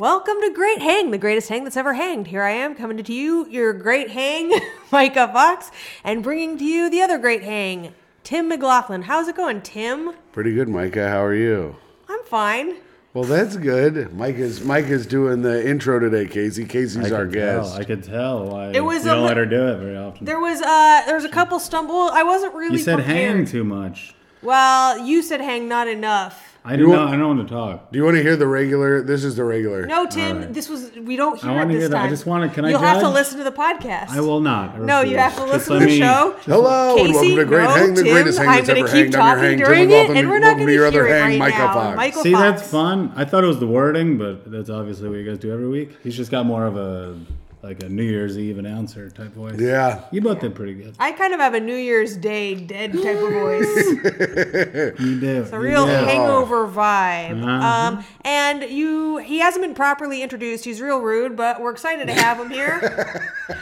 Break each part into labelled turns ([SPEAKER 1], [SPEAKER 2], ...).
[SPEAKER 1] Welcome to Great Hang, the greatest hang that's ever hanged. Here I am coming to you, your great hang, Micah Fox, and bringing to you the other great hang, Tim McLaughlin. How's it going, Tim?
[SPEAKER 2] Pretty good, Micah. How are you?
[SPEAKER 1] I'm fine.
[SPEAKER 2] Well, that's good. Micah's Micah's doing the intro today, Casey. Casey's
[SPEAKER 3] I
[SPEAKER 2] our
[SPEAKER 3] could tell.
[SPEAKER 2] guest.
[SPEAKER 3] Oh, I could tell why
[SPEAKER 1] It was
[SPEAKER 3] we
[SPEAKER 1] a
[SPEAKER 3] don't
[SPEAKER 1] li-
[SPEAKER 3] let her do it very often.
[SPEAKER 1] There was uh there was a couple stumble. I wasn't really
[SPEAKER 3] You said
[SPEAKER 1] prepared.
[SPEAKER 3] hang too much.
[SPEAKER 1] Well, you said hang not enough.
[SPEAKER 3] I do
[SPEAKER 2] want-
[SPEAKER 3] not. I don't want to talk.
[SPEAKER 2] Do you want to hear the regular? This is the regular.
[SPEAKER 1] No, Tim, this was we don't hear it
[SPEAKER 3] wanna
[SPEAKER 1] this
[SPEAKER 3] hear that. I
[SPEAKER 1] time.
[SPEAKER 3] just wanna- can I
[SPEAKER 1] You'll have to
[SPEAKER 3] judge?
[SPEAKER 1] listen to the podcast.
[SPEAKER 3] I will not. I
[SPEAKER 1] No, you
[SPEAKER 3] refuse.
[SPEAKER 1] have to
[SPEAKER 3] Just
[SPEAKER 1] listen
[SPEAKER 3] let
[SPEAKER 1] to the
[SPEAKER 3] me-
[SPEAKER 1] show.
[SPEAKER 2] Hello and welcome to Great
[SPEAKER 1] no,
[SPEAKER 2] Hang, the
[SPEAKER 1] Tim,
[SPEAKER 2] greatest hang
[SPEAKER 1] I'm
[SPEAKER 2] that's
[SPEAKER 1] gonna
[SPEAKER 2] ever
[SPEAKER 1] keep
[SPEAKER 2] hanged. I'm your
[SPEAKER 1] talking
[SPEAKER 2] hang, Tim
[SPEAKER 1] during it,
[SPEAKER 2] McLaughlin.
[SPEAKER 1] and we're not
[SPEAKER 2] Welcome
[SPEAKER 1] going
[SPEAKER 2] to your
[SPEAKER 1] hear
[SPEAKER 2] other
[SPEAKER 1] it
[SPEAKER 2] hang,
[SPEAKER 1] right
[SPEAKER 2] Micah
[SPEAKER 1] now.
[SPEAKER 2] Fox.
[SPEAKER 1] Michael
[SPEAKER 3] See,
[SPEAKER 1] Fox.
[SPEAKER 3] that's fun. I thought it was the wording, but that's obviously what you guys do every week. He's just got more of a like a New Year's Eve announcer type voice.
[SPEAKER 2] Yeah.
[SPEAKER 3] You both did pretty good.
[SPEAKER 1] I kind of have a New Year's Day dead type of voice,
[SPEAKER 3] You did.
[SPEAKER 1] a real
[SPEAKER 3] yeah.
[SPEAKER 1] hangover vibe.
[SPEAKER 3] Uh-huh.
[SPEAKER 1] Um, and you—he hasn't been properly introduced. He's real rude, but we're excited to have him here.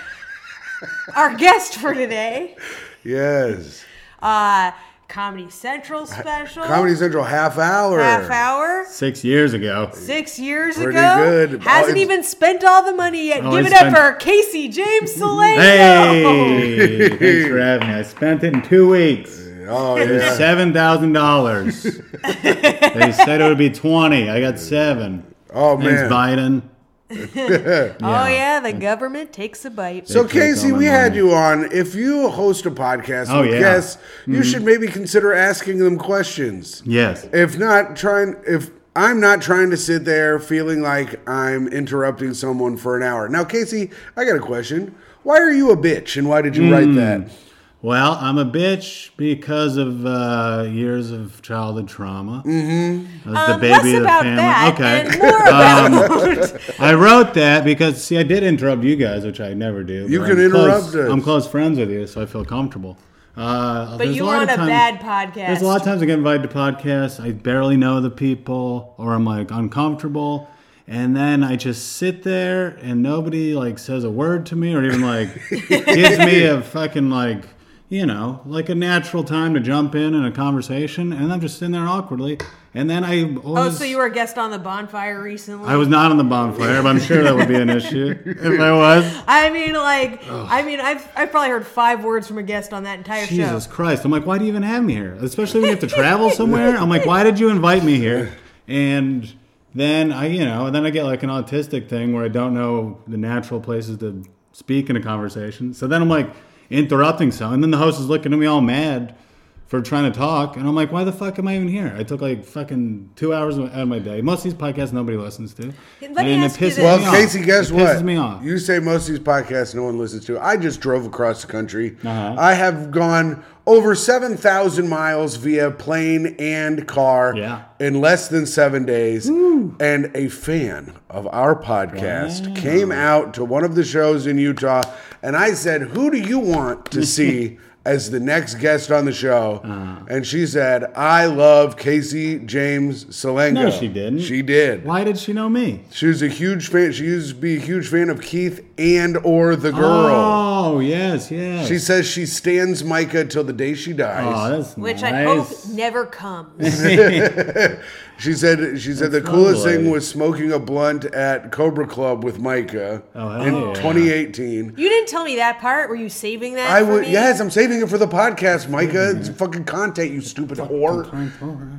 [SPEAKER 1] Our guest for today,
[SPEAKER 2] Yes.
[SPEAKER 1] uh, Comedy Central special,
[SPEAKER 2] Uh, Comedy Central half hour.
[SPEAKER 1] half hour.
[SPEAKER 3] Six years ago.
[SPEAKER 1] Six years
[SPEAKER 2] Pretty
[SPEAKER 1] ago,
[SPEAKER 2] good.
[SPEAKER 1] hasn't
[SPEAKER 2] Oh, it's-
[SPEAKER 1] even spent all the money yet.
[SPEAKER 3] Oh,
[SPEAKER 1] Give
[SPEAKER 3] I
[SPEAKER 1] it up
[SPEAKER 3] spent-
[SPEAKER 1] for Casey James Soleil.
[SPEAKER 3] Hey, thanks for having me. I spent it in two weeks.
[SPEAKER 2] Oh
[SPEAKER 3] It was
[SPEAKER 2] yeah.
[SPEAKER 3] seven thousand dollars. they said it would be twenty. I got seven.
[SPEAKER 2] Oh man.
[SPEAKER 3] Thanks, Biden.
[SPEAKER 1] Oh yeah, the government takes a bite.
[SPEAKER 2] So
[SPEAKER 3] They take
[SPEAKER 2] Casey,
[SPEAKER 3] all my
[SPEAKER 2] we had
[SPEAKER 3] money.
[SPEAKER 2] you on. If you host a podcast
[SPEAKER 3] Oh,
[SPEAKER 2] with
[SPEAKER 3] yeah. Mm-hmm.
[SPEAKER 2] guests, you should maybe consider asking them questions.
[SPEAKER 3] Yes.
[SPEAKER 2] if not trying if I'm not trying to sit there feeling like I'm interrupting someone for an hour. Now, Casey, I got a question. Why are you a bitch and why did you write that?
[SPEAKER 3] Well, I'm a bitch because of uh, years of childhood trauma. Mm-hmm. I was
[SPEAKER 1] Um, less about that and
[SPEAKER 3] Um,
[SPEAKER 1] more about
[SPEAKER 3] I wrote that because see, I did interrupt you guys, which I never do.
[SPEAKER 2] You
[SPEAKER 3] but
[SPEAKER 2] can
[SPEAKER 3] I'm close-
[SPEAKER 2] interrupt us.
[SPEAKER 3] I'm close friends with you, so I feel comfortable. Uh,
[SPEAKER 1] but
[SPEAKER 3] there's
[SPEAKER 1] you
[SPEAKER 3] lot
[SPEAKER 1] on
[SPEAKER 3] of
[SPEAKER 1] a
[SPEAKER 3] times-
[SPEAKER 1] bad podcast.
[SPEAKER 3] There's a lot of times I get invited to podcasts. I barely know the people, or I'm like uncomfortable, and then I just sit there and nobody like says a word to me, or even like gives me a fucking like you know like a natural time to jump in in a conversation, and I'm just sitting there awkwardly. And then I
[SPEAKER 1] oh,
[SPEAKER 3] always,
[SPEAKER 1] so you were a guest on the bonfire recently.
[SPEAKER 3] I was not on the bonfire, but I'm sure that would be an issue if I was.
[SPEAKER 1] I mean, like, I mean, I've I've probably heard five words from a guest on that entire
[SPEAKER 3] Jesus
[SPEAKER 1] show.
[SPEAKER 3] Christ. I'm like, why do you even have me here? Especially when you have to travel somewhere. I'm like, why did you invite me here? And then I, you know, and then I get like an autistic thing where I don't know the natural places to speak in a conversation. So then I'm like interrupting someone. And then the host is looking at me all mad for trying to talk. And I'm like, why the fuck am I even here? I took like fucking two hours out of my day. Most of these podcasts nobody listens to.
[SPEAKER 1] Let me
[SPEAKER 3] and
[SPEAKER 1] ask you this.
[SPEAKER 3] it pisses me
[SPEAKER 2] Well,
[SPEAKER 3] off.
[SPEAKER 2] Casey, guess
[SPEAKER 3] it
[SPEAKER 2] what?
[SPEAKER 3] Pisses me off.
[SPEAKER 2] You say most of these podcasts no one listens to. I just drove across the country.
[SPEAKER 3] Uh-huh.
[SPEAKER 2] I have gone over 7,000 miles via plane and car
[SPEAKER 3] Yeah.
[SPEAKER 2] in less than seven days. And a fan of our podcast came out to one of the shows in Utah. And I said, Who do you want to see? As the next guest on the show,
[SPEAKER 3] Uh-huh.
[SPEAKER 2] and she said, "I love Casey James Salengo."
[SPEAKER 3] No, she didn't.
[SPEAKER 2] She did.
[SPEAKER 3] why did she know me?
[SPEAKER 2] She was a huge fan. She used to be a huge fan of Keith and or the girl.
[SPEAKER 3] Oh, yes, yes.
[SPEAKER 2] She says she stands Micah till the day she
[SPEAKER 3] Oh,
[SPEAKER 2] dies.
[SPEAKER 3] that's
[SPEAKER 1] Which
[SPEAKER 3] nice.
[SPEAKER 1] I hope never comes.
[SPEAKER 2] she said she said the
[SPEAKER 3] That's
[SPEAKER 2] coolest thing
[SPEAKER 3] lovely.
[SPEAKER 2] was smoking a blunt at Cobra Club with Micah
[SPEAKER 3] Oh, hell
[SPEAKER 2] in
[SPEAKER 3] yeah.
[SPEAKER 2] 2018.
[SPEAKER 1] you didn't tell me that part. Were you saving that?
[SPEAKER 2] I
[SPEAKER 1] for
[SPEAKER 2] would
[SPEAKER 1] me?
[SPEAKER 2] yes, I'm saving it for the podcast, Micah. It's fucking content, you stupid whore.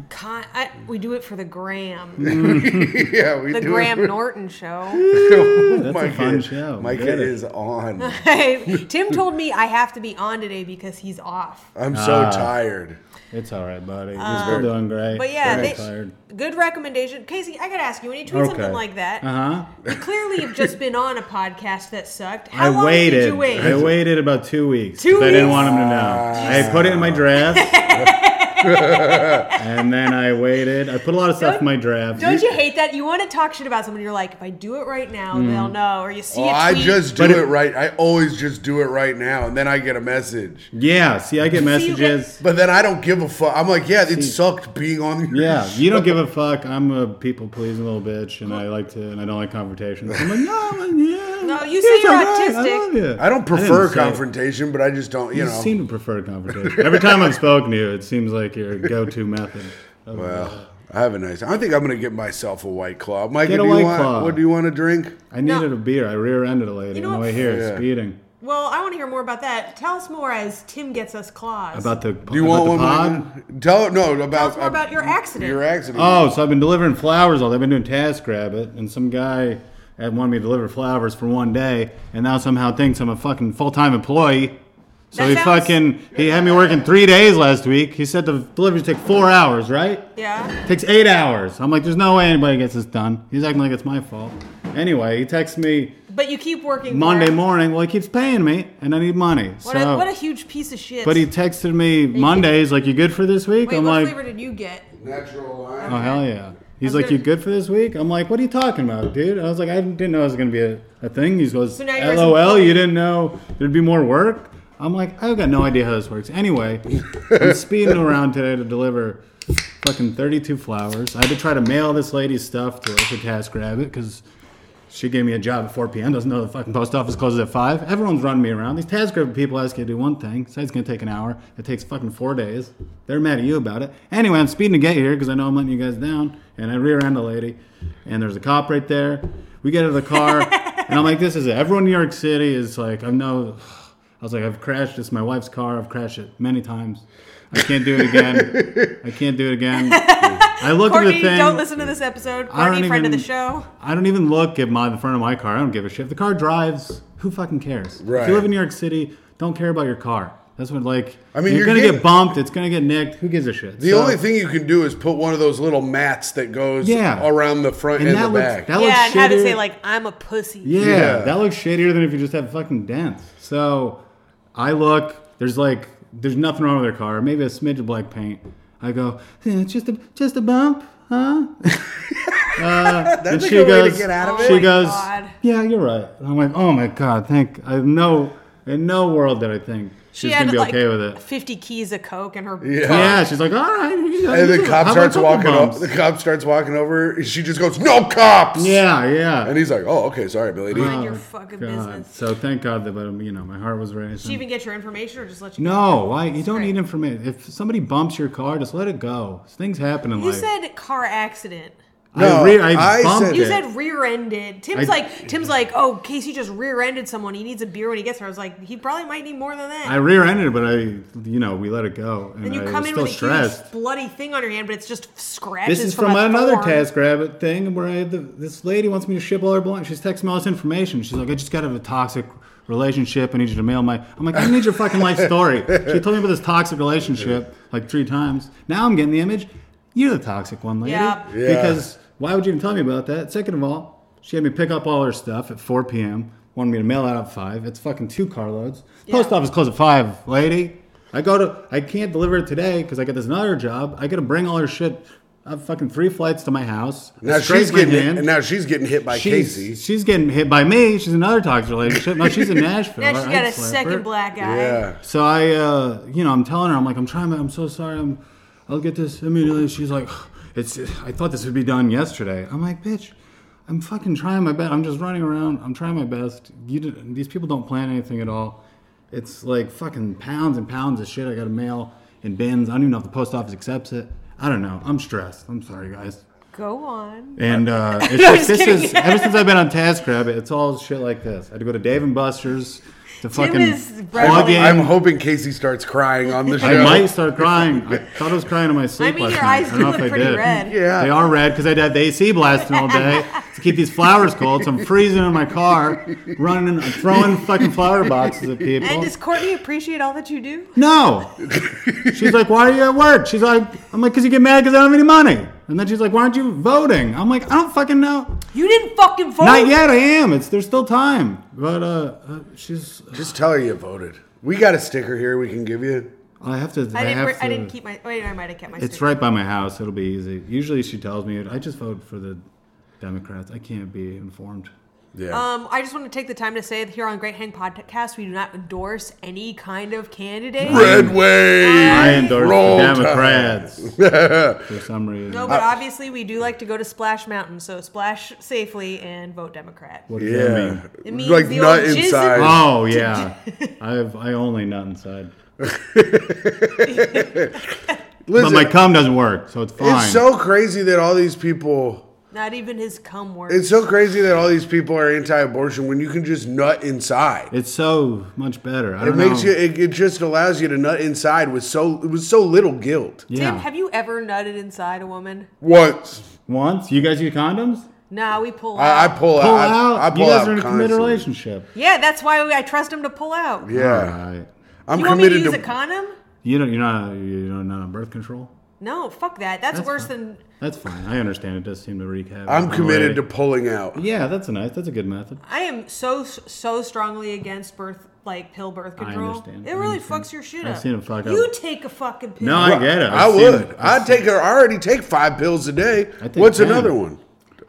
[SPEAKER 1] Con- I, we do it for the Graham,
[SPEAKER 2] yeah, we
[SPEAKER 1] the
[SPEAKER 2] do.
[SPEAKER 1] Graham Norton show.
[SPEAKER 2] Oh,
[SPEAKER 3] That's a
[SPEAKER 2] Micah,
[SPEAKER 3] fun show.
[SPEAKER 2] Micah
[SPEAKER 3] Get it.
[SPEAKER 2] is on.
[SPEAKER 1] Tim told me I have to be on today because he's off.
[SPEAKER 2] I'm so
[SPEAKER 3] Ah.
[SPEAKER 2] tired.
[SPEAKER 3] It's all right, buddy. You're still doing great.
[SPEAKER 1] Um, But yeah,
[SPEAKER 3] Very
[SPEAKER 1] they-
[SPEAKER 3] tired.
[SPEAKER 1] good recommendation. Casey, I gotta ask you, when you tweet something like that,
[SPEAKER 3] Uh huh.
[SPEAKER 1] you clearly have just been on a podcast that sucked. How
[SPEAKER 3] I
[SPEAKER 1] long
[SPEAKER 3] waited.
[SPEAKER 1] did you wait?
[SPEAKER 3] I waited about two weeks.
[SPEAKER 1] Two
[SPEAKER 3] 'cause I didn't
[SPEAKER 1] weeks? Ah.
[SPEAKER 3] want him to know. I put it in my draft. and then I waited. I put a lot of stuff in my draft.
[SPEAKER 1] Don't you hate that? You want to talk shit about someone. You're like, if I do it right now,
[SPEAKER 3] Mm.
[SPEAKER 1] they'll know. Or you see
[SPEAKER 2] Oh,
[SPEAKER 1] a tweet.
[SPEAKER 2] I just do
[SPEAKER 3] But
[SPEAKER 2] it,
[SPEAKER 3] it-
[SPEAKER 2] right. I always just do it right now, and then I get a message.
[SPEAKER 3] yeah. See, I get
[SPEAKER 1] See, you get-
[SPEAKER 3] messages.
[SPEAKER 2] But then I don't give a fuck. I'm like, yeah, it sucked being on. Your
[SPEAKER 3] Yeah, you don't give a fuck. I'm a people pleasing little bitch, and I like to, and I don't like confrontations. I'm like, no, yeah.
[SPEAKER 1] No, you
[SPEAKER 3] it's
[SPEAKER 1] say you're
[SPEAKER 3] all right,
[SPEAKER 1] autistic.
[SPEAKER 3] I love you.
[SPEAKER 2] I don't
[SPEAKER 3] didn't
[SPEAKER 2] prefer
[SPEAKER 3] say it.
[SPEAKER 2] confrontation, but I just don't. You
[SPEAKER 3] You
[SPEAKER 2] know,
[SPEAKER 3] seem to prefer confrontation. Every time I've spoken to you, it seems like your go-to method. of,
[SPEAKER 2] Well,
[SPEAKER 3] uh,
[SPEAKER 2] I have a nice. I think I'm going to get myself a white claw. Mike,
[SPEAKER 3] Get
[SPEAKER 2] do
[SPEAKER 3] a
[SPEAKER 2] you
[SPEAKER 3] White
[SPEAKER 2] want?
[SPEAKER 3] Claw.
[SPEAKER 2] What do you want to drink?
[SPEAKER 3] I needed a beer. I rear-ended a lady
[SPEAKER 1] know
[SPEAKER 3] on the
[SPEAKER 1] what?
[SPEAKER 3] way here,
[SPEAKER 2] Yeah.
[SPEAKER 3] speeding.
[SPEAKER 1] Well, I want to hear more about that. Tell us more as Tim gets us claws.
[SPEAKER 3] About the
[SPEAKER 2] Do you want
[SPEAKER 3] the
[SPEAKER 2] one?
[SPEAKER 3] pod?
[SPEAKER 2] Mike? Tell no about uh,
[SPEAKER 1] us more about your accident.
[SPEAKER 2] Your accident.
[SPEAKER 3] Oh, so I've been delivering flowers all day. I've been doing TaskRabbit, and some guy had wanted me to deliver flowers for one day, and now somehow thinks I'm a fucking full time employee. So
[SPEAKER 1] That
[SPEAKER 3] he
[SPEAKER 1] sounds-
[SPEAKER 3] fucking he had me working three days last week. He said the deliveries take four hours, right?
[SPEAKER 1] yeah.
[SPEAKER 3] Takes eight hours. I'm like, there's no way anybody gets this done. He's acting like it's my fault. Anyway, he texts me
[SPEAKER 1] But you keep working
[SPEAKER 3] Monday
[SPEAKER 1] for it.
[SPEAKER 3] morning. Well, he keeps paying me, and I need money.
[SPEAKER 1] What,
[SPEAKER 3] so,
[SPEAKER 1] a, what a huge piece of shit.
[SPEAKER 3] but he texted me Monday. He's like, you good for this week?
[SPEAKER 1] Wait,
[SPEAKER 3] I'm
[SPEAKER 1] what
[SPEAKER 3] like,
[SPEAKER 1] flavor did you get?
[SPEAKER 2] natural
[SPEAKER 3] Oh
[SPEAKER 2] lime.
[SPEAKER 3] hell yeah! He's
[SPEAKER 1] I'm
[SPEAKER 3] like,
[SPEAKER 1] good.
[SPEAKER 3] "You good for this week?" I'm like, "What are you talking about, dude?" I was like, "I didn't know it was gonna be a, a thing." He goes,
[SPEAKER 1] So now you're
[SPEAKER 3] "LOL,
[SPEAKER 1] some-
[SPEAKER 3] you didn't know there'd be more work." I'm like, "I've got no idea how this works." Anyway, I'm speeding around today to deliver fucking 32 flowers. I had to try to mail this lady's stuff to her for TaskRabbit because she gave me a job at 4 p.m. Doesn't know the fucking post office closes at 5. Everyone's running me around. These TaskRabbit people ask you to do one thing. Say it's going to take an hour. It takes fucking four days. They're mad at you about it. Anyway, I'm speeding to get here because I know I'm letting you guys down. And I rear end a lady. And there's a cop right there. We get out of the car. and I'm like, this is it. Everyone in New York City is like, I know. I was like, I've crashed. It's my wife's car. I've crashed it many times. I can't do it again. I can't do it again. I look at
[SPEAKER 1] Courtney,
[SPEAKER 3] the thing.
[SPEAKER 1] don't listen to this episode.
[SPEAKER 3] I don't
[SPEAKER 1] Courtney, friend of
[SPEAKER 3] even-
[SPEAKER 1] the show.
[SPEAKER 3] I don't even look at my the front of my car. I don't give a shit. If the car drives, who fucking cares? If
[SPEAKER 2] Right.
[SPEAKER 3] you live in New York City, don't care about your car. That's what like.
[SPEAKER 2] I mean,
[SPEAKER 3] you're
[SPEAKER 2] you're
[SPEAKER 3] gonna
[SPEAKER 2] getting-
[SPEAKER 3] get bumped. It's gonna get nicked. Who gives a shit?
[SPEAKER 2] The only thing you can do is put one of those little mats that goes
[SPEAKER 3] Yeah.
[SPEAKER 2] around the front and,
[SPEAKER 3] and that
[SPEAKER 2] the
[SPEAKER 3] looks
[SPEAKER 2] back.
[SPEAKER 3] that looks
[SPEAKER 1] Yeah, and how to
[SPEAKER 3] shittier.
[SPEAKER 1] say, like, I'm a pussy.
[SPEAKER 3] Yeah,
[SPEAKER 2] Yeah.
[SPEAKER 3] that looks shittier than if you just have fucking dents. So I look, there's like, there's nothing wrong with their car, maybe a smidge of black paint. I go, "Eh, it's just a just a bump, huh? That's
[SPEAKER 2] a good way to get out
[SPEAKER 1] of it. Oh
[SPEAKER 3] She
[SPEAKER 1] my
[SPEAKER 3] goes,
[SPEAKER 1] God.
[SPEAKER 3] yeah, you're right. And I'm like, oh my god, thank. I know in no world did I think
[SPEAKER 1] She
[SPEAKER 3] she's
[SPEAKER 1] had
[SPEAKER 3] gonna be
[SPEAKER 1] like
[SPEAKER 3] okay with it.
[SPEAKER 1] 50 keys of coke in her.
[SPEAKER 3] Yeah, she's like, all right. you guys
[SPEAKER 2] and
[SPEAKER 3] do
[SPEAKER 2] the
[SPEAKER 3] it.
[SPEAKER 2] cop
[SPEAKER 3] How about a
[SPEAKER 2] starts
[SPEAKER 3] couple
[SPEAKER 2] walking
[SPEAKER 3] bumps?"
[SPEAKER 2] over. The cop starts walking over. She just goes, "No cops!"
[SPEAKER 3] Yeah, yeah.
[SPEAKER 2] And he's like, "Oh, okay, sorry, lady."
[SPEAKER 1] Mind
[SPEAKER 3] Oh,
[SPEAKER 1] your fucking
[SPEAKER 3] God.
[SPEAKER 1] business.
[SPEAKER 3] So thank God that, but um, you know, my heart was racing.
[SPEAKER 1] Did she even get your information or just let you?
[SPEAKER 3] No, why? You don't
[SPEAKER 1] great.
[SPEAKER 3] need information. If somebody bumps your car, just let it go. Things happen in
[SPEAKER 1] You
[SPEAKER 3] life.
[SPEAKER 1] said car accident.
[SPEAKER 2] No,
[SPEAKER 3] I, re- I,
[SPEAKER 2] I
[SPEAKER 3] bumped
[SPEAKER 2] said-
[SPEAKER 1] You
[SPEAKER 3] it.
[SPEAKER 1] said rear-ended. Tim's like, Tim's like, oh, Casey just rear-ended someone. He needs a beer when he gets there. I was like, he probably might need more than that.
[SPEAKER 3] I rear-ended, but I, you know, we let it go, and,
[SPEAKER 1] and you
[SPEAKER 3] I
[SPEAKER 1] come
[SPEAKER 3] was
[SPEAKER 1] in
[SPEAKER 3] still
[SPEAKER 1] with a
[SPEAKER 3] stressed.
[SPEAKER 1] huge bloody thing on your hand, but it's just scratches.
[SPEAKER 3] This is from, another
[SPEAKER 1] form.
[SPEAKER 3] TaskRabbit thing where I had the, this lady wants me to ship all her belongings. She's texting me all this information. She's like, I just got out of a toxic relationship. I need you to mail my. I'm like, I need your fucking life story. She told me about this toxic relationship like three times. Now I'm getting the image. You're the toxic one, lady.
[SPEAKER 1] Yeah.
[SPEAKER 2] Yeah.
[SPEAKER 3] Because why would you even tell me about that? Second of all, she had me pick up all her stuff at 4 p.m. Wanted me to mail out at five. It's fucking two carloads. Post
[SPEAKER 1] Yeah.
[SPEAKER 3] office closed at five, lady. I go to. I can't deliver it today because I got this another job. I got to bring all her shit. I'm fucking three flights to my house. I
[SPEAKER 2] Now
[SPEAKER 3] scrape
[SPEAKER 2] she's
[SPEAKER 3] my
[SPEAKER 2] getting
[SPEAKER 3] hand.
[SPEAKER 2] and now she's getting hit by
[SPEAKER 3] she's,
[SPEAKER 2] Casey.
[SPEAKER 3] she's getting hit by me. She's in another toxic relationship. No, she's in Nashville.
[SPEAKER 1] Now she's
[SPEAKER 3] I'd
[SPEAKER 1] got a
[SPEAKER 3] slap
[SPEAKER 1] second
[SPEAKER 3] her.
[SPEAKER 1] black eye.
[SPEAKER 2] Yeah.
[SPEAKER 3] So I, uh, you know, I'm telling her, I'm like, I'm trying, but I'm so sorry. I'm, I'll get this immediately. She's like, it's. I thought this would be done yesterday. I'm like, bitch, I'm fucking trying my best. I'm just running around. I'm trying my best. You, did, these people don't plan anything at all. It's like fucking pounds and pounds of shit. I got to mail in bins. I don't even know if the post office accepts it. I don't know. I'm stressed. I'm sorry, guys.
[SPEAKER 1] Go on.
[SPEAKER 3] And uh, it's
[SPEAKER 1] No, just
[SPEAKER 3] just, this
[SPEAKER 1] kidding.
[SPEAKER 3] is ever since I've been on TaskRabbit, it's all shit like this. I had to go to Dave and Buster's to fucking
[SPEAKER 1] is
[SPEAKER 3] plug
[SPEAKER 1] reveling.
[SPEAKER 3] in.
[SPEAKER 2] I'm hoping Casey starts crying on the show.
[SPEAKER 3] I might start crying. I thought I was crying in my
[SPEAKER 1] I
[SPEAKER 3] sleep
[SPEAKER 1] mean,
[SPEAKER 3] last
[SPEAKER 1] your
[SPEAKER 3] night.
[SPEAKER 1] eyes
[SPEAKER 3] I
[SPEAKER 1] do
[SPEAKER 3] don't know
[SPEAKER 1] look
[SPEAKER 3] if I
[SPEAKER 1] pretty
[SPEAKER 3] did.
[SPEAKER 1] red.
[SPEAKER 2] Yeah.
[SPEAKER 3] They are red because I had the AC blasting all day to keep these flowers cold. So I'm freezing in my car, running, and throwing fucking flower boxes at people.
[SPEAKER 1] And does Courtney appreciate all that you do?
[SPEAKER 3] No. She's like, why are you at work? She's like, I'm like, because you get mad because I don't have any money. And then she's like, why aren't you voting? I'm like, I don't fucking know.
[SPEAKER 1] You didn't fucking vote.
[SPEAKER 3] Not yet, I am. It's There's still time. But uh, uh she's,
[SPEAKER 2] Just tell her you voted. We got a sticker here we can give you.
[SPEAKER 3] I have to, I,
[SPEAKER 1] I didn't.
[SPEAKER 3] have
[SPEAKER 1] br-
[SPEAKER 3] to.
[SPEAKER 1] I didn't keep my. Wait, I might have kept my.
[SPEAKER 3] It's
[SPEAKER 1] sticker.
[SPEAKER 3] right by my house. It'll be easy. Usually she tells me, I just vote for the Democrats. I can't be informed.
[SPEAKER 2] Yeah.
[SPEAKER 1] Um, I just want to take the time to say that here on Great Hang Podcast, we do not endorse any kind of candidate.
[SPEAKER 2] Red wave.
[SPEAKER 3] I endorse
[SPEAKER 2] Roll
[SPEAKER 3] the
[SPEAKER 2] Tide.
[SPEAKER 3] Democrats for some reason.
[SPEAKER 1] No, but obviously we do like to go to Splash Mountain, so splash safely and vote Democrat.
[SPEAKER 3] What does that
[SPEAKER 2] Yeah.
[SPEAKER 3] mean?
[SPEAKER 1] It means
[SPEAKER 2] like
[SPEAKER 1] the
[SPEAKER 2] nut
[SPEAKER 1] old jizz-
[SPEAKER 2] inside.
[SPEAKER 3] Oh yeah, I've I only nut inside.
[SPEAKER 2] Listen,
[SPEAKER 3] but my cum doesn't work, so it's fine.
[SPEAKER 2] it's so crazy that all these people.
[SPEAKER 1] Not even his cum work.
[SPEAKER 2] It's so crazy that all these people are anti-abortion when you can just nut inside.
[SPEAKER 3] It's so much better. I
[SPEAKER 2] It
[SPEAKER 3] don't
[SPEAKER 2] makes
[SPEAKER 3] know.
[SPEAKER 2] you. It, it just allows you to nut inside with so with so little guilt.
[SPEAKER 3] yeah.
[SPEAKER 1] Tim, have you ever nutted inside a woman?
[SPEAKER 2] Once
[SPEAKER 3] Once you guys use condoms,
[SPEAKER 1] Nah, we pull out.
[SPEAKER 2] Uh, I, I pull,
[SPEAKER 3] pull
[SPEAKER 2] out,
[SPEAKER 3] out.
[SPEAKER 2] I, I pull
[SPEAKER 3] you guys
[SPEAKER 2] out
[SPEAKER 3] are in a committed
[SPEAKER 2] constantly.
[SPEAKER 3] relationship.
[SPEAKER 1] yeah, that's why we, I trust him to pull out.
[SPEAKER 2] Yeah,
[SPEAKER 3] All right.
[SPEAKER 2] I'm
[SPEAKER 1] you want me to
[SPEAKER 2] committed
[SPEAKER 1] use a condom?
[SPEAKER 3] You don't. You're not. You don't not on birth control.
[SPEAKER 1] No, fuck that. That's,
[SPEAKER 3] That's
[SPEAKER 1] worse
[SPEAKER 3] fine.
[SPEAKER 1] than.
[SPEAKER 3] That's fine. I understand. It does seem to wreak havoc.
[SPEAKER 2] I'm
[SPEAKER 3] on the
[SPEAKER 2] committed to
[SPEAKER 3] lady.
[SPEAKER 2] pulling out.
[SPEAKER 3] Yeah, that's a nice. That's a good method.
[SPEAKER 1] I am so so strongly against birth like pill birth control.
[SPEAKER 3] understand.
[SPEAKER 1] It
[SPEAKER 3] I
[SPEAKER 1] really
[SPEAKER 3] understand.
[SPEAKER 1] fucks your shit
[SPEAKER 3] I've
[SPEAKER 1] up.
[SPEAKER 3] seen it fuck
[SPEAKER 1] you
[SPEAKER 3] up.
[SPEAKER 1] take a fucking pill.
[SPEAKER 3] No, I get it.
[SPEAKER 2] I
[SPEAKER 3] I've seen-
[SPEAKER 2] would. I'd take her. I already take five pills a day.
[SPEAKER 3] take
[SPEAKER 2] What's
[SPEAKER 3] 10.
[SPEAKER 2] another one?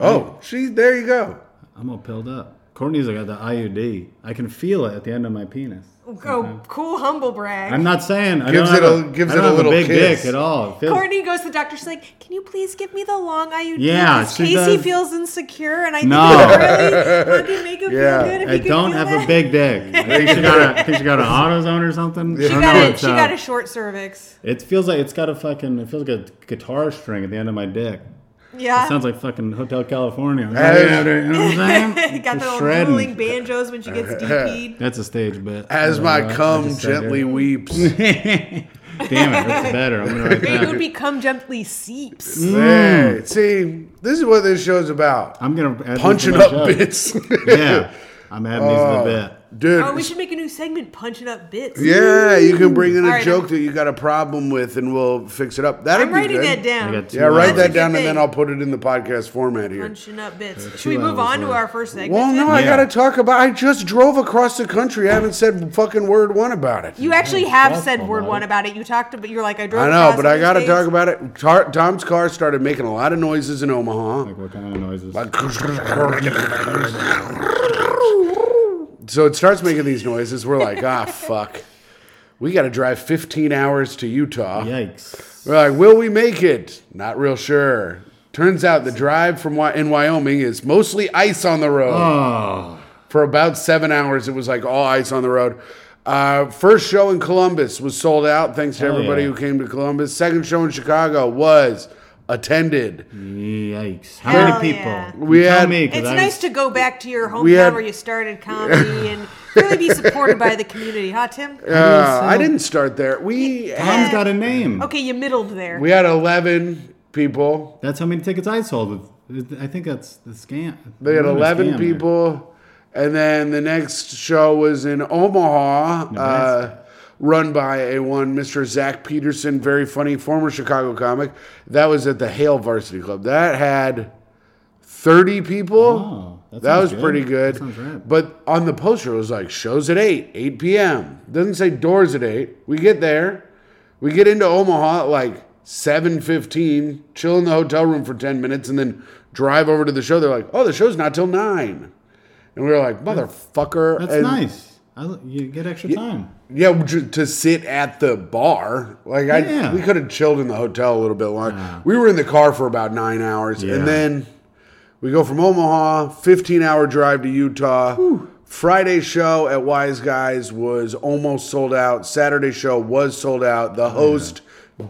[SPEAKER 2] Oh, she. There you go.
[SPEAKER 3] I'm all pilled up. Courtney's like got the IUD. I can feel it at the end of my penis.
[SPEAKER 1] Go cool humble brag.
[SPEAKER 3] I'm not saying I
[SPEAKER 2] Gives
[SPEAKER 3] don't
[SPEAKER 2] it a-
[SPEAKER 3] have a,
[SPEAKER 2] gives
[SPEAKER 3] I don't
[SPEAKER 2] it a
[SPEAKER 3] have
[SPEAKER 2] little
[SPEAKER 3] big
[SPEAKER 2] kiss.
[SPEAKER 3] dick at all. It feels-
[SPEAKER 1] Courtney goes to the doctor. She's like, "Can you please give me the long IUD?
[SPEAKER 3] Yeah,
[SPEAKER 1] because
[SPEAKER 3] she
[SPEAKER 1] Casey
[SPEAKER 3] does.
[SPEAKER 1] feels insecure, and I
[SPEAKER 3] No.
[SPEAKER 1] think really want to make him
[SPEAKER 2] Yeah.
[SPEAKER 1] feel good. If
[SPEAKER 3] I
[SPEAKER 1] he could
[SPEAKER 3] don't
[SPEAKER 1] do
[SPEAKER 3] have
[SPEAKER 1] that.
[SPEAKER 3] a big dick. I think she got a, I think she got an AutoZone or something. I
[SPEAKER 1] She
[SPEAKER 3] don't
[SPEAKER 1] got
[SPEAKER 3] know
[SPEAKER 1] a
[SPEAKER 3] what's
[SPEAKER 1] she
[SPEAKER 3] up.
[SPEAKER 1] got a short cervix.
[SPEAKER 3] It feels like it's got a fucking. It feels like a guitar string at the end of my dick.
[SPEAKER 1] Yeah,
[SPEAKER 3] It sounds like fucking Hotel California. You know
[SPEAKER 2] As-
[SPEAKER 3] what I'm saying?
[SPEAKER 1] got the
[SPEAKER 3] Just
[SPEAKER 1] little
[SPEAKER 3] shredding.
[SPEAKER 1] dueling banjos when she gets DP'd.
[SPEAKER 3] That's a stage bit.
[SPEAKER 2] As
[SPEAKER 3] Uh, I
[SPEAKER 2] my cum
[SPEAKER 3] just said
[SPEAKER 2] gently
[SPEAKER 3] there.
[SPEAKER 2] weeps.
[SPEAKER 3] Damn it, that's better. I'm gonna write
[SPEAKER 1] It would
[SPEAKER 3] that.
[SPEAKER 1] become gently seeps.
[SPEAKER 2] Mm. Hey, see, this is what this show's about.
[SPEAKER 3] I'm gonna add these to
[SPEAKER 2] Punching
[SPEAKER 3] my
[SPEAKER 2] up
[SPEAKER 3] show.
[SPEAKER 2] bits.
[SPEAKER 3] Yeah, I'm adding these to the
[SPEAKER 2] Uh,
[SPEAKER 3] bit.
[SPEAKER 2] Dude.
[SPEAKER 1] Oh, we should make a new segment, punching up bits.
[SPEAKER 2] yeah, you can bring in a
[SPEAKER 1] All right,
[SPEAKER 2] joke
[SPEAKER 1] I'm-
[SPEAKER 2] that you got a problem with and we'll fix it up. That'd
[SPEAKER 1] I'm
[SPEAKER 2] be
[SPEAKER 1] writing
[SPEAKER 2] good.
[SPEAKER 1] that down.
[SPEAKER 3] I got two
[SPEAKER 2] Yeah, write
[SPEAKER 3] hours.
[SPEAKER 2] that down and
[SPEAKER 1] Thing.
[SPEAKER 2] then I'll put it in the podcast format here.
[SPEAKER 1] Punching up bits. Should we
[SPEAKER 3] two
[SPEAKER 1] move
[SPEAKER 3] hours
[SPEAKER 1] on to
[SPEAKER 3] worth.
[SPEAKER 1] our first segment?
[SPEAKER 2] Well, no,
[SPEAKER 1] Tim?
[SPEAKER 2] I
[SPEAKER 3] Yeah.
[SPEAKER 2] gotta talk about. I just drove across the country. I haven't said fucking word one about it.
[SPEAKER 1] you actually have
[SPEAKER 3] Talk
[SPEAKER 1] said
[SPEAKER 3] about
[SPEAKER 1] word
[SPEAKER 3] it.
[SPEAKER 1] one about it. You talked about. You're like I drove.
[SPEAKER 2] I know,
[SPEAKER 1] across
[SPEAKER 2] but I
[SPEAKER 1] other
[SPEAKER 2] gotta
[SPEAKER 1] states.
[SPEAKER 2] talk about it. Tar- Tom's car started making a lot of noises in Omaha.
[SPEAKER 3] Like what kind of noises?
[SPEAKER 2] So it starts making these noises. We're like, ah, fuck. We got to drive 15 hours to Utah.
[SPEAKER 3] Yikes!
[SPEAKER 2] We're like, will we make it? Not real sure. Turns out the drive from Wy- in Wyoming is mostly ice on the road.
[SPEAKER 3] Oh,
[SPEAKER 2] For about seven hours, it was like all ice on the road. Uh, first show in Columbus was sold out thanks to
[SPEAKER 3] Hell
[SPEAKER 2] everybody
[SPEAKER 3] yeah.
[SPEAKER 2] who came to Columbus. Second show in Chicago was attended.
[SPEAKER 3] Mm.
[SPEAKER 2] Uh,
[SPEAKER 3] yikes! How
[SPEAKER 1] Hell
[SPEAKER 3] many people?
[SPEAKER 1] yeah.
[SPEAKER 2] We
[SPEAKER 3] You tell
[SPEAKER 2] had-
[SPEAKER 3] me, 'cause
[SPEAKER 1] It's
[SPEAKER 3] I
[SPEAKER 1] nice to go back to your hometown
[SPEAKER 2] had-
[SPEAKER 1] where you started comedy and really be supported by the community, huh, Tim?
[SPEAKER 2] Uh, I
[SPEAKER 3] so-
[SPEAKER 2] didn't start there. We
[SPEAKER 3] Tom's
[SPEAKER 2] had,
[SPEAKER 3] got a name.
[SPEAKER 1] Okay, you middled there.
[SPEAKER 2] we had 11 people.
[SPEAKER 3] That's how many tickets I sold. I think that's the scam.
[SPEAKER 2] They had
[SPEAKER 3] Not a
[SPEAKER 2] 11
[SPEAKER 3] scam there.
[SPEAKER 2] people. And then the next show was in Omaha, uh,
[SPEAKER 3] Nebraska.
[SPEAKER 2] run by a one Mr. Zach Peterson, very funny former Chicago comic. That was at the Hale Varsity Club. That had 30 people.
[SPEAKER 3] Oh, that
[SPEAKER 2] that
[SPEAKER 3] sounds
[SPEAKER 2] was
[SPEAKER 3] good.
[SPEAKER 2] pretty good.
[SPEAKER 3] That sounds right.
[SPEAKER 2] But on the poster, it was like shows at 8, 8 p.m. Doesn't say doors at 8. We get there. We get into Omaha at like 7:15, chill in the hotel room for 10 minutes and then drive over to the show. They're like, "Oh, the show's not till 9." And we were like, "Motherfucker."
[SPEAKER 3] That's
[SPEAKER 2] and,
[SPEAKER 3] nice. I, you get extra time.
[SPEAKER 2] Yeah, ju- to sit at the bar. Like I
[SPEAKER 3] Yeah.
[SPEAKER 2] we could have chilled in the hotel a little bit longer. We were in the car for about 9 hours
[SPEAKER 3] Yeah.
[SPEAKER 2] and then we go from Omaha, 15-hour drive to Utah. Friday show at Wise Guys was almost sold out. Saturday show was sold out. The host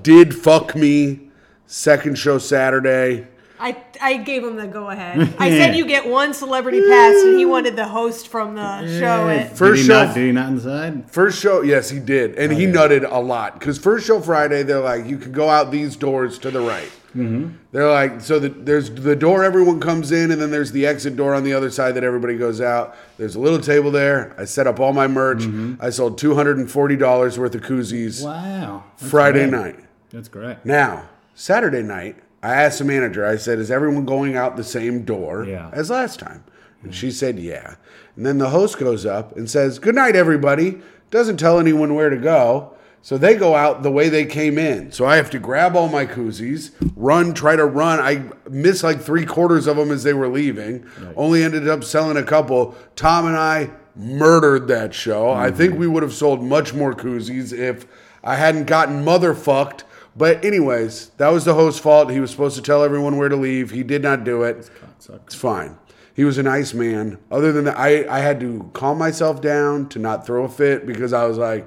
[SPEAKER 2] did fuck me. Second show Saturday.
[SPEAKER 1] I, I gave him the go ahead. I said you get one celebrity pass, and he wanted the host from the show. At,
[SPEAKER 2] First
[SPEAKER 3] did he
[SPEAKER 2] show-
[SPEAKER 3] Not, did he not inside?
[SPEAKER 2] First show, yes, he did, and
[SPEAKER 3] Oh,
[SPEAKER 2] he nutted a lot because first show Friday, they're like, you can go out these doors to the right.
[SPEAKER 3] Mm-hmm.
[SPEAKER 2] They're like, so the, there's the door everyone comes in, and then there's the exit door on the other side that everybody goes out. There's a little table there. I set up all my merch. I sold two hundred and forty dollars worth of koozies
[SPEAKER 3] Mm-hmm. Wow. That's
[SPEAKER 2] Friday
[SPEAKER 3] great.
[SPEAKER 2] night.
[SPEAKER 3] That's great.
[SPEAKER 2] Now, Saturday night, I asked the manager, I said, is everyone going out the same door
[SPEAKER 3] Yeah.
[SPEAKER 2] as last time? And she said, yeah. And then the host goes up and says, good night, everybody. Doesn't tell anyone where to go. So they go out the way they came in. So I have to grab all my koozies, run, try to run. I missed like three quarters of them as they were leaving. Only ended up selling a couple. Tom and I murdered that show. I think we would have sold much more koozies if I hadn't gotten motherfucked but anyways, that was the host's fault. He was supposed to tell everyone where to leave. He did not do it. It's fine. He was a nice man. Other than that, I, I had to calm myself down to not throw a fit because I was like,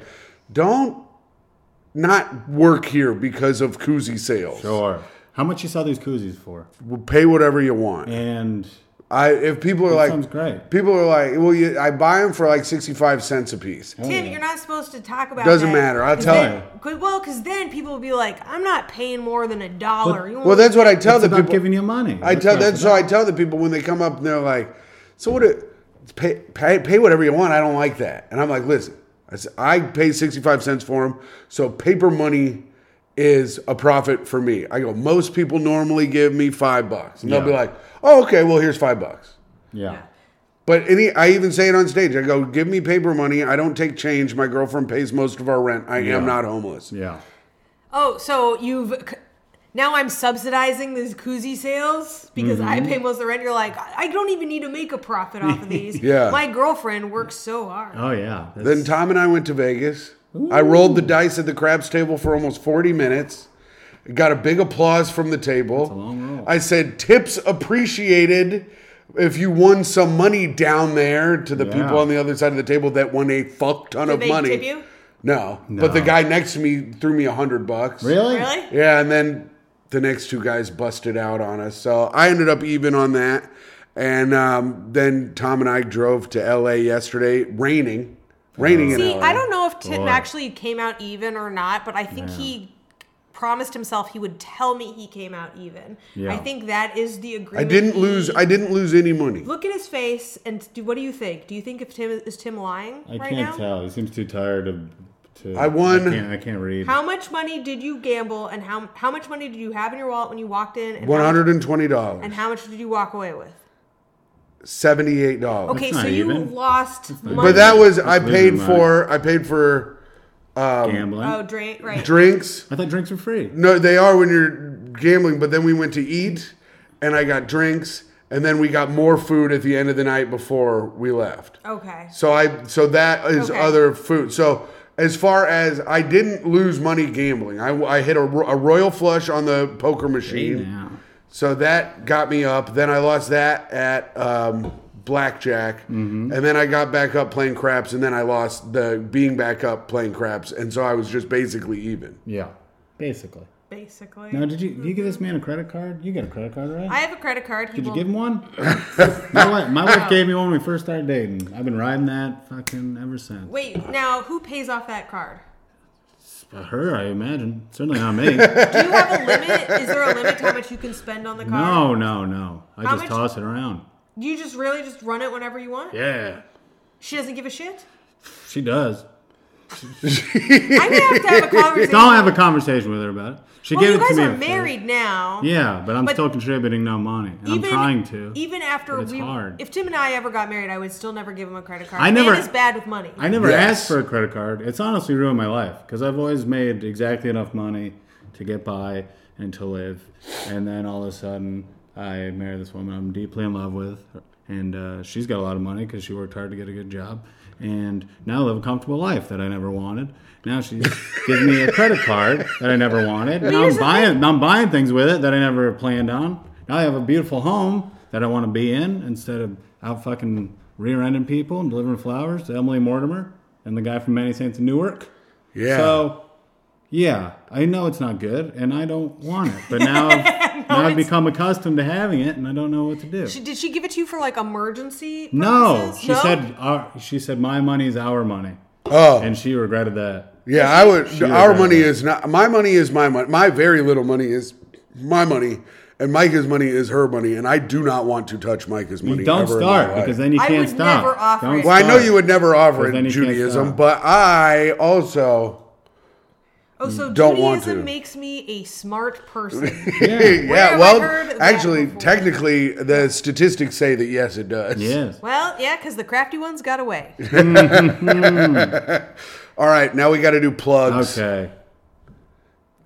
[SPEAKER 2] don't not work here because of koozie sales.
[SPEAKER 3] Sure. How much you sell these koozies for?
[SPEAKER 2] We'll pay whatever you want.
[SPEAKER 3] And
[SPEAKER 2] I if people are like
[SPEAKER 3] sounds great.
[SPEAKER 2] people are like, well, you, I buy them for like sixty five cents a piece.
[SPEAKER 1] Tim, you're not supposed to talk about.
[SPEAKER 2] Doesn't
[SPEAKER 1] that.
[SPEAKER 2] matter, I'll
[SPEAKER 1] 'Cause
[SPEAKER 2] tell
[SPEAKER 1] then-
[SPEAKER 3] you.
[SPEAKER 1] 'cause- well, because then people will be like, "I'm not paying more than a dollar." You
[SPEAKER 2] Well,
[SPEAKER 1] won't-
[SPEAKER 2] that's what I tell
[SPEAKER 3] it's
[SPEAKER 2] the
[SPEAKER 3] about
[SPEAKER 2] people.
[SPEAKER 3] giving you money.
[SPEAKER 2] I tell
[SPEAKER 3] what it's
[SPEAKER 2] that's so I tell the people when they come up and they're like, so what? It, pay, pay pay whatever you want. I don't like that. And I'm like, listen, I s- I pay sixty five cents for them, so paper money is a profit for me. I go. Most people normally give me five bucks, and they'll be
[SPEAKER 3] Yeah.
[SPEAKER 2] like, oh, okay, well here's five bucks.
[SPEAKER 3] Yeah.
[SPEAKER 2] But any, I even say it on stage. I go, give me paper money. I don't take change. My girlfriend pays most of our rent. I
[SPEAKER 3] Yeah.
[SPEAKER 2] am not homeless.
[SPEAKER 3] Yeah.
[SPEAKER 1] Oh, so you've c- now I'm subsidizing these koozie sales because I
[SPEAKER 2] Mm-hmm.
[SPEAKER 1] pay most of the rent. You're like, I I don't even need to make a profit off of these.
[SPEAKER 2] Yeah.
[SPEAKER 1] My girlfriend works so hard.
[SPEAKER 3] Oh yeah. That's-
[SPEAKER 2] Then Tom and I went to Vegas. I rolled the dice at the craps table for almost 40 minutes. Got a big applause from the table.
[SPEAKER 3] long roll.
[SPEAKER 2] I said, tips appreciated if you won some money down there to the
[SPEAKER 3] Yeah.
[SPEAKER 2] people on the other side of the table that won a fuck ton
[SPEAKER 1] Did
[SPEAKER 2] of
[SPEAKER 1] they
[SPEAKER 2] money.
[SPEAKER 1] tip you?
[SPEAKER 2] No. But the
[SPEAKER 3] No.
[SPEAKER 2] guy next to me threw me a hundred bucks.
[SPEAKER 3] really?
[SPEAKER 1] Really?
[SPEAKER 2] Yeah, and then the next two guys busted out on us. So I ended up even on that. And um, then Tom and I drove to LA yesterday, raining. Raining in
[SPEAKER 1] See,
[SPEAKER 2] LA.
[SPEAKER 1] I don't know if Tim
[SPEAKER 3] Boy.
[SPEAKER 1] actually came out even or not, but I think he promised himself he would tell me he came out even.
[SPEAKER 3] Yeah.
[SPEAKER 1] I think that is the
[SPEAKER 2] I
[SPEAKER 1] agreement.
[SPEAKER 2] didn't
[SPEAKER 1] he-
[SPEAKER 2] lose I didn't lose any money.
[SPEAKER 1] Look at his face and do, what do you think? Do you think if Tim is Tim lying
[SPEAKER 3] I
[SPEAKER 1] right
[SPEAKER 3] can't
[SPEAKER 1] now?
[SPEAKER 3] tell. He seems too tired to. to
[SPEAKER 2] I won.
[SPEAKER 3] I can't, I can't read.
[SPEAKER 1] How much money did you gamble and how how much money did you have in your wallet when you walked in? And
[SPEAKER 2] One
[SPEAKER 1] how-
[SPEAKER 2] hundred and twenty dollars.
[SPEAKER 1] And how much did you walk away with?
[SPEAKER 2] Seventy-eight dollars.
[SPEAKER 1] Okay,
[SPEAKER 3] not
[SPEAKER 1] so you
[SPEAKER 3] even.
[SPEAKER 1] lost money.
[SPEAKER 2] But that was
[SPEAKER 3] That's
[SPEAKER 2] I
[SPEAKER 3] losing
[SPEAKER 2] paid
[SPEAKER 3] money.
[SPEAKER 2] for I paid for
[SPEAKER 3] Gambling.
[SPEAKER 1] oh, drink right.
[SPEAKER 2] drinks.
[SPEAKER 3] I thought drinks were free.
[SPEAKER 2] No, they are when you're gambling, but then we went to eat and I got drinks and then we got more food at the end of the night before we left.
[SPEAKER 1] Okay.
[SPEAKER 2] So I so that is
[SPEAKER 1] Okay.
[SPEAKER 2] other food. So as far as I didn't lose money gambling, I, I hit a, ro- a royal flush on the poker machine.
[SPEAKER 3] Yeah.
[SPEAKER 2] So that got me up. Then I lost that at um, blackjack, and then I got back up playing craps, and then I lost the being back up playing craps, and so I was just basically even.
[SPEAKER 3] Yeah. Basically.
[SPEAKER 1] Basically.
[SPEAKER 3] Now, did you did you give this man a credit card? You got a credit card, right?
[SPEAKER 1] I have a credit card. He
[SPEAKER 3] did you
[SPEAKER 1] will-
[SPEAKER 3] give him one? my wife, my wife gave me one when we first started dating. I've been riding that fucking ever since.
[SPEAKER 1] Wait, now who pays off that card?
[SPEAKER 3] For her, I imagine. Certainly not me.
[SPEAKER 1] Do you have a limit? Is there a limit to how much you can spend on the card?
[SPEAKER 3] no, no, no. I
[SPEAKER 1] How
[SPEAKER 3] just
[SPEAKER 1] much-
[SPEAKER 3] toss it around.
[SPEAKER 1] Do you just really just run it whenever you want?
[SPEAKER 3] Yeah.
[SPEAKER 1] She doesn't give a shit?
[SPEAKER 3] She does.
[SPEAKER 1] I'm gonna have to have a conversation.
[SPEAKER 3] Don't have a conversation with her about it. She
[SPEAKER 1] well,
[SPEAKER 3] gave
[SPEAKER 1] you
[SPEAKER 3] it to
[SPEAKER 1] guys
[SPEAKER 3] me.
[SPEAKER 1] are
[SPEAKER 3] at first.
[SPEAKER 1] married now.
[SPEAKER 3] Yeah, but I'm
[SPEAKER 1] But
[SPEAKER 3] still contributing no money. And I'm trying to.
[SPEAKER 1] Even after
[SPEAKER 3] but it's
[SPEAKER 1] we,
[SPEAKER 3] hard.
[SPEAKER 1] if Tim and I ever got married, I would still never give him a credit card.
[SPEAKER 3] I never-
[SPEAKER 1] Man is bad with money.
[SPEAKER 3] I never
[SPEAKER 2] Yes.
[SPEAKER 3] asked for a credit card. It's honestly ruined my life because I've always made exactly enough money to get by and to live, and then all of a sudden I marry this woman I'm deeply in love with, and uh, she's got a lot of money because she worked hard to get a good job, and now I live a comfortable life that I never wanted. Now she's giving me a credit card that I never wanted, and
[SPEAKER 1] here's
[SPEAKER 3] I'm
[SPEAKER 1] the
[SPEAKER 3] buying I'm buying things with it that I never planned on. Now I have a beautiful home that I want to be in instead of out fucking rear-ending people and delivering flowers to Emily Mortimer and the guy from Many Saints in Newark.
[SPEAKER 2] Yeah.
[SPEAKER 3] So, yeah, I know it's not good, and I don't want it. But now, I've, now I've become accustomed to having it, and I don't know what to do.
[SPEAKER 1] She- Did she give it to you for like emergency?
[SPEAKER 3] no,
[SPEAKER 1] purposes?
[SPEAKER 3] she said. Our, she said my money is our money,
[SPEAKER 2] Oh,
[SPEAKER 3] and she regretted that.
[SPEAKER 2] yeah, I would.
[SPEAKER 3] would
[SPEAKER 2] Our
[SPEAKER 3] rather-
[SPEAKER 2] money is not my money is my money. My very little money is my money, and Micah's money is her money, and I do not want to touch Micah's money.
[SPEAKER 3] Don't
[SPEAKER 2] ever in my
[SPEAKER 3] start
[SPEAKER 2] life.
[SPEAKER 3] because then you
[SPEAKER 1] I
[SPEAKER 3] can't
[SPEAKER 1] would
[SPEAKER 3] stop.
[SPEAKER 1] never offer
[SPEAKER 3] Don't
[SPEAKER 1] it.
[SPEAKER 2] Well, I know
[SPEAKER 3] start.
[SPEAKER 2] you would never offer
[SPEAKER 3] Because
[SPEAKER 2] it
[SPEAKER 3] then
[SPEAKER 2] in
[SPEAKER 3] you can't
[SPEAKER 2] Judaism,
[SPEAKER 3] stop.
[SPEAKER 2] but I also
[SPEAKER 1] Oh, so
[SPEAKER 2] Don't want
[SPEAKER 1] Judaism
[SPEAKER 2] to.
[SPEAKER 1] makes me a smart person.
[SPEAKER 2] yeah,
[SPEAKER 1] Where have I
[SPEAKER 2] well,
[SPEAKER 1] heard that
[SPEAKER 2] actually,
[SPEAKER 1] before?
[SPEAKER 2] technically, the statistics say that yes, it does.
[SPEAKER 3] Yes.
[SPEAKER 1] well, yeah, because the crafty ones got away.
[SPEAKER 2] All right, now we got to do plugs.
[SPEAKER 3] Okay.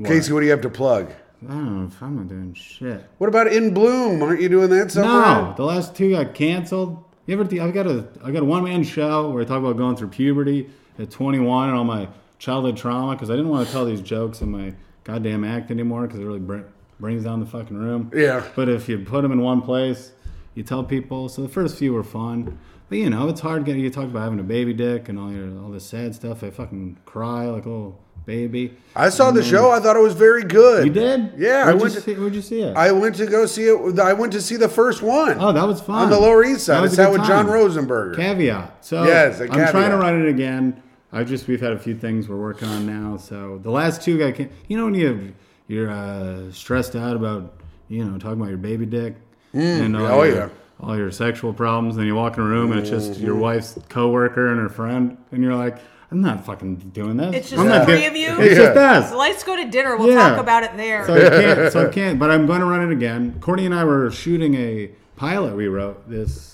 [SPEAKER 2] Casey, what do you have to plug?
[SPEAKER 3] I don't know if I'm not doing shit.
[SPEAKER 2] What about In Bloom? Aren't you doing that somewhere?
[SPEAKER 3] No, the last two got canceled. You ever? I've got a I got a one man show where I talk about going through puberty at 21 and all my childhood trauma because I didn't want to tell these jokes in my goddamn act anymore because it really br- brings down the fucking room.
[SPEAKER 2] Yeah.
[SPEAKER 3] But if you put them in one place, you tell people. So the first few were fun, but you know it's hard getting. You talk about having a baby dick and all your all this sad stuff. I fucking cry like a little baby.
[SPEAKER 2] I saw the show. I thought it was very good.
[SPEAKER 3] Mm. You did?
[SPEAKER 2] Yeah, I
[SPEAKER 3] Where'd,
[SPEAKER 2] went
[SPEAKER 3] you,
[SPEAKER 2] to-
[SPEAKER 3] see, where'd you see it?
[SPEAKER 2] I went to go see it. with- I went to see the first one.
[SPEAKER 3] oh, that was fun.
[SPEAKER 2] on the Lower East
[SPEAKER 3] That
[SPEAKER 2] Side.
[SPEAKER 3] was
[SPEAKER 2] It's
[SPEAKER 3] a
[SPEAKER 2] out
[SPEAKER 3] good
[SPEAKER 2] with John
[SPEAKER 3] time.
[SPEAKER 2] Rosenberger.
[SPEAKER 3] Caveat. So
[SPEAKER 2] Yes, a
[SPEAKER 3] I'm trying to
[SPEAKER 2] caveat.
[SPEAKER 3] run it again. I just we've had a few things we're working on now. So the last two I can you know when you you're uh, stressed out about you know talking about your baby dick and all
[SPEAKER 2] oh,
[SPEAKER 3] your,
[SPEAKER 2] yeah. Mm-hmm.
[SPEAKER 3] all your sexual problems, and you walk in a room and it's just your wife's coworker and her friend, and you're like, I'm not fucking doing this.
[SPEAKER 1] It's just
[SPEAKER 3] I'm not
[SPEAKER 1] the
[SPEAKER 3] get-
[SPEAKER 1] three of you?
[SPEAKER 3] It's just
[SPEAKER 2] Yeah.
[SPEAKER 3] us.
[SPEAKER 1] So let's go to dinner. We'll
[SPEAKER 3] Yeah.
[SPEAKER 1] talk about it there.
[SPEAKER 3] So I can't. So I can't. But I'm going to run it again. Courtney and I were shooting a pilot we wrote this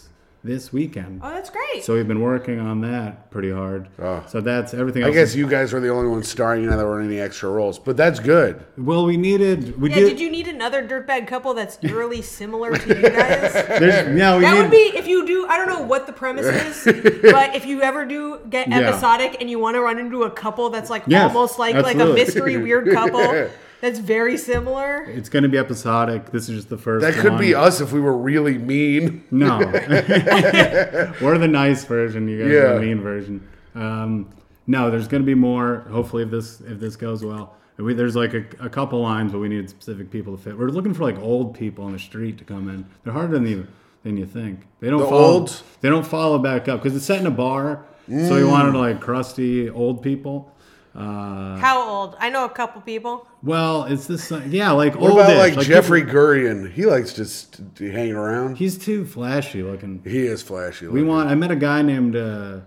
[SPEAKER 3] this weekend.
[SPEAKER 1] oh, that's great.
[SPEAKER 3] So we've been working on that pretty hard. So that's everything.
[SPEAKER 2] Ah. I
[SPEAKER 3] Else
[SPEAKER 2] guess you guys were the only ones starring and there weren't any extra roles, but that's good.
[SPEAKER 3] Well, we needed. We
[SPEAKER 1] yeah,
[SPEAKER 3] did.
[SPEAKER 1] did you need another dirtbag couple that's eerily similar to you guys?
[SPEAKER 3] there's, no, we
[SPEAKER 1] That
[SPEAKER 3] need,
[SPEAKER 1] would be if you do. I don't know what the premise is, but if you ever do get
[SPEAKER 3] Yeah.
[SPEAKER 1] episodic and you want to run into a couple that's like
[SPEAKER 3] Yes,
[SPEAKER 1] almost like like a
[SPEAKER 3] absolutely.
[SPEAKER 1] mystery weird couple that's very similar.
[SPEAKER 3] It's going to be episodic. This is just the first.
[SPEAKER 2] That could be
[SPEAKER 3] one.
[SPEAKER 2] us if we were really mean.
[SPEAKER 3] No, we're the nice version. You guys are
[SPEAKER 2] Yeah.
[SPEAKER 3] the mean version. Um, no, there's going to be more. Hopefully, if this if this goes well, we, there's like a, a couple lines, but we need specific people to fit. We're looking for like old people on the street to come in. They're harder than you than you think. They don't
[SPEAKER 2] The
[SPEAKER 3] follow.
[SPEAKER 2] olds? Mm.
[SPEAKER 3] They don't follow back up because it's set in a bar. So we wanted like crusty old people. Uh,
[SPEAKER 1] How old? I know a couple people.
[SPEAKER 3] well, it's this. Yeah, like
[SPEAKER 2] What
[SPEAKER 3] old.
[SPEAKER 2] about like, Jeffrey Gurian? He likes to st- to hang around. He,
[SPEAKER 3] He's too flashy looking.
[SPEAKER 2] is flashy.
[SPEAKER 3] We
[SPEAKER 2] looking.
[SPEAKER 3] want. I met a guy named uh,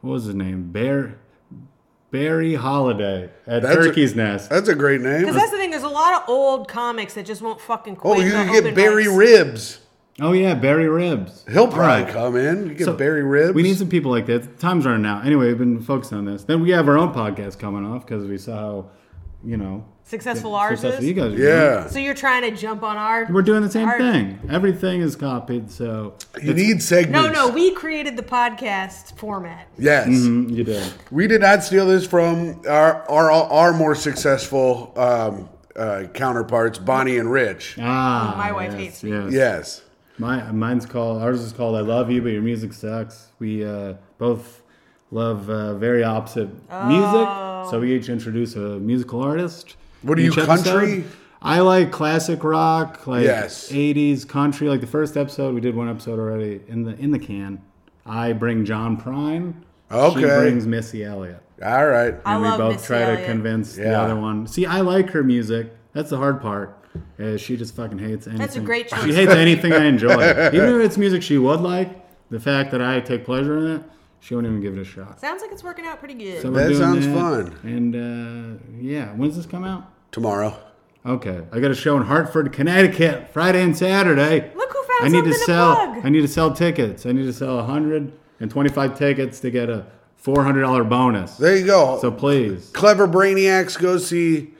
[SPEAKER 3] what was his name? Bear Barry Holiday at
[SPEAKER 2] That's a-
[SPEAKER 3] Turkey's Nest.
[SPEAKER 2] that's a great name.
[SPEAKER 1] Because that's the thing. There's a lot of old comics that just won't fucking quit.
[SPEAKER 2] Oh, you
[SPEAKER 1] the
[SPEAKER 2] could get
[SPEAKER 1] open
[SPEAKER 2] Barry
[SPEAKER 1] mics.
[SPEAKER 2] Ribs.
[SPEAKER 3] oh yeah, Barry Ribs.
[SPEAKER 2] He'll probably
[SPEAKER 3] Right.
[SPEAKER 2] come in. You get
[SPEAKER 3] So,
[SPEAKER 2] Barry Ribs.
[SPEAKER 3] We need some people like that. Times are now. Anyway, we've been focusing on this. Then we have our own podcast coming off because we saw how you know
[SPEAKER 1] Successful ours
[SPEAKER 3] successful
[SPEAKER 1] is.
[SPEAKER 3] you guys. Are doing.
[SPEAKER 2] yeah.
[SPEAKER 1] So you're trying to jump on our?
[SPEAKER 3] We're doing the same
[SPEAKER 1] our-
[SPEAKER 3] thing. Everything is copied, so
[SPEAKER 2] You need
[SPEAKER 1] No,
[SPEAKER 2] segments.
[SPEAKER 1] no. We created the podcast format.
[SPEAKER 2] Yes.
[SPEAKER 3] Mm, you did.
[SPEAKER 2] We did not steal this from our our, our more successful um, uh, counterparts, Bonnie and Rich.
[SPEAKER 3] Ah,
[SPEAKER 1] My wife
[SPEAKER 3] yes,
[SPEAKER 1] hates me.
[SPEAKER 3] yes.
[SPEAKER 2] Yes.
[SPEAKER 3] My mine's called ours is called I love you, but your music sucks. We uh, both love uh, very opposite music, so we each introduce a musical artist.
[SPEAKER 2] What are
[SPEAKER 3] each
[SPEAKER 2] you, country?
[SPEAKER 3] episode. I like classic rock, like
[SPEAKER 2] Yes.
[SPEAKER 3] '80s country. Like the first episode, we did one episode already in the in the can. I bring John Prine. She
[SPEAKER 2] Okay.
[SPEAKER 3] brings Missy Elliott,
[SPEAKER 2] All right.
[SPEAKER 1] I
[SPEAKER 3] and we
[SPEAKER 1] love
[SPEAKER 3] both
[SPEAKER 1] Missy
[SPEAKER 3] try to
[SPEAKER 1] Elliott.
[SPEAKER 3] convince the
[SPEAKER 2] Yeah.
[SPEAKER 3] other one. See, I like her music. That's the hard part. Is she just fucking hates anything.
[SPEAKER 1] a great choice.
[SPEAKER 3] She hates anything I enjoy. Even if it's music she would like, the fact that I take pleasure in it, she won't even give it a shot.
[SPEAKER 1] Sounds like it's working out pretty good.
[SPEAKER 3] So
[SPEAKER 2] That
[SPEAKER 3] we're doing
[SPEAKER 2] sounds
[SPEAKER 3] that.
[SPEAKER 2] fun.
[SPEAKER 3] And uh, yeah, when's this come out?
[SPEAKER 2] Tomorrow.
[SPEAKER 3] Okay, I got a show in Hartford, Connecticut, Friday and Saturday.
[SPEAKER 1] Look who found
[SPEAKER 3] I need to
[SPEAKER 1] something to
[SPEAKER 3] sell.
[SPEAKER 1] plug.
[SPEAKER 3] I need to sell tickets. I need to sell 125 tickets to get a $400 bonus.
[SPEAKER 2] There you go.
[SPEAKER 3] So please.
[SPEAKER 2] clever brainiacs go see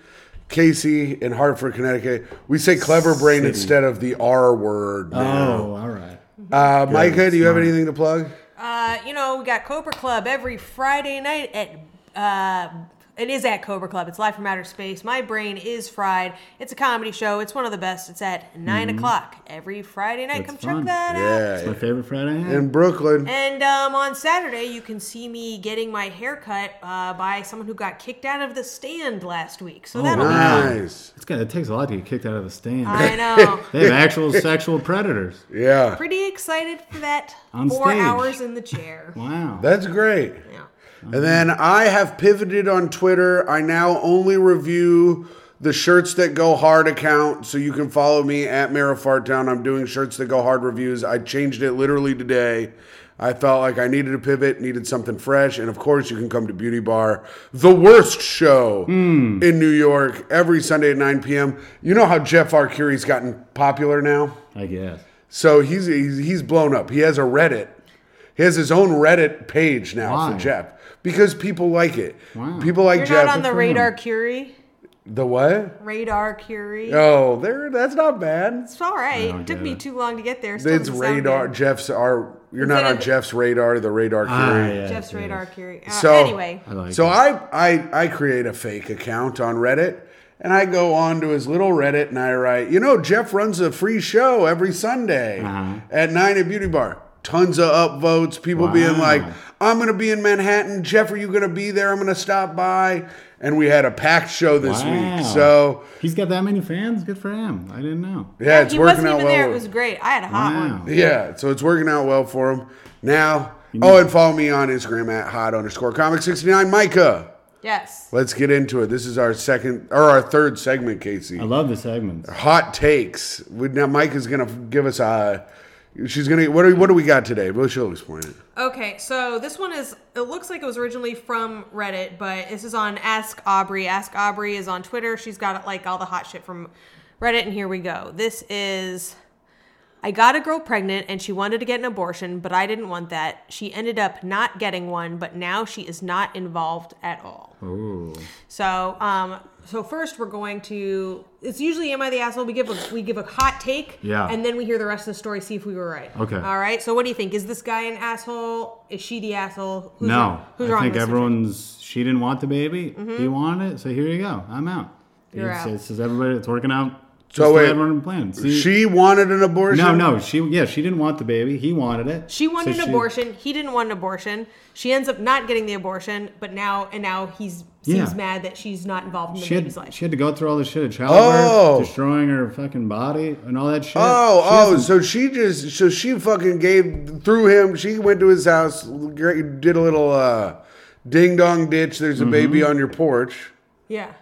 [SPEAKER 2] Casey in Hartford, Connecticut. We say clever brain instead of the R word. now.
[SPEAKER 3] Oh, all right.
[SPEAKER 2] uh, Micah, do you have anything to plug?
[SPEAKER 1] Uh, you know, we got Cobra Club every Friday night at. Uh, it is at Cobra Club. It's live from outer space. My brain is fried. It's a comedy show. It's one of the best. It's at 9 o'clock every Friday night.
[SPEAKER 3] That's
[SPEAKER 1] Come check
[SPEAKER 3] Mm-hmm. fun.
[SPEAKER 1] that out.
[SPEAKER 3] It's my
[SPEAKER 2] Yeah.
[SPEAKER 3] favorite Friday night.
[SPEAKER 2] In Brooklyn.
[SPEAKER 1] And um, on Saturday, you can see me getting my hair cut uh, by someone who got kicked out of the stand last week.
[SPEAKER 3] Oh,
[SPEAKER 1] So that'll be.
[SPEAKER 2] Nice.
[SPEAKER 3] It's gonna, it takes a lot to get kicked out of the stand.
[SPEAKER 1] I know.
[SPEAKER 3] They have actual sexual predators.
[SPEAKER 2] Yeah.
[SPEAKER 1] Pretty excited for that.
[SPEAKER 3] On
[SPEAKER 1] Four
[SPEAKER 3] stage.
[SPEAKER 1] hours in the chair.
[SPEAKER 3] Wow.
[SPEAKER 2] That's great.
[SPEAKER 1] Yeah.
[SPEAKER 2] And then I have pivoted on Twitter. I now only review the Shirts That Go Hard account, so you can follow me at Marifartown. I'm doing Shirts That Go Hard reviews. I changed it literally today. I felt like I needed a pivot, needed something fresh, and of course, you can come to Beauty Bar, the worst show in New York, every Sunday at 9 p.m. You know how Jeff R. Curie's gotten popular now?
[SPEAKER 3] I guess.
[SPEAKER 2] So he's, he's he's blown up. He has a Reddit. He has his own Reddit page now
[SPEAKER 3] Why?
[SPEAKER 2] for Jeff because people like it.
[SPEAKER 3] Wow.
[SPEAKER 2] People like
[SPEAKER 1] You're
[SPEAKER 2] Jeff.
[SPEAKER 1] not on the radar Curie.
[SPEAKER 2] the what?
[SPEAKER 1] Radar Curie.
[SPEAKER 2] Oh, there. That's not bad.
[SPEAKER 1] It's all right.
[SPEAKER 3] don't
[SPEAKER 1] It took
[SPEAKER 3] get
[SPEAKER 1] me
[SPEAKER 3] it.
[SPEAKER 1] too long to get there. Still
[SPEAKER 2] It's
[SPEAKER 1] doesn't sound
[SPEAKER 2] radar.
[SPEAKER 1] good.
[SPEAKER 2] Jeff's are. You're not
[SPEAKER 1] Instead
[SPEAKER 2] on
[SPEAKER 1] of-
[SPEAKER 2] Jeff's radar. The radar crew.
[SPEAKER 3] Ah, yeah,
[SPEAKER 1] Jeff's
[SPEAKER 3] it is.
[SPEAKER 1] radar Curie. Uh,
[SPEAKER 2] So
[SPEAKER 1] anyway,
[SPEAKER 3] I like
[SPEAKER 2] so
[SPEAKER 3] it.
[SPEAKER 2] I, I I create a fake account on Reddit and I go on to his little Reddit and I write, you know, Jeff runs a free show every Sunday
[SPEAKER 3] Uh-huh.
[SPEAKER 2] at nine at Beauty Bar. tons of upvotes. People being
[SPEAKER 3] Wow.
[SPEAKER 2] like, "I'm gonna be in Manhattan, Jeff. Are you gonna be there? I'm gonna stop by." And we had a packed show this week, so
[SPEAKER 3] he's got that many fans. Good for him. I didn't know.
[SPEAKER 2] yeah, it's
[SPEAKER 1] he
[SPEAKER 2] working
[SPEAKER 1] wasn't
[SPEAKER 2] out
[SPEAKER 1] even
[SPEAKER 2] well.
[SPEAKER 1] there. It was great. I had a hot one.
[SPEAKER 3] Wow.
[SPEAKER 2] Yeah, so it's working out well for him now. Oh, and follow me on Instagram at hot underscore comic sixty nine. Micah,
[SPEAKER 1] Yes.
[SPEAKER 2] let's get into it. This is our second or our third segment, Casey.
[SPEAKER 3] I love the segments.
[SPEAKER 2] Hot takes. We, now Mike is gonna give us a. She's gonna. What do what do we got today? Well, she'll explain it.
[SPEAKER 1] Okay, so this one is it looks like it was originally from Reddit, but this is on Ask Aubrey. Ask Aubrey is on Twitter. She's got like all the hot shit from Reddit and here we go. This is I got a girl pregnant and she wanted to get an abortion, but I didn't want that. She ended up not getting one, but now she is not involved at all.
[SPEAKER 3] Ooh.
[SPEAKER 1] So, um, so first we're going to. It's usually am I the asshole? We give a, we give a hot take,
[SPEAKER 3] Yeah.
[SPEAKER 1] and then we hear the rest of the story, see if we were right.
[SPEAKER 3] Okay.
[SPEAKER 1] All right. So, what do you think? Is this guy an asshole? Is she the asshole? Who's
[SPEAKER 3] No,
[SPEAKER 1] Who's
[SPEAKER 3] I
[SPEAKER 1] wrong?
[SPEAKER 3] think
[SPEAKER 1] in this Mm-hmm.
[SPEAKER 3] everyone's. She didn't want the baby. He wanted it, so here you go. I'm out.
[SPEAKER 1] You're
[SPEAKER 3] it's,
[SPEAKER 1] out.
[SPEAKER 3] It's just everybody. It's working out. Just
[SPEAKER 2] So
[SPEAKER 3] the way
[SPEAKER 2] wait,
[SPEAKER 3] everyone planned. See,
[SPEAKER 2] She wanted an abortion.
[SPEAKER 3] no, no, she yeah, she didn't want the baby. He wanted it.
[SPEAKER 1] She wanted
[SPEAKER 3] So
[SPEAKER 1] an abortion. He didn't want an abortion. She ends up not getting the abortion, but now and now he's seems
[SPEAKER 3] Yeah.
[SPEAKER 1] mad that she's not involved in the
[SPEAKER 3] She
[SPEAKER 1] baby's
[SPEAKER 3] had,
[SPEAKER 1] life.
[SPEAKER 3] she had to go through all this shit of childbirth,
[SPEAKER 2] Oh.
[SPEAKER 3] destroying her fucking body and all that shit.
[SPEAKER 2] Oh,
[SPEAKER 3] She
[SPEAKER 2] oh,
[SPEAKER 3] doesn't-
[SPEAKER 2] so she just, so she fucking gave, threw him, she went to his house, gra- did a little uh, ding dong ditch, there's
[SPEAKER 3] Mm-hmm.
[SPEAKER 2] a baby on your porch,
[SPEAKER 1] yeah.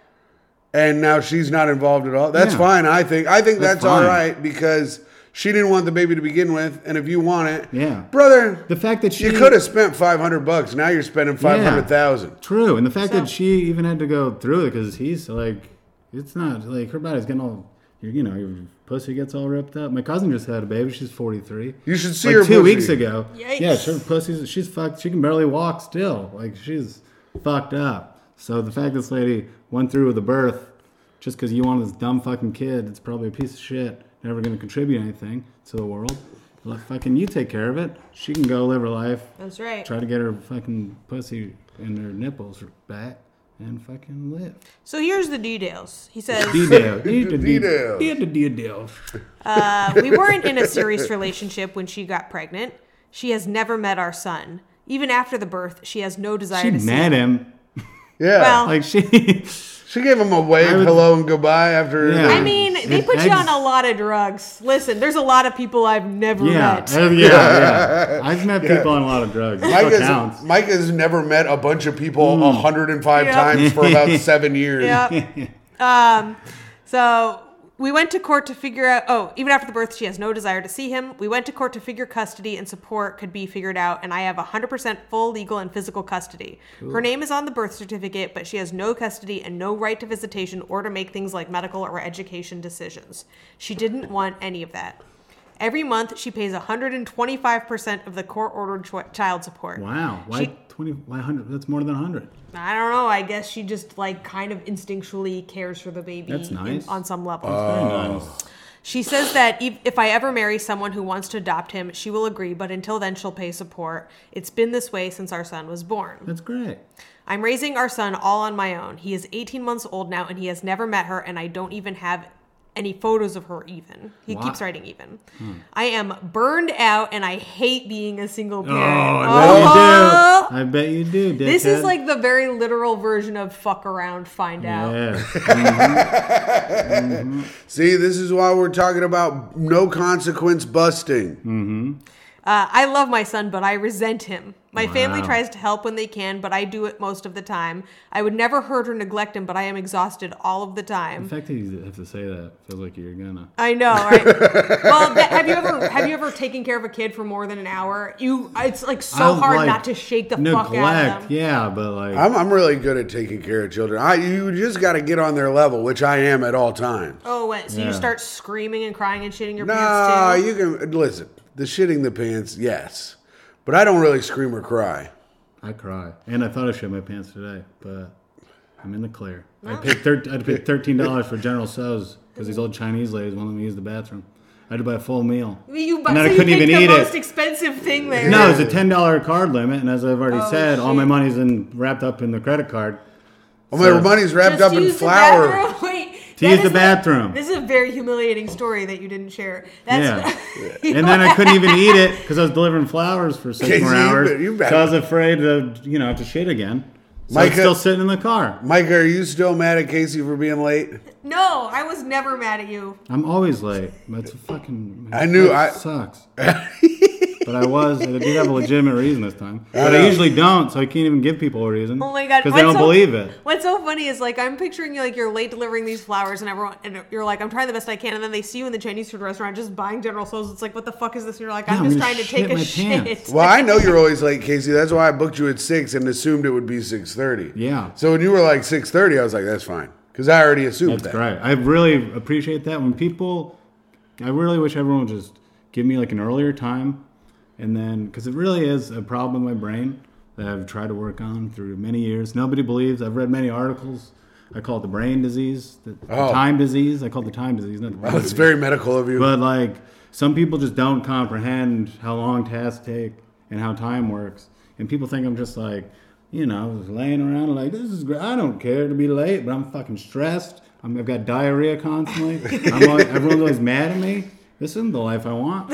[SPEAKER 2] and now she's not involved at all. That's
[SPEAKER 3] Yeah.
[SPEAKER 2] fine, I think. I think that's,
[SPEAKER 3] That's
[SPEAKER 2] all
[SPEAKER 3] fine.
[SPEAKER 2] right because she didn't want the baby to begin with, and if you want it,
[SPEAKER 3] Yeah.
[SPEAKER 2] brother,
[SPEAKER 3] the fact that she
[SPEAKER 2] you could have spent 500 bucks, now you're spending 500,000.
[SPEAKER 3] True, and the fact that
[SPEAKER 1] So-
[SPEAKER 3] she even had to go through it because he's like, it's not like her body's getting all, you you know, your pussy gets all ripped up. My cousin just had a baby; she's forty three.
[SPEAKER 2] You should see
[SPEAKER 3] like
[SPEAKER 2] her
[SPEAKER 3] two
[SPEAKER 2] pussy.
[SPEAKER 3] weeks ago.
[SPEAKER 1] Yikes.
[SPEAKER 3] Yeah, her pussy's she's fucked. She can barely walk still. Like she's fucked up. So the fact this lady went through with the birth just because you want this dumb fucking kid, it's probably a piece of shit. Never going to contribute anything to the world. Let fucking you take care of it. She can go live her life.
[SPEAKER 1] That's right.
[SPEAKER 3] Try to get her fucking pussy and her nipples back and fucking live.
[SPEAKER 1] So here's the details. He says.
[SPEAKER 3] Detail.
[SPEAKER 2] Detail.
[SPEAKER 3] Detail.
[SPEAKER 1] Uh, we weren't in a serious relationship when she got pregnant. She has never met our son. Even after the birth, she has no desire
[SPEAKER 3] She
[SPEAKER 1] to see
[SPEAKER 3] met him.
[SPEAKER 2] Yeah.
[SPEAKER 1] Well-
[SPEAKER 3] Like she.
[SPEAKER 2] she gave him a wave,
[SPEAKER 3] I would-
[SPEAKER 2] hello, and goodbye after.
[SPEAKER 3] Yeah.
[SPEAKER 1] I mean, they
[SPEAKER 3] It
[SPEAKER 1] put you on
[SPEAKER 3] eggs-
[SPEAKER 1] a lot of drugs. Listen, there's a lot of people I've never
[SPEAKER 3] Yeah,
[SPEAKER 1] met.
[SPEAKER 3] uh, yeah, yeah. I've met people on a lot of drugs. It still
[SPEAKER 2] Micah's,
[SPEAKER 3] counts. Mm.
[SPEAKER 2] Micah's never met a bunch of people 105
[SPEAKER 1] Yep.
[SPEAKER 2] times for about seven years.
[SPEAKER 1] Yep. um, so we went to court to figure out. Oh, even after the birth, she has no desire to see him. We went to court to figure custody and support could be figured out, and I have 100% full legal and physical custody. Her name is on the birth certificate, but she has no custody and no right to visitation or to make things like medical or education decisions. She didn't want any of that. Every month, she pays 125% of the court ordered ch- child support.
[SPEAKER 3] Wow. Why
[SPEAKER 1] She-
[SPEAKER 3] 20, why 100? That's more than 100.
[SPEAKER 1] I don't know. I guess she just like kind of instinctually cares for the baby
[SPEAKER 3] That's
[SPEAKER 1] in-
[SPEAKER 3] nice. Uh.
[SPEAKER 1] on some level.
[SPEAKER 3] Very nice.
[SPEAKER 1] She says that ev- if I ever marry someone who wants to adopt him, she will agree, but until then, she'll pay support. It's been this way since our son was born.
[SPEAKER 3] That's great.
[SPEAKER 1] I'm raising our son all on my own. He is 18 months old now, and he has never met her, and I don't even have any photos of her, even. He
[SPEAKER 3] Wow.
[SPEAKER 1] keeps writing, even.
[SPEAKER 3] Hmm.
[SPEAKER 1] I am burned out, and I hate being a single
[SPEAKER 3] Oh,
[SPEAKER 1] parent.
[SPEAKER 3] I
[SPEAKER 1] Oh.
[SPEAKER 3] bet you do. I bet you do. Dickhead.
[SPEAKER 1] This is like the very literal version of fuck around, find out.
[SPEAKER 3] Yeah.
[SPEAKER 2] See, this is why we're talking about no consequence busting.
[SPEAKER 3] Mm.
[SPEAKER 1] Uh, I love my son, but I resent him. My family
[SPEAKER 3] Wow.
[SPEAKER 1] tries to help when they can, but I do it most of the time. I would never hurt or neglect him, but I am exhausted all of the
[SPEAKER 3] the
[SPEAKER 1] time.
[SPEAKER 3] fact that you have to say that feels like you're gonna.
[SPEAKER 1] I know, right? well, that, have you ever have you ever taken care of a kid for more than an hour? You, it's like so
[SPEAKER 3] I'll,
[SPEAKER 1] hard
[SPEAKER 3] like,
[SPEAKER 1] not to shake the
[SPEAKER 3] neglect.
[SPEAKER 1] fuck out of them.
[SPEAKER 3] Yeah, but like
[SPEAKER 2] I'm, I'm really good at taking care of children. I you just got to get on their level, which I am at all times.
[SPEAKER 1] Oh, wait, so
[SPEAKER 3] Yeah.
[SPEAKER 1] you start screaming and crying and shitting your
[SPEAKER 2] Nah,
[SPEAKER 1] pants too?
[SPEAKER 2] you can listen. The shitting the pants, yes, but I don't really scream or cry.
[SPEAKER 3] I cry, and I thought I shit my pants today, but I'm in the clear. I paid thir- I paid thirteen dollars for General So's because these old Chinese ladies won't let me use the bathroom. I had to buy a full meal.
[SPEAKER 1] you
[SPEAKER 3] and
[SPEAKER 1] so
[SPEAKER 3] I
[SPEAKER 1] you
[SPEAKER 3] couldn't
[SPEAKER 1] picked
[SPEAKER 3] even
[SPEAKER 1] the
[SPEAKER 3] eat
[SPEAKER 1] most
[SPEAKER 3] it.
[SPEAKER 1] expensive thing there.
[SPEAKER 3] No, it's a ten dollar card limit, and as I've already
[SPEAKER 1] Oh,
[SPEAKER 3] said, all my
[SPEAKER 1] shit.
[SPEAKER 3] money's in wrapped up in the credit card.
[SPEAKER 2] Oh, my
[SPEAKER 3] So-
[SPEAKER 2] money's wrapped
[SPEAKER 1] Just
[SPEAKER 2] up in
[SPEAKER 1] use the
[SPEAKER 2] flour.
[SPEAKER 1] bathroom. Wait,
[SPEAKER 3] To
[SPEAKER 1] That
[SPEAKER 3] use the
[SPEAKER 1] is
[SPEAKER 3] bathroom.
[SPEAKER 1] This is a very humiliating story that you didn't share. That's
[SPEAKER 3] Yeah. and then I couldn't even eat it because I was delivering flowers for six
[SPEAKER 2] Casey,
[SPEAKER 3] more
[SPEAKER 2] you
[SPEAKER 3] hours.
[SPEAKER 2] bet- you bet.
[SPEAKER 3] So I was afraid to, you know, have to shit again. So
[SPEAKER 2] Micah-
[SPEAKER 3] it's still sitting in the car.
[SPEAKER 2] Micah, are you still mad at Casey for being late?
[SPEAKER 1] No, I was never mad at you.
[SPEAKER 3] I'm always late. That's a fucking.
[SPEAKER 2] I knew
[SPEAKER 3] that
[SPEAKER 2] I-
[SPEAKER 3] sucks. but I was. I did have a legitimate reason this time. But I
[SPEAKER 2] know.
[SPEAKER 3] usually don't, so I can't even give people a reason.
[SPEAKER 1] Oh my god!
[SPEAKER 3] Because they don't
[SPEAKER 1] What's so-
[SPEAKER 3] believe it.
[SPEAKER 1] What's so funny is like I'm picturing you like you're late delivering these flowers and everyone and you're like I'm trying the best I can and then they see you in the Chinese food restaurant just buying General Tso's. It's like what the fuck is this? And you're like I'm,
[SPEAKER 3] I'm
[SPEAKER 1] just
[SPEAKER 3] gonna
[SPEAKER 1] trying to
[SPEAKER 3] shit
[SPEAKER 1] take a
[SPEAKER 3] my
[SPEAKER 1] shit.
[SPEAKER 3] pants.
[SPEAKER 2] Well, I know you're always late, Casey. That's why I booked you at six and assumed it would be six thirty.
[SPEAKER 3] Yeah.
[SPEAKER 2] So when you were like six thirty, I was like, "That's fine," because I already assumed
[SPEAKER 3] That's
[SPEAKER 2] that.
[SPEAKER 3] great. I really appreciate that when people. I really wish everyone would just give me like an earlier time, and then because it really is a problem with my brain that I've tried to work on through many years. Nobody believes. I've read many articles. I call it the brain disease, the the
[SPEAKER 2] Oh.
[SPEAKER 3] time disease. I call it the time disease, not the brain
[SPEAKER 2] Well, it's
[SPEAKER 3] disease.
[SPEAKER 2] very medical of you.
[SPEAKER 3] But like some people just don't comprehend how long tasks take and how time works, and people think I'm just like, you know, just laying around like this is great. I don't care to be late, but I'm fucking stressed. I'm, I've got diarrhea constantly. I'm always, everyone's always mad at me. This isn't the life I want.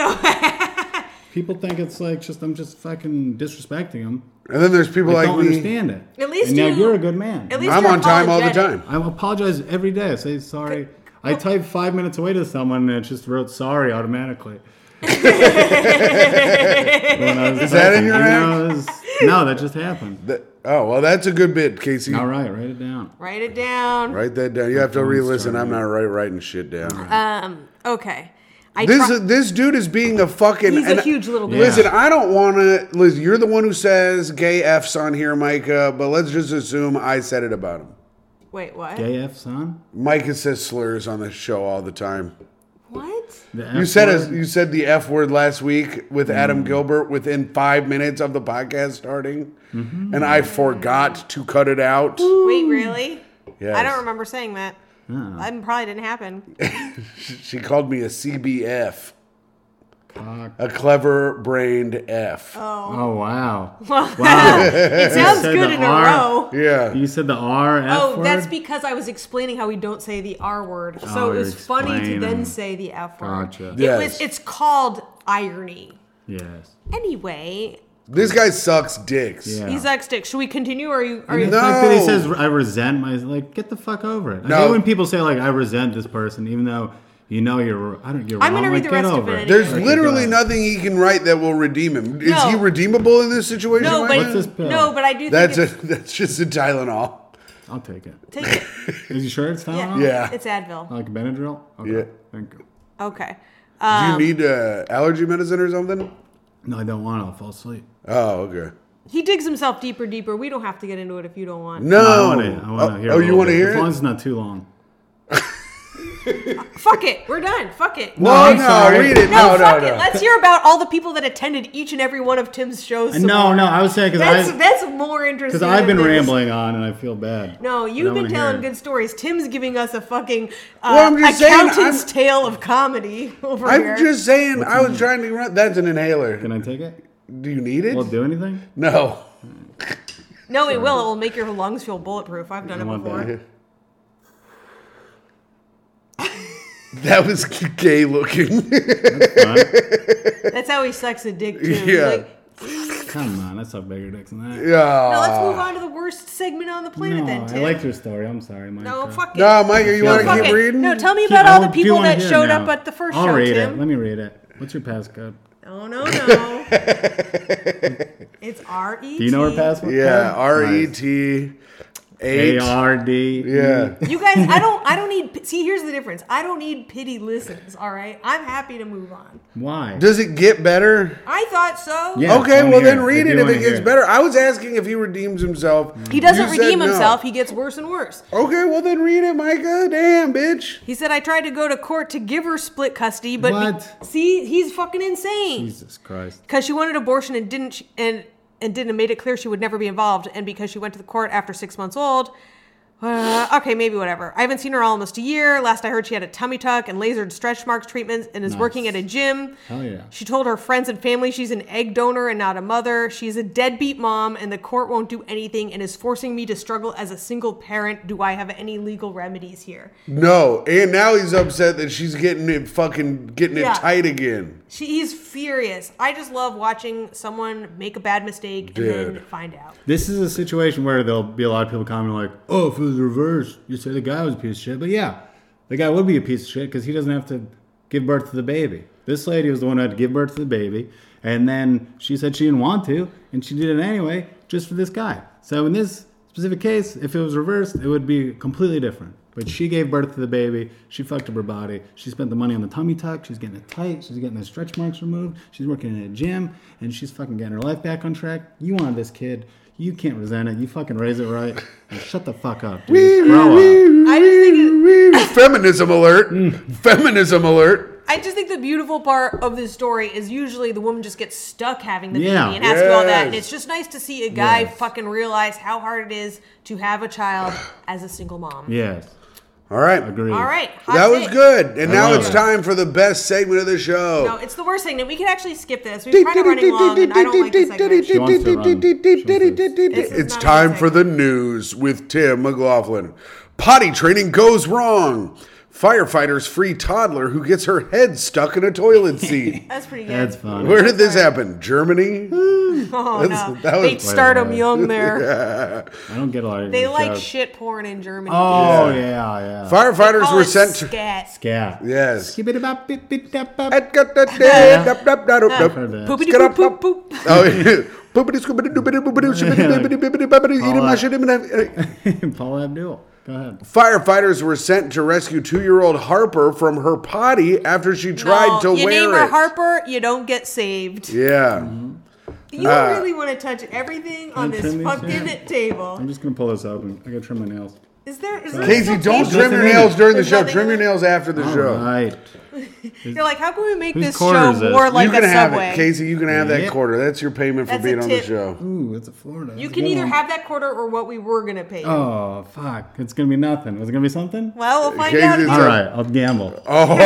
[SPEAKER 3] people think it's like just I'm just fucking disrespecting them.
[SPEAKER 2] and then there's people
[SPEAKER 3] I
[SPEAKER 2] like
[SPEAKER 3] don't
[SPEAKER 2] me.
[SPEAKER 3] understand it.
[SPEAKER 1] At least
[SPEAKER 3] and now
[SPEAKER 1] you-
[SPEAKER 3] you're a good man.
[SPEAKER 1] At least
[SPEAKER 2] I'm
[SPEAKER 1] you're
[SPEAKER 2] on time all the
[SPEAKER 1] apologetic.
[SPEAKER 2] time.
[SPEAKER 3] I apologize every day. I say sorry. I type five minutes away to someone and it just wrote sorry automatically. When I was
[SPEAKER 2] Is that in your
[SPEAKER 3] typing, you
[SPEAKER 2] act?
[SPEAKER 3] know, it was- no, that just happened.
[SPEAKER 2] That- oh well, that's a good bit, Casey.
[SPEAKER 3] All right, write it down.
[SPEAKER 1] Write it down.
[SPEAKER 2] Write that down. You have to
[SPEAKER 3] phone's
[SPEAKER 2] re-listen.
[SPEAKER 3] starting
[SPEAKER 2] I'm
[SPEAKER 3] up.
[SPEAKER 2] not right writing shit down.
[SPEAKER 1] Um. Okay. I
[SPEAKER 2] This
[SPEAKER 1] try-
[SPEAKER 2] this dude is being a fucking.
[SPEAKER 1] He's a
[SPEAKER 2] and-
[SPEAKER 1] huge little
[SPEAKER 3] Yeah.
[SPEAKER 2] Listen, I don't want to. Listen, you're the one who says gay f's on here, Micah. But let's just assume I said it about him.
[SPEAKER 1] Wait. What?
[SPEAKER 3] Gay F son?
[SPEAKER 2] Micah says slurs on this show all the time.
[SPEAKER 1] What?
[SPEAKER 3] The
[SPEAKER 2] You
[SPEAKER 3] F
[SPEAKER 2] said a,
[SPEAKER 3] word?
[SPEAKER 2] you said the F word last week
[SPEAKER 3] Mm.
[SPEAKER 2] with Adam Gilbert within five minutes of the podcast starting,
[SPEAKER 3] Mm-hmm.
[SPEAKER 2] and I forgot to cut it out.
[SPEAKER 1] Wait. Really? I
[SPEAKER 2] Yes.
[SPEAKER 1] don't remember saying that.
[SPEAKER 3] Ah,
[SPEAKER 1] That probably didn't happen.
[SPEAKER 2] She called me a CBF,
[SPEAKER 3] Fuck.
[SPEAKER 2] a clever brained F.
[SPEAKER 3] Oh, wow. wow.
[SPEAKER 1] It sounds
[SPEAKER 3] said
[SPEAKER 1] good
[SPEAKER 3] the
[SPEAKER 1] in a
[SPEAKER 3] R.
[SPEAKER 1] row.
[SPEAKER 2] Yeah,
[SPEAKER 3] You said the R F
[SPEAKER 1] Oh,
[SPEAKER 3] word?
[SPEAKER 1] that's because I was explaining how we don't say the R word.
[SPEAKER 3] Oh,
[SPEAKER 1] So it
[SPEAKER 3] you're
[SPEAKER 1] was funny to
[SPEAKER 3] explaining.
[SPEAKER 1] then say the F word.
[SPEAKER 3] Gotcha.
[SPEAKER 1] It
[SPEAKER 2] Yes.
[SPEAKER 1] was it's called irony.
[SPEAKER 3] Yes.
[SPEAKER 1] Anyway,
[SPEAKER 2] this guy sucks dicks.
[SPEAKER 3] Yeah.
[SPEAKER 1] he's like stick. Should we continue or are you are you
[SPEAKER 3] The fact that he
[SPEAKER 2] No.
[SPEAKER 3] says I resent my like get the fuck over it. I
[SPEAKER 2] No.
[SPEAKER 3] hate when people say like I resent this person, even though you know you're I don't you're
[SPEAKER 1] I'm
[SPEAKER 3] wrong.
[SPEAKER 1] gonna read
[SPEAKER 3] like,
[SPEAKER 1] the
[SPEAKER 3] get
[SPEAKER 1] rest of
[SPEAKER 3] over
[SPEAKER 1] it anyway.
[SPEAKER 2] There's
[SPEAKER 3] Like,
[SPEAKER 2] literally
[SPEAKER 3] God.
[SPEAKER 2] nothing he can write that will redeem him. Is
[SPEAKER 1] No.
[SPEAKER 2] he redeemable in this situation?
[SPEAKER 1] No,
[SPEAKER 2] right
[SPEAKER 1] but
[SPEAKER 2] now?
[SPEAKER 3] What's this pill?
[SPEAKER 1] no, but I do think
[SPEAKER 2] that's a,
[SPEAKER 1] it's,
[SPEAKER 2] that's just a Tylenol.
[SPEAKER 3] I'll take it.
[SPEAKER 1] take it.
[SPEAKER 3] Is you sure it's
[SPEAKER 1] Yeah.
[SPEAKER 3] Tylenol?
[SPEAKER 2] Yeah.
[SPEAKER 1] It's Advil.
[SPEAKER 3] Like Benadryl? Okay.
[SPEAKER 2] Yeah.
[SPEAKER 3] Thank you.
[SPEAKER 1] Okay.
[SPEAKER 2] Do
[SPEAKER 1] Um,
[SPEAKER 2] you need uh, allergy medicine or something?
[SPEAKER 3] No, I don't want to. I'll fall asleep.
[SPEAKER 2] Oh, okay.
[SPEAKER 1] He digs himself deeper, deeper. We don't have to get into it if you don't want.
[SPEAKER 2] No.
[SPEAKER 3] I want to. I want to
[SPEAKER 2] oh,
[SPEAKER 3] hear. a
[SPEAKER 2] oh, you
[SPEAKER 3] little
[SPEAKER 2] want to
[SPEAKER 3] bit.
[SPEAKER 2] hear
[SPEAKER 3] As
[SPEAKER 2] it?
[SPEAKER 3] long as it's not too long.
[SPEAKER 1] Fuck it. We're done. Fuck it.
[SPEAKER 2] No,
[SPEAKER 3] I'm
[SPEAKER 2] no,
[SPEAKER 3] sorry.
[SPEAKER 2] read it.
[SPEAKER 1] No,
[SPEAKER 2] No, no,
[SPEAKER 1] fuck it.
[SPEAKER 2] no.
[SPEAKER 1] Let's hear about all the people that attended each and every one of Tim's shows. some
[SPEAKER 3] Uh, No,
[SPEAKER 1] more.
[SPEAKER 3] no. I was saying
[SPEAKER 1] That's
[SPEAKER 3] because I
[SPEAKER 1] that's more interesting.
[SPEAKER 3] because I've
[SPEAKER 1] than
[SPEAKER 3] been
[SPEAKER 1] this.
[SPEAKER 3] rambling on and I feel bad.
[SPEAKER 1] No,
[SPEAKER 3] But I
[SPEAKER 1] you've been
[SPEAKER 3] wanna hear
[SPEAKER 1] telling
[SPEAKER 3] it.
[SPEAKER 1] good stories. Tim's giving us a fucking uh,
[SPEAKER 2] Well, I'm just saying,
[SPEAKER 1] accountant's
[SPEAKER 2] I'm-
[SPEAKER 1] tale of comedy over here.
[SPEAKER 2] I'm just saying. I was trying to run. That's an inhaler.
[SPEAKER 3] Can I take it?
[SPEAKER 2] Do you need it?
[SPEAKER 3] Will it do anything?
[SPEAKER 2] no.
[SPEAKER 1] no, it will. It will make your lungs feel bulletproof. I've done
[SPEAKER 3] I
[SPEAKER 1] it
[SPEAKER 3] want
[SPEAKER 1] before.
[SPEAKER 3] that.
[SPEAKER 2] That was gay looking.
[SPEAKER 1] That's how he sucks a dick too. He's
[SPEAKER 2] Yeah.
[SPEAKER 1] Like,
[SPEAKER 3] Come on, that's not bigger dicks than that.
[SPEAKER 2] yeah.
[SPEAKER 1] no, let's move on to the worst segment on the planet
[SPEAKER 3] Ah. No,
[SPEAKER 1] then,
[SPEAKER 3] I
[SPEAKER 1] Tim.
[SPEAKER 3] like your story. I'm sorry, Mike.
[SPEAKER 1] no, fuck it.
[SPEAKER 2] No, Mike, you want
[SPEAKER 1] Fuck
[SPEAKER 2] to keep
[SPEAKER 1] it.
[SPEAKER 2] reading?
[SPEAKER 1] No, tell me
[SPEAKER 3] Yeah,
[SPEAKER 1] about all
[SPEAKER 3] I
[SPEAKER 1] the
[SPEAKER 3] do
[SPEAKER 1] people
[SPEAKER 3] wanna
[SPEAKER 1] that
[SPEAKER 3] hear it
[SPEAKER 1] showed
[SPEAKER 3] now.
[SPEAKER 1] up at the 1st
[SPEAKER 3] I'll
[SPEAKER 1] show,
[SPEAKER 3] read
[SPEAKER 1] Tim.
[SPEAKER 3] it. Let me read it. What's your passcode?
[SPEAKER 1] Oh no, no. it's R E.
[SPEAKER 3] Do you know her password?
[SPEAKER 2] yeah. R E T
[SPEAKER 3] A
[SPEAKER 2] eight.
[SPEAKER 3] R E D.
[SPEAKER 2] Yeah.
[SPEAKER 1] You guys, I don't. I don't need. See, here's the difference. I don't need pity listens. All right, I'm happy to move on.
[SPEAKER 3] Why?
[SPEAKER 2] Does it get better?
[SPEAKER 1] I thought so.
[SPEAKER 3] Yeah. I
[SPEAKER 2] Okay,
[SPEAKER 3] wanna
[SPEAKER 2] well
[SPEAKER 3] hear
[SPEAKER 2] then
[SPEAKER 3] it.
[SPEAKER 2] read
[SPEAKER 3] I
[SPEAKER 2] it
[SPEAKER 3] do
[SPEAKER 2] if it
[SPEAKER 3] wanna hear
[SPEAKER 2] gets
[SPEAKER 3] it.
[SPEAKER 2] better. I was asking if he redeems himself.
[SPEAKER 1] He doesn't
[SPEAKER 2] You said
[SPEAKER 1] redeem
[SPEAKER 2] no.
[SPEAKER 1] himself. He gets worse and worse.
[SPEAKER 2] Okay, well then read it, Micah. Damn, bitch.
[SPEAKER 1] He said, "I tried to go to court to give her split custody, but be-
[SPEAKER 3] What?
[SPEAKER 1] see, he's fucking insane
[SPEAKER 3] Jesus Christ.
[SPEAKER 1] because she wanted abortion and didn't sh- and and didn't made it clear she would never be involved. And because she went to the court after six months old, Uh, okay, maybe whatever. I haven't seen her almost a year. Last I heard, she had a tummy tuck and lasered stretch marks treatments and is
[SPEAKER 3] Nice.
[SPEAKER 1] working at a gym.
[SPEAKER 3] Hell yeah.
[SPEAKER 1] She told her friends and family she's an egg donor and not a mother. She's a deadbeat mom, and the court won't do anything and is forcing me to struggle as a single parent. Do I have any legal remedies here?
[SPEAKER 2] No, and now he's upset that she's getting it fucking getting
[SPEAKER 1] Yeah.
[SPEAKER 2] it tight again.
[SPEAKER 1] She, he's furious. I just love watching someone make a bad mistake and then
[SPEAKER 2] Dude.
[SPEAKER 1] find out.
[SPEAKER 3] This is a situation where there'll be a lot of people commenting like, "Oh, if it was reversed, you say the guy was a piece of shit." But yeah, the guy would be a piece of shit because he doesn't have to give birth to the baby. This lady was the one who had to give birth to the baby, and then she said she didn't want to, and she did it anyway just for this guy. So in this specific case, if it was reversed, it would be completely different. But she gave birth to the baby. She fucked up her body. She spent the money on the tummy tuck. She's getting it tight. She's getting the stretch marks removed. She's working in a gym, and she's fucking getting her life back on track. You wanted this kid. You can't resent it. You fucking raise it right. Now shut the fuck up, dude. Grow up.
[SPEAKER 1] I just think it,
[SPEAKER 2] Feminism alert!
[SPEAKER 3] Mm.
[SPEAKER 2] Feminism alert!
[SPEAKER 1] I just think the beautiful part of this story is usually the woman just gets stuck having the
[SPEAKER 3] Yeah.
[SPEAKER 1] baby and has to do all that. And
[SPEAKER 2] Yes.
[SPEAKER 1] it's just nice to see a guy
[SPEAKER 3] Yes.
[SPEAKER 1] fucking realize how hard it is to have a child as a single mom.
[SPEAKER 3] Yes,
[SPEAKER 2] All right,
[SPEAKER 3] agreed.
[SPEAKER 1] All right. hot
[SPEAKER 2] that was
[SPEAKER 1] take.
[SPEAKER 2] good. And now
[SPEAKER 3] love
[SPEAKER 2] it's
[SPEAKER 3] it.
[SPEAKER 2] time for the best segment of the show.
[SPEAKER 1] No, it's the worst thing. And we can actually skip this. We've tried running long, and I don't like this segment.
[SPEAKER 3] She wants to run.
[SPEAKER 1] This is
[SPEAKER 2] It's
[SPEAKER 1] not
[SPEAKER 2] time
[SPEAKER 1] my
[SPEAKER 2] for the news with Tim McLaughlin. Potty training goes wrong. Firefighters free toddler who gets her head stuck in a toilet seat.
[SPEAKER 1] That's pretty good.
[SPEAKER 3] That's fun.
[SPEAKER 2] Where did this happen? Germany?
[SPEAKER 1] Oh,
[SPEAKER 2] That's-
[SPEAKER 1] no.
[SPEAKER 2] that was-
[SPEAKER 1] they start them
[SPEAKER 3] minute.
[SPEAKER 1] young there.
[SPEAKER 3] I don't get a lot of
[SPEAKER 1] They
[SPEAKER 3] these
[SPEAKER 1] like
[SPEAKER 3] jokes.
[SPEAKER 1] shit porn in Germany.
[SPEAKER 3] Oh yeah, yeah.
[SPEAKER 1] They call
[SPEAKER 2] Firefighters were
[SPEAKER 1] it
[SPEAKER 2] sent to.
[SPEAKER 1] scat.
[SPEAKER 3] yeah.
[SPEAKER 2] Yes.
[SPEAKER 3] Yeah.
[SPEAKER 2] Oh,
[SPEAKER 1] Poopity poop poop poop.
[SPEAKER 2] yeah. Boopity scoopity doopity boopity shibbity bibbity bibbity bibbity eating my shit in my-
[SPEAKER 3] Paul Abdul. Go ahead.
[SPEAKER 2] Firefighters were sent to rescue two-year-old Harper from her potty after she tried
[SPEAKER 1] No,
[SPEAKER 2] to
[SPEAKER 1] you
[SPEAKER 2] wear
[SPEAKER 1] name
[SPEAKER 2] it.
[SPEAKER 1] her Harper, you don't get saved.
[SPEAKER 2] yeah.
[SPEAKER 3] Mm-hmm.
[SPEAKER 1] You
[SPEAKER 2] Uh,
[SPEAKER 1] really want to touch everything
[SPEAKER 3] I
[SPEAKER 1] on this
[SPEAKER 3] trim these
[SPEAKER 1] fucking
[SPEAKER 3] down?
[SPEAKER 1] table.
[SPEAKER 3] I'm just gonna pull this open. I gotta trim my nails.
[SPEAKER 1] Is there? Is there
[SPEAKER 2] Casey,
[SPEAKER 1] still
[SPEAKER 2] don't
[SPEAKER 1] tape?
[SPEAKER 2] trim your
[SPEAKER 3] nothing in
[SPEAKER 2] nails
[SPEAKER 3] it.
[SPEAKER 2] during the
[SPEAKER 1] There's
[SPEAKER 2] show.
[SPEAKER 1] nothing
[SPEAKER 2] Trim
[SPEAKER 1] in
[SPEAKER 2] your
[SPEAKER 1] it.
[SPEAKER 2] nails after the
[SPEAKER 3] All
[SPEAKER 2] show.
[SPEAKER 3] right.
[SPEAKER 1] You're like, how can we make
[SPEAKER 3] Whose
[SPEAKER 1] this
[SPEAKER 3] corner
[SPEAKER 1] show
[SPEAKER 3] is this?
[SPEAKER 1] more like
[SPEAKER 2] you can
[SPEAKER 1] a
[SPEAKER 2] have
[SPEAKER 1] subway?
[SPEAKER 2] it, Casey. You can have that
[SPEAKER 3] Yep.
[SPEAKER 2] quarter. That's your payment for
[SPEAKER 1] That's a
[SPEAKER 2] being on the
[SPEAKER 1] tip.
[SPEAKER 2] show.
[SPEAKER 3] Ooh, it's a Florida.
[SPEAKER 1] You
[SPEAKER 3] That's a
[SPEAKER 1] can
[SPEAKER 3] good
[SPEAKER 1] either
[SPEAKER 3] one.
[SPEAKER 1] have that quarter or what we were gonna pay. you.
[SPEAKER 3] Oh fuck! It's gonna be nothing. It's gonna be something.
[SPEAKER 1] well, we'll find
[SPEAKER 2] Casey's
[SPEAKER 1] out. if
[SPEAKER 3] All
[SPEAKER 1] you-
[SPEAKER 3] right, I'll gamble. Oh.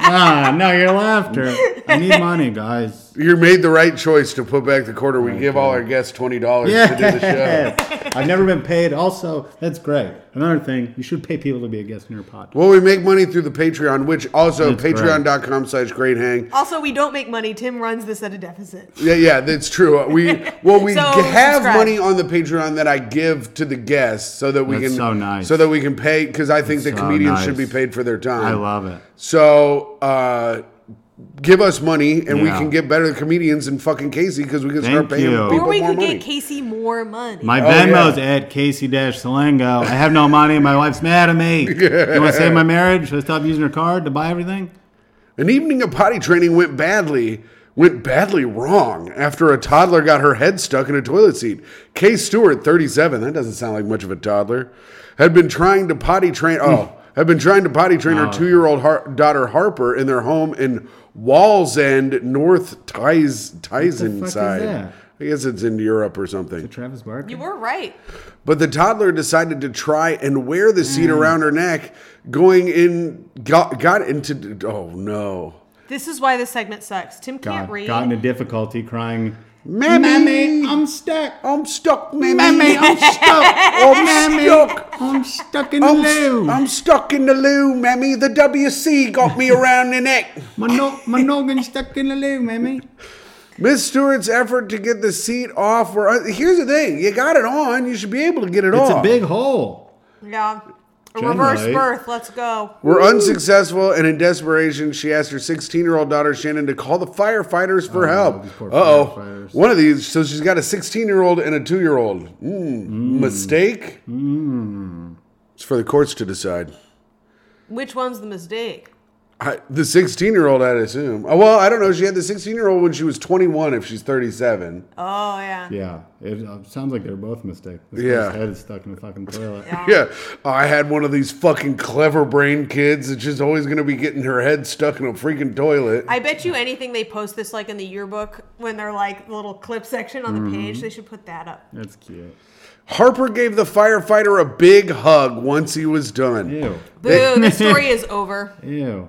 [SPEAKER 3] ah, no, your laughter. I need money, guys.
[SPEAKER 2] You made the right choice to put back the quarter. We give all our guests twenty dollars to do the show.
[SPEAKER 3] Yes. I've never been paid. Also, that's great. Another thing, you should pay people to be a guest in your pod.
[SPEAKER 2] Well, we make money through the Patreon, which also
[SPEAKER 3] That's right.
[SPEAKER 2] patreon.com slash great hang.
[SPEAKER 1] Also, we don't make money. Tim runs this at a deficit.
[SPEAKER 2] Yeah, yeah, that's true. Uh, We well we
[SPEAKER 1] So,
[SPEAKER 2] have
[SPEAKER 1] subscribe.
[SPEAKER 2] money on the Patreon that I give to the guests so that we
[SPEAKER 3] That's
[SPEAKER 2] can
[SPEAKER 3] so nice.
[SPEAKER 2] so that we can pay because I think
[SPEAKER 3] That's
[SPEAKER 2] the
[SPEAKER 3] so
[SPEAKER 2] comedians
[SPEAKER 3] nice.
[SPEAKER 2] should be paid for their time.
[SPEAKER 3] I love it.
[SPEAKER 2] So uh, give us money, and we
[SPEAKER 3] Yeah.
[SPEAKER 2] can get better comedians than fucking Casey because we can start
[SPEAKER 3] Thank
[SPEAKER 2] paying
[SPEAKER 3] you.
[SPEAKER 2] people
[SPEAKER 1] Or we
[SPEAKER 2] more
[SPEAKER 1] could
[SPEAKER 2] money.
[SPEAKER 1] get Casey more money.
[SPEAKER 3] My
[SPEAKER 2] Oh, yeah.
[SPEAKER 3] Venmo's at Casey Salengo. I have no money. My wife's mad at me. You want to save my marriage? Should I stop using her card to buy everything?
[SPEAKER 2] An evening of potty training went badly. Went badly wrong after a toddler got her head stuck in a toilet seat. Kay Stewart, 37, that doesn't sound like much of a toddler, had been trying to potty train. Oh, had been trying to potty train
[SPEAKER 3] Oh.
[SPEAKER 2] her two year old har- daughter Harper in their home in Wallsend, North Ties-
[SPEAKER 3] fuck is
[SPEAKER 2] Tyneside.
[SPEAKER 3] that?
[SPEAKER 2] I guess it's in Europe or something.
[SPEAKER 3] Travis Barker.
[SPEAKER 1] you were right.
[SPEAKER 2] But the toddler decided to try and wear the
[SPEAKER 3] Mm.
[SPEAKER 2] seat around her neck, going in, got, got into, oh no.
[SPEAKER 1] This is why this segment sucks. Tim can't
[SPEAKER 3] got,
[SPEAKER 1] read.
[SPEAKER 3] got into difficulty crying.
[SPEAKER 2] Mammy.
[SPEAKER 3] Mammy, I'm stuck. Oh,
[SPEAKER 2] I'm stuck, mammy.
[SPEAKER 3] Mammy, I'm stuck. Oh,
[SPEAKER 2] I'm
[SPEAKER 3] Mammy,
[SPEAKER 2] stuck.
[SPEAKER 3] I'm stuck in the
[SPEAKER 2] I'm, s-
[SPEAKER 3] loo.
[SPEAKER 2] I'm stuck in the loo, mammy. The WC got me around the neck.
[SPEAKER 3] My, no, my noggin stuck in the loo, Mammy.
[SPEAKER 2] Miss Stewart's effort to get the seat off. Were, uh, here's the thing: you got it on. You should be able to get it
[SPEAKER 3] It's
[SPEAKER 2] off.
[SPEAKER 3] a big hole.
[SPEAKER 1] yeah. A
[SPEAKER 3] Generally.
[SPEAKER 1] reverse birth. Let's go.
[SPEAKER 2] Were unsuccessful, and in desperation, she asked her 16 year old daughter Shannon to call the firefighters for help.
[SPEAKER 3] these poor
[SPEAKER 2] Uh oh.
[SPEAKER 3] firefighters.
[SPEAKER 2] One of these. So she's got a 16 year old and a 2 year old. Mm,
[SPEAKER 3] Hmm.
[SPEAKER 2] Mistake? It's for the courts to decide.
[SPEAKER 1] Which one's the mistake?
[SPEAKER 2] I, the 16 year old, I'd assume. Oh, well, I don't know. She had the 16 year old when she was 21, if she's 37.
[SPEAKER 1] Oh yeah.
[SPEAKER 3] Yeah, it uh, sounds like they're both a mistake. This
[SPEAKER 2] Yeah.
[SPEAKER 3] guy's head is stuck in the fucking toilet.
[SPEAKER 2] Yeah. Oh, I had one of these fucking clever brain kids that's just always going to be getting her head stuck in a freaking toilet.
[SPEAKER 1] I bet you anything they post this like in
[SPEAKER 3] Mm-hmm.
[SPEAKER 1] the yearbook when they're like the little clip section on the page, they should put that up.
[SPEAKER 3] That's cute.
[SPEAKER 2] Harper gave the firefighter a big hug once he was done.
[SPEAKER 3] Ew.
[SPEAKER 1] Boo, the story is over.
[SPEAKER 3] Ew.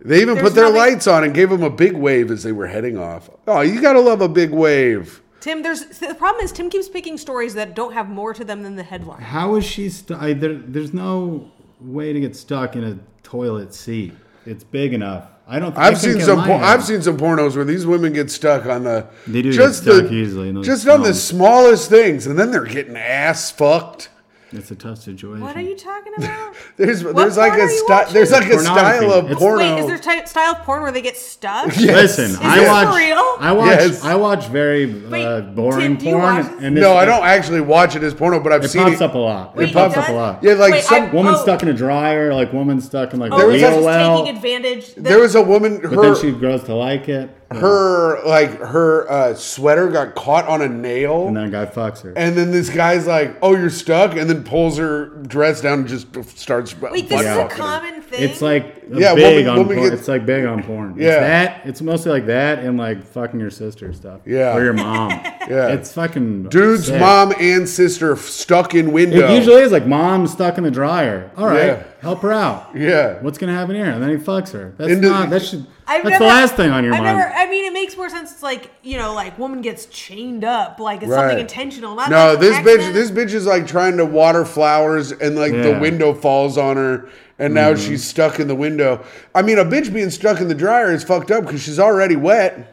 [SPEAKER 2] They even
[SPEAKER 1] There's
[SPEAKER 2] put their
[SPEAKER 1] nothing-
[SPEAKER 2] lights on and gave him a big wave as they were heading off. Oh, you gotta love a big wave.
[SPEAKER 1] Tim, there's the problem is Tim keeps picking stories that don't have more to them than the headline.
[SPEAKER 3] How is she stuck? There, there's no way to get stuck in a toilet seat. It's big enough. I don't. Think I
[SPEAKER 2] I've
[SPEAKER 3] couldn't
[SPEAKER 2] seen
[SPEAKER 3] get
[SPEAKER 2] some.
[SPEAKER 3] my
[SPEAKER 2] Por-
[SPEAKER 3] head.
[SPEAKER 2] I've seen some pornos where these women get stuck on the.
[SPEAKER 3] They do get stuck easily in those
[SPEAKER 2] just on the smallest things, and then they're getting ass fucked.
[SPEAKER 3] It's a tough situation.
[SPEAKER 1] What are you talking about?
[SPEAKER 2] There's there's like
[SPEAKER 1] porn
[SPEAKER 2] a
[SPEAKER 1] are you
[SPEAKER 2] style. There's like a
[SPEAKER 3] Pornography.
[SPEAKER 2] style of
[SPEAKER 3] It's-
[SPEAKER 2] porno.
[SPEAKER 1] Wait, is there type, style of porn where they get stuck?
[SPEAKER 3] Listen, I
[SPEAKER 1] this
[SPEAKER 3] watch.
[SPEAKER 1] real?
[SPEAKER 3] I watch.
[SPEAKER 2] Yes.
[SPEAKER 3] I watch very uh,
[SPEAKER 1] Wait,
[SPEAKER 3] boring
[SPEAKER 1] Tim, do you
[SPEAKER 3] porn.
[SPEAKER 1] watch this?
[SPEAKER 3] And
[SPEAKER 2] no,
[SPEAKER 3] this-
[SPEAKER 2] I don't actually watch it as porno, but I've
[SPEAKER 3] It
[SPEAKER 2] seen
[SPEAKER 3] pops
[SPEAKER 2] it.
[SPEAKER 3] up a lot.
[SPEAKER 1] Wait,
[SPEAKER 3] it pops
[SPEAKER 1] it
[SPEAKER 3] up a
[SPEAKER 1] does?
[SPEAKER 3] a lot.
[SPEAKER 2] Yeah, like some
[SPEAKER 1] I-
[SPEAKER 3] Woman
[SPEAKER 1] oh,
[SPEAKER 3] stuck in a dryer, like woman stuck in like
[SPEAKER 1] Oh,
[SPEAKER 3] the
[SPEAKER 2] There was
[SPEAKER 1] she's
[SPEAKER 2] a-
[SPEAKER 1] just
[SPEAKER 3] AOL.
[SPEAKER 1] taking advantage. that-
[SPEAKER 2] There was a woman.
[SPEAKER 3] but then
[SPEAKER 2] Her
[SPEAKER 3] she grows to like it,
[SPEAKER 2] her like her uh, sweater got caught on a nail.
[SPEAKER 3] and then a guy fucks her.
[SPEAKER 2] And then this guy's like, "Oh, you're stuck," and then pulls her dress down and just starts.
[SPEAKER 1] Wait, this is
[SPEAKER 3] Yeah.
[SPEAKER 1] a common thing.
[SPEAKER 3] It's like a
[SPEAKER 2] Yeah,
[SPEAKER 3] big
[SPEAKER 2] woman-
[SPEAKER 3] on
[SPEAKER 2] woman
[SPEAKER 3] porn.
[SPEAKER 2] gets-
[SPEAKER 3] it's like big on porn.
[SPEAKER 2] Yeah.
[SPEAKER 3] It's that it's mostly like that and like fucking your sister stuff.
[SPEAKER 2] Yeah.
[SPEAKER 3] Or your mom.
[SPEAKER 2] Yeah.
[SPEAKER 3] It's fucking
[SPEAKER 2] Dude's
[SPEAKER 3] sick.
[SPEAKER 2] mom and sister f- stuck in
[SPEAKER 3] It
[SPEAKER 2] window.
[SPEAKER 3] usually is like mom stuck in the dryer. All right,
[SPEAKER 2] Yeah.
[SPEAKER 3] help her out.
[SPEAKER 2] Yeah.
[SPEAKER 3] What's gonna happen here? And then he fucks her. That's
[SPEAKER 2] Into-
[SPEAKER 3] not that should
[SPEAKER 1] I've
[SPEAKER 3] that's
[SPEAKER 1] never-
[SPEAKER 3] the last thing on your
[SPEAKER 1] I've
[SPEAKER 3] mind.
[SPEAKER 1] Never, I mean, it makes more sense. It's like you know, like woman gets chained up, like it's
[SPEAKER 2] Right.
[SPEAKER 1] something intentional. Not
[SPEAKER 2] No,
[SPEAKER 1] like an
[SPEAKER 2] this bitch,
[SPEAKER 1] accident.
[SPEAKER 2] this bitch is like trying to water flowers, and like the
[SPEAKER 3] Yeah. Mm-hmm.
[SPEAKER 2] window falls on her, and now she's stuck in the window. I mean, a bitch being stuck in the dryer is fucked up because she's already wet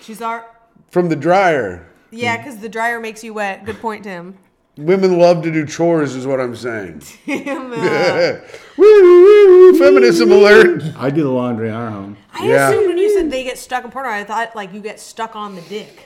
[SPEAKER 1] She's our
[SPEAKER 2] from the dryer.
[SPEAKER 1] yeah,
[SPEAKER 2] Hmm.
[SPEAKER 1] because the dryer makes you wet. Good point, Tim.
[SPEAKER 2] Women love to do chores, is what I'm saying.
[SPEAKER 1] Tim, uh,
[SPEAKER 2] woo, woo, woo, feminism alert.
[SPEAKER 3] I do the laundry in our home.
[SPEAKER 1] I
[SPEAKER 2] Yeah.
[SPEAKER 1] assumed when you said they get stuck in porno, I thought like you get stuck on the dick.
[SPEAKER 3] Mm.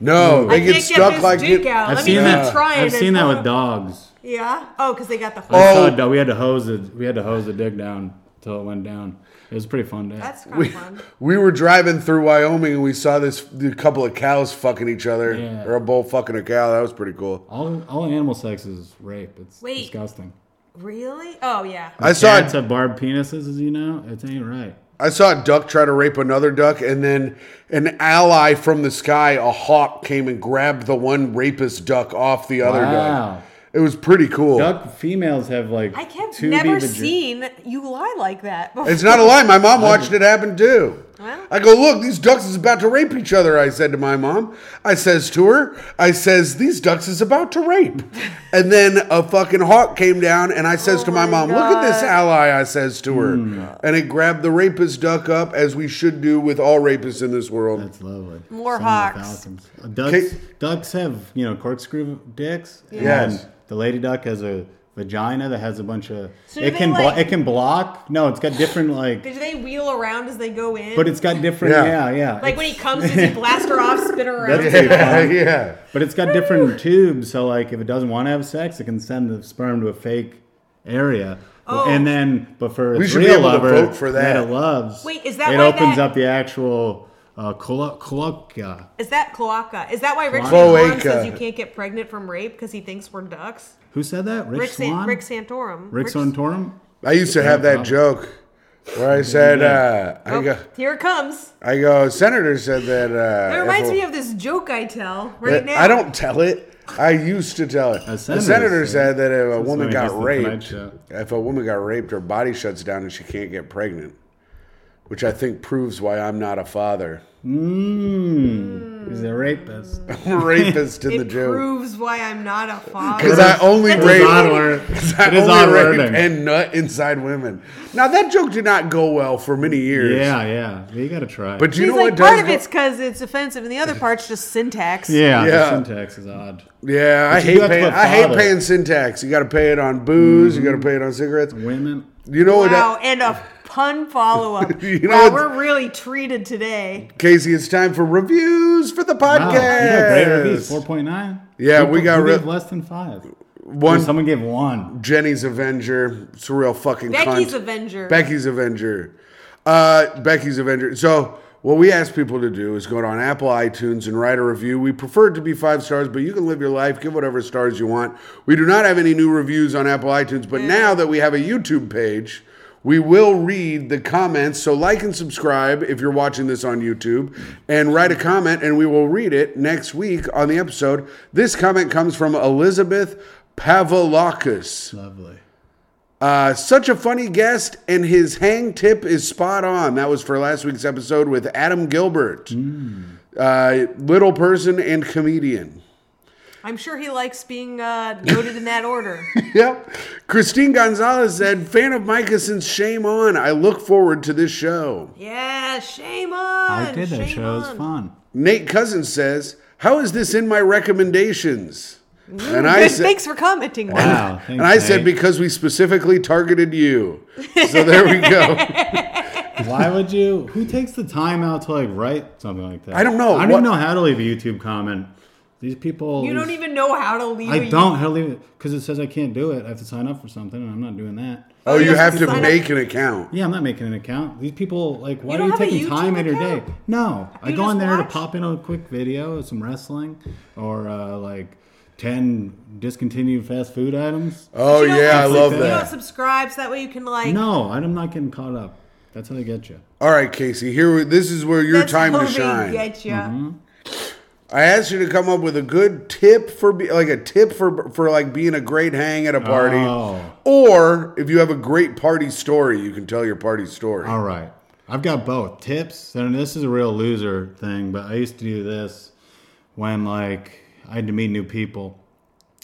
[SPEAKER 2] No, they
[SPEAKER 1] I
[SPEAKER 2] get
[SPEAKER 1] can't get
[SPEAKER 2] stuck
[SPEAKER 1] this
[SPEAKER 2] like
[SPEAKER 1] dick
[SPEAKER 2] it-
[SPEAKER 1] out.
[SPEAKER 3] I've
[SPEAKER 1] Oh, Let me
[SPEAKER 3] seen
[SPEAKER 1] keep
[SPEAKER 3] that.
[SPEAKER 1] trying
[SPEAKER 3] I've
[SPEAKER 1] and
[SPEAKER 3] seen that
[SPEAKER 1] try-
[SPEAKER 3] with dogs.
[SPEAKER 1] Yeah. Oh, because they got the whole.
[SPEAKER 3] I
[SPEAKER 2] Oh.
[SPEAKER 3] saw a dog- we had to hose the we had to hose the dick down until it went down. It was a pretty fun day.
[SPEAKER 1] That's kind
[SPEAKER 2] we,
[SPEAKER 1] of fun.
[SPEAKER 2] we were driving through Wyoming and we saw this a couple of cows fucking each other
[SPEAKER 3] Yeah.
[SPEAKER 2] or a bull fucking a cow. That was pretty cool.
[SPEAKER 3] all all animal sex is rape. It's
[SPEAKER 1] Wait.
[SPEAKER 3] disgusting.
[SPEAKER 1] Really? Oh yeah.
[SPEAKER 2] I saw
[SPEAKER 3] Cats have barbed penises, as you know. It ain't right.
[SPEAKER 2] I saw a duck try to rape another duck and then an ally from the sky, a hawk, came and grabbed the one rapist duck off the other
[SPEAKER 3] Wow.
[SPEAKER 2] duck. It was pretty cool.
[SPEAKER 3] Duck females have like
[SPEAKER 1] I have
[SPEAKER 3] two
[SPEAKER 1] never
[SPEAKER 3] vagi-
[SPEAKER 1] seen you lie like that. Before.
[SPEAKER 2] It's not a lie. My mom watched it happen too.
[SPEAKER 1] Well.
[SPEAKER 2] I go, look, these ducks is about to rape each other. I said to my mom. I says to her, I says, these ducks is about to rape. And then a fucking hawk came down, and I says to my,
[SPEAKER 1] Oh my
[SPEAKER 2] mom, look at this
[SPEAKER 1] God.
[SPEAKER 2] ally. I says to her,
[SPEAKER 3] Mm.
[SPEAKER 2] and it grabbed the rapist duck up, as we should do with all rapists in this world.
[SPEAKER 3] That's lovely.
[SPEAKER 1] More
[SPEAKER 3] Some
[SPEAKER 1] hawks.
[SPEAKER 3] falcons. Uh, Ducks.
[SPEAKER 2] Okay.
[SPEAKER 3] Ducks have you know corkscrew dicks. and
[SPEAKER 2] Yes.
[SPEAKER 3] then The lady duck has a vagina that has a bunch of.
[SPEAKER 1] So do
[SPEAKER 3] it
[SPEAKER 1] they,
[SPEAKER 3] can blo-
[SPEAKER 1] like-
[SPEAKER 3] it can block. No, it's got different like.
[SPEAKER 1] Do they wheel around as they go in?
[SPEAKER 3] But it's got different.
[SPEAKER 2] Yeah.
[SPEAKER 3] Yeah, yeah.
[SPEAKER 1] like when he comes, does he blast her off, spin her around?
[SPEAKER 3] That's pretty
[SPEAKER 2] Yeah,
[SPEAKER 3] fun.
[SPEAKER 2] yeah.
[SPEAKER 3] But it's got different tubes, so like if it doesn't want to have sex, it can send the sperm to a fake area.
[SPEAKER 1] Oh.
[SPEAKER 3] And then, but for
[SPEAKER 2] We
[SPEAKER 3] its
[SPEAKER 2] should be
[SPEAKER 3] real
[SPEAKER 2] able to
[SPEAKER 3] lover
[SPEAKER 2] vote for that.
[SPEAKER 3] it loves,
[SPEAKER 1] Wait, is that
[SPEAKER 3] it
[SPEAKER 1] why
[SPEAKER 3] opens
[SPEAKER 1] that-
[SPEAKER 3] up the actual uh, clo- cloaca?
[SPEAKER 1] Is that cloaca? Is that why Rick
[SPEAKER 2] Cloaca.
[SPEAKER 1] Santorum says you can't get pregnant from rape because he thinks we're ducks?
[SPEAKER 3] Who said that? Rick,
[SPEAKER 1] Rick, San-
[SPEAKER 3] Swan?
[SPEAKER 1] Rick Santorum.
[SPEAKER 3] Rick
[SPEAKER 1] Rick's-
[SPEAKER 3] Santorum?
[SPEAKER 2] I used to have that joke where I said, uh, I
[SPEAKER 1] Oh,
[SPEAKER 2] go,
[SPEAKER 1] here it comes.
[SPEAKER 2] I go, Senator said that. Uh,
[SPEAKER 1] It reminds
[SPEAKER 2] if a-
[SPEAKER 1] me of this joke I tell
[SPEAKER 2] Uh,
[SPEAKER 1] right now.
[SPEAKER 2] I don't tell it. I used to tell it. The senator,
[SPEAKER 3] senator
[SPEAKER 2] said
[SPEAKER 3] said-
[SPEAKER 2] that if a
[SPEAKER 3] Since
[SPEAKER 2] woman
[SPEAKER 3] when
[SPEAKER 2] got
[SPEAKER 3] is the Tonight
[SPEAKER 2] raped,
[SPEAKER 3] Show?
[SPEAKER 2] if a woman got raped, her body shuts down and she can't get pregnant, which I think proves why I'm not a father.
[SPEAKER 3] Mmm. He's a rapist.
[SPEAKER 2] I'm a rapist in the
[SPEAKER 1] It
[SPEAKER 2] joke.
[SPEAKER 1] proves why I'm not a father.
[SPEAKER 2] Because I only
[SPEAKER 1] That's
[SPEAKER 2] rape,
[SPEAKER 1] odd
[SPEAKER 3] word.
[SPEAKER 2] 'cause I
[SPEAKER 3] It is
[SPEAKER 2] only
[SPEAKER 3] odd
[SPEAKER 2] rape
[SPEAKER 3] wording.
[SPEAKER 2] and nut inside women. Now that joke did not go well for many years.
[SPEAKER 3] Yeah, yeah. You gotta try.
[SPEAKER 2] but you
[SPEAKER 1] He's
[SPEAKER 2] know
[SPEAKER 1] like,
[SPEAKER 2] what
[SPEAKER 1] part of
[SPEAKER 2] does? go-
[SPEAKER 1] it's because it's offensive, and the other part's just syntax.
[SPEAKER 3] yeah,
[SPEAKER 2] Yeah.
[SPEAKER 3] the syntax is odd.
[SPEAKER 2] yeah, I
[SPEAKER 3] you do
[SPEAKER 2] hate
[SPEAKER 3] have to
[SPEAKER 2] paying.
[SPEAKER 3] put
[SPEAKER 2] I hate
[SPEAKER 3] father.
[SPEAKER 2] paying syntax. You got to pay it on booze. You got to pay it on cigarettes.
[SPEAKER 3] Women.
[SPEAKER 2] You know what? uh,
[SPEAKER 1] Wow, and a pun follow up.
[SPEAKER 2] You know
[SPEAKER 1] wow,
[SPEAKER 2] what's-
[SPEAKER 1] we're really treated today.
[SPEAKER 2] Casey, it's time for reviews for the
[SPEAKER 3] Wow, you got great reviews.
[SPEAKER 2] podcast.
[SPEAKER 3] Four point nine.
[SPEAKER 2] Yeah, we got
[SPEAKER 3] who
[SPEAKER 2] re-
[SPEAKER 3] gave less than five.
[SPEAKER 2] One
[SPEAKER 3] Someone gave one.
[SPEAKER 2] Jenny's Avenger, surreal fucking
[SPEAKER 1] Becky's
[SPEAKER 2] cunt.
[SPEAKER 1] Avenger.
[SPEAKER 2] Becky's Avenger. Uh, Becky's Avenger. So what we ask people to do is go on Apple iTunes and write a review. We prefer it to be five stars, but you can live your life, give whatever stars you want. We do not have any new reviews on Apple iTunes, but now that we have a YouTube page, We will read the comments. So like and subscribe if you're watching this on YouTube and write a comment and we will read it next week on the episode. This comment comes from Elizabeth Pavlakis.
[SPEAKER 3] Lovely.
[SPEAKER 2] Uh, such a funny guest, and his hang tip is spot on. That was for last week's episode with Adam Gilbert,
[SPEAKER 3] Hmm.
[SPEAKER 2] uh, little person and comedian.
[SPEAKER 1] I'm sure he likes being uh, noted in that order.
[SPEAKER 2] Yep. Christine Gonzalez said, "Fan of Micah since Shame On. I look forward to this show."
[SPEAKER 1] Yeah, shame on.
[SPEAKER 3] I did that
[SPEAKER 1] shame
[SPEAKER 3] show. It was
[SPEAKER 1] on.
[SPEAKER 3] fun.
[SPEAKER 2] Nate Cousins says, "How is this in my recommendations?" And I
[SPEAKER 1] Thanks-
[SPEAKER 2] said,
[SPEAKER 1] Thanks for commenting.
[SPEAKER 3] Wow.
[SPEAKER 2] and I said,
[SPEAKER 3] thanks,
[SPEAKER 2] "Because we specifically targeted you." So there we go.
[SPEAKER 3] Nate. why would you? Who takes the time out to like write something like that?
[SPEAKER 2] I don't know.
[SPEAKER 3] I don't
[SPEAKER 2] What-
[SPEAKER 3] even know how to leave a YouTube comment. These people.
[SPEAKER 1] You
[SPEAKER 3] these-
[SPEAKER 1] don't even know how to leave.
[SPEAKER 3] I
[SPEAKER 1] a-
[SPEAKER 3] don't how to leave it because it says I can't do it. I have to sign up for something, and I'm not doing that.
[SPEAKER 2] Oh, you have to
[SPEAKER 1] Sign up.
[SPEAKER 2] make an account.
[SPEAKER 3] Yeah, I'm not making an account. These people, like, why
[SPEAKER 1] You don't
[SPEAKER 3] are you
[SPEAKER 1] have a
[SPEAKER 3] taking time
[SPEAKER 1] YouTube
[SPEAKER 3] out of your day?
[SPEAKER 1] account?
[SPEAKER 3] No, I
[SPEAKER 1] You
[SPEAKER 3] go on
[SPEAKER 1] just
[SPEAKER 3] there to
[SPEAKER 1] watch?
[SPEAKER 3] pop in a quick video of some wrestling or uh, like 10 discontinued fast food items.
[SPEAKER 2] Oh
[SPEAKER 1] You don't
[SPEAKER 2] yeah, I
[SPEAKER 1] like-
[SPEAKER 2] love
[SPEAKER 1] you don't
[SPEAKER 2] that.
[SPEAKER 1] subscribe so that way you can like.
[SPEAKER 3] No, I'm not getting caught up. That's how they get you.
[SPEAKER 2] All right, Casey. Here, we- this is where your
[SPEAKER 1] that's
[SPEAKER 2] time
[SPEAKER 1] how
[SPEAKER 2] to
[SPEAKER 1] they
[SPEAKER 2] shine.
[SPEAKER 1] Get you.
[SPEAKER 3] Mm-hmm.
[SPEAKER 2] I asked you to come up with a good tip for be, like a tip for for like being a great hang at a party,
[SPEAKER 3] Oh.
[SPEAKER 2] or if you have a great party story, you can tell your party story.
[SPEAKER 3] All right. I've got both tips, and this is a real loser thing, but I used to do this when like I had to meet new people,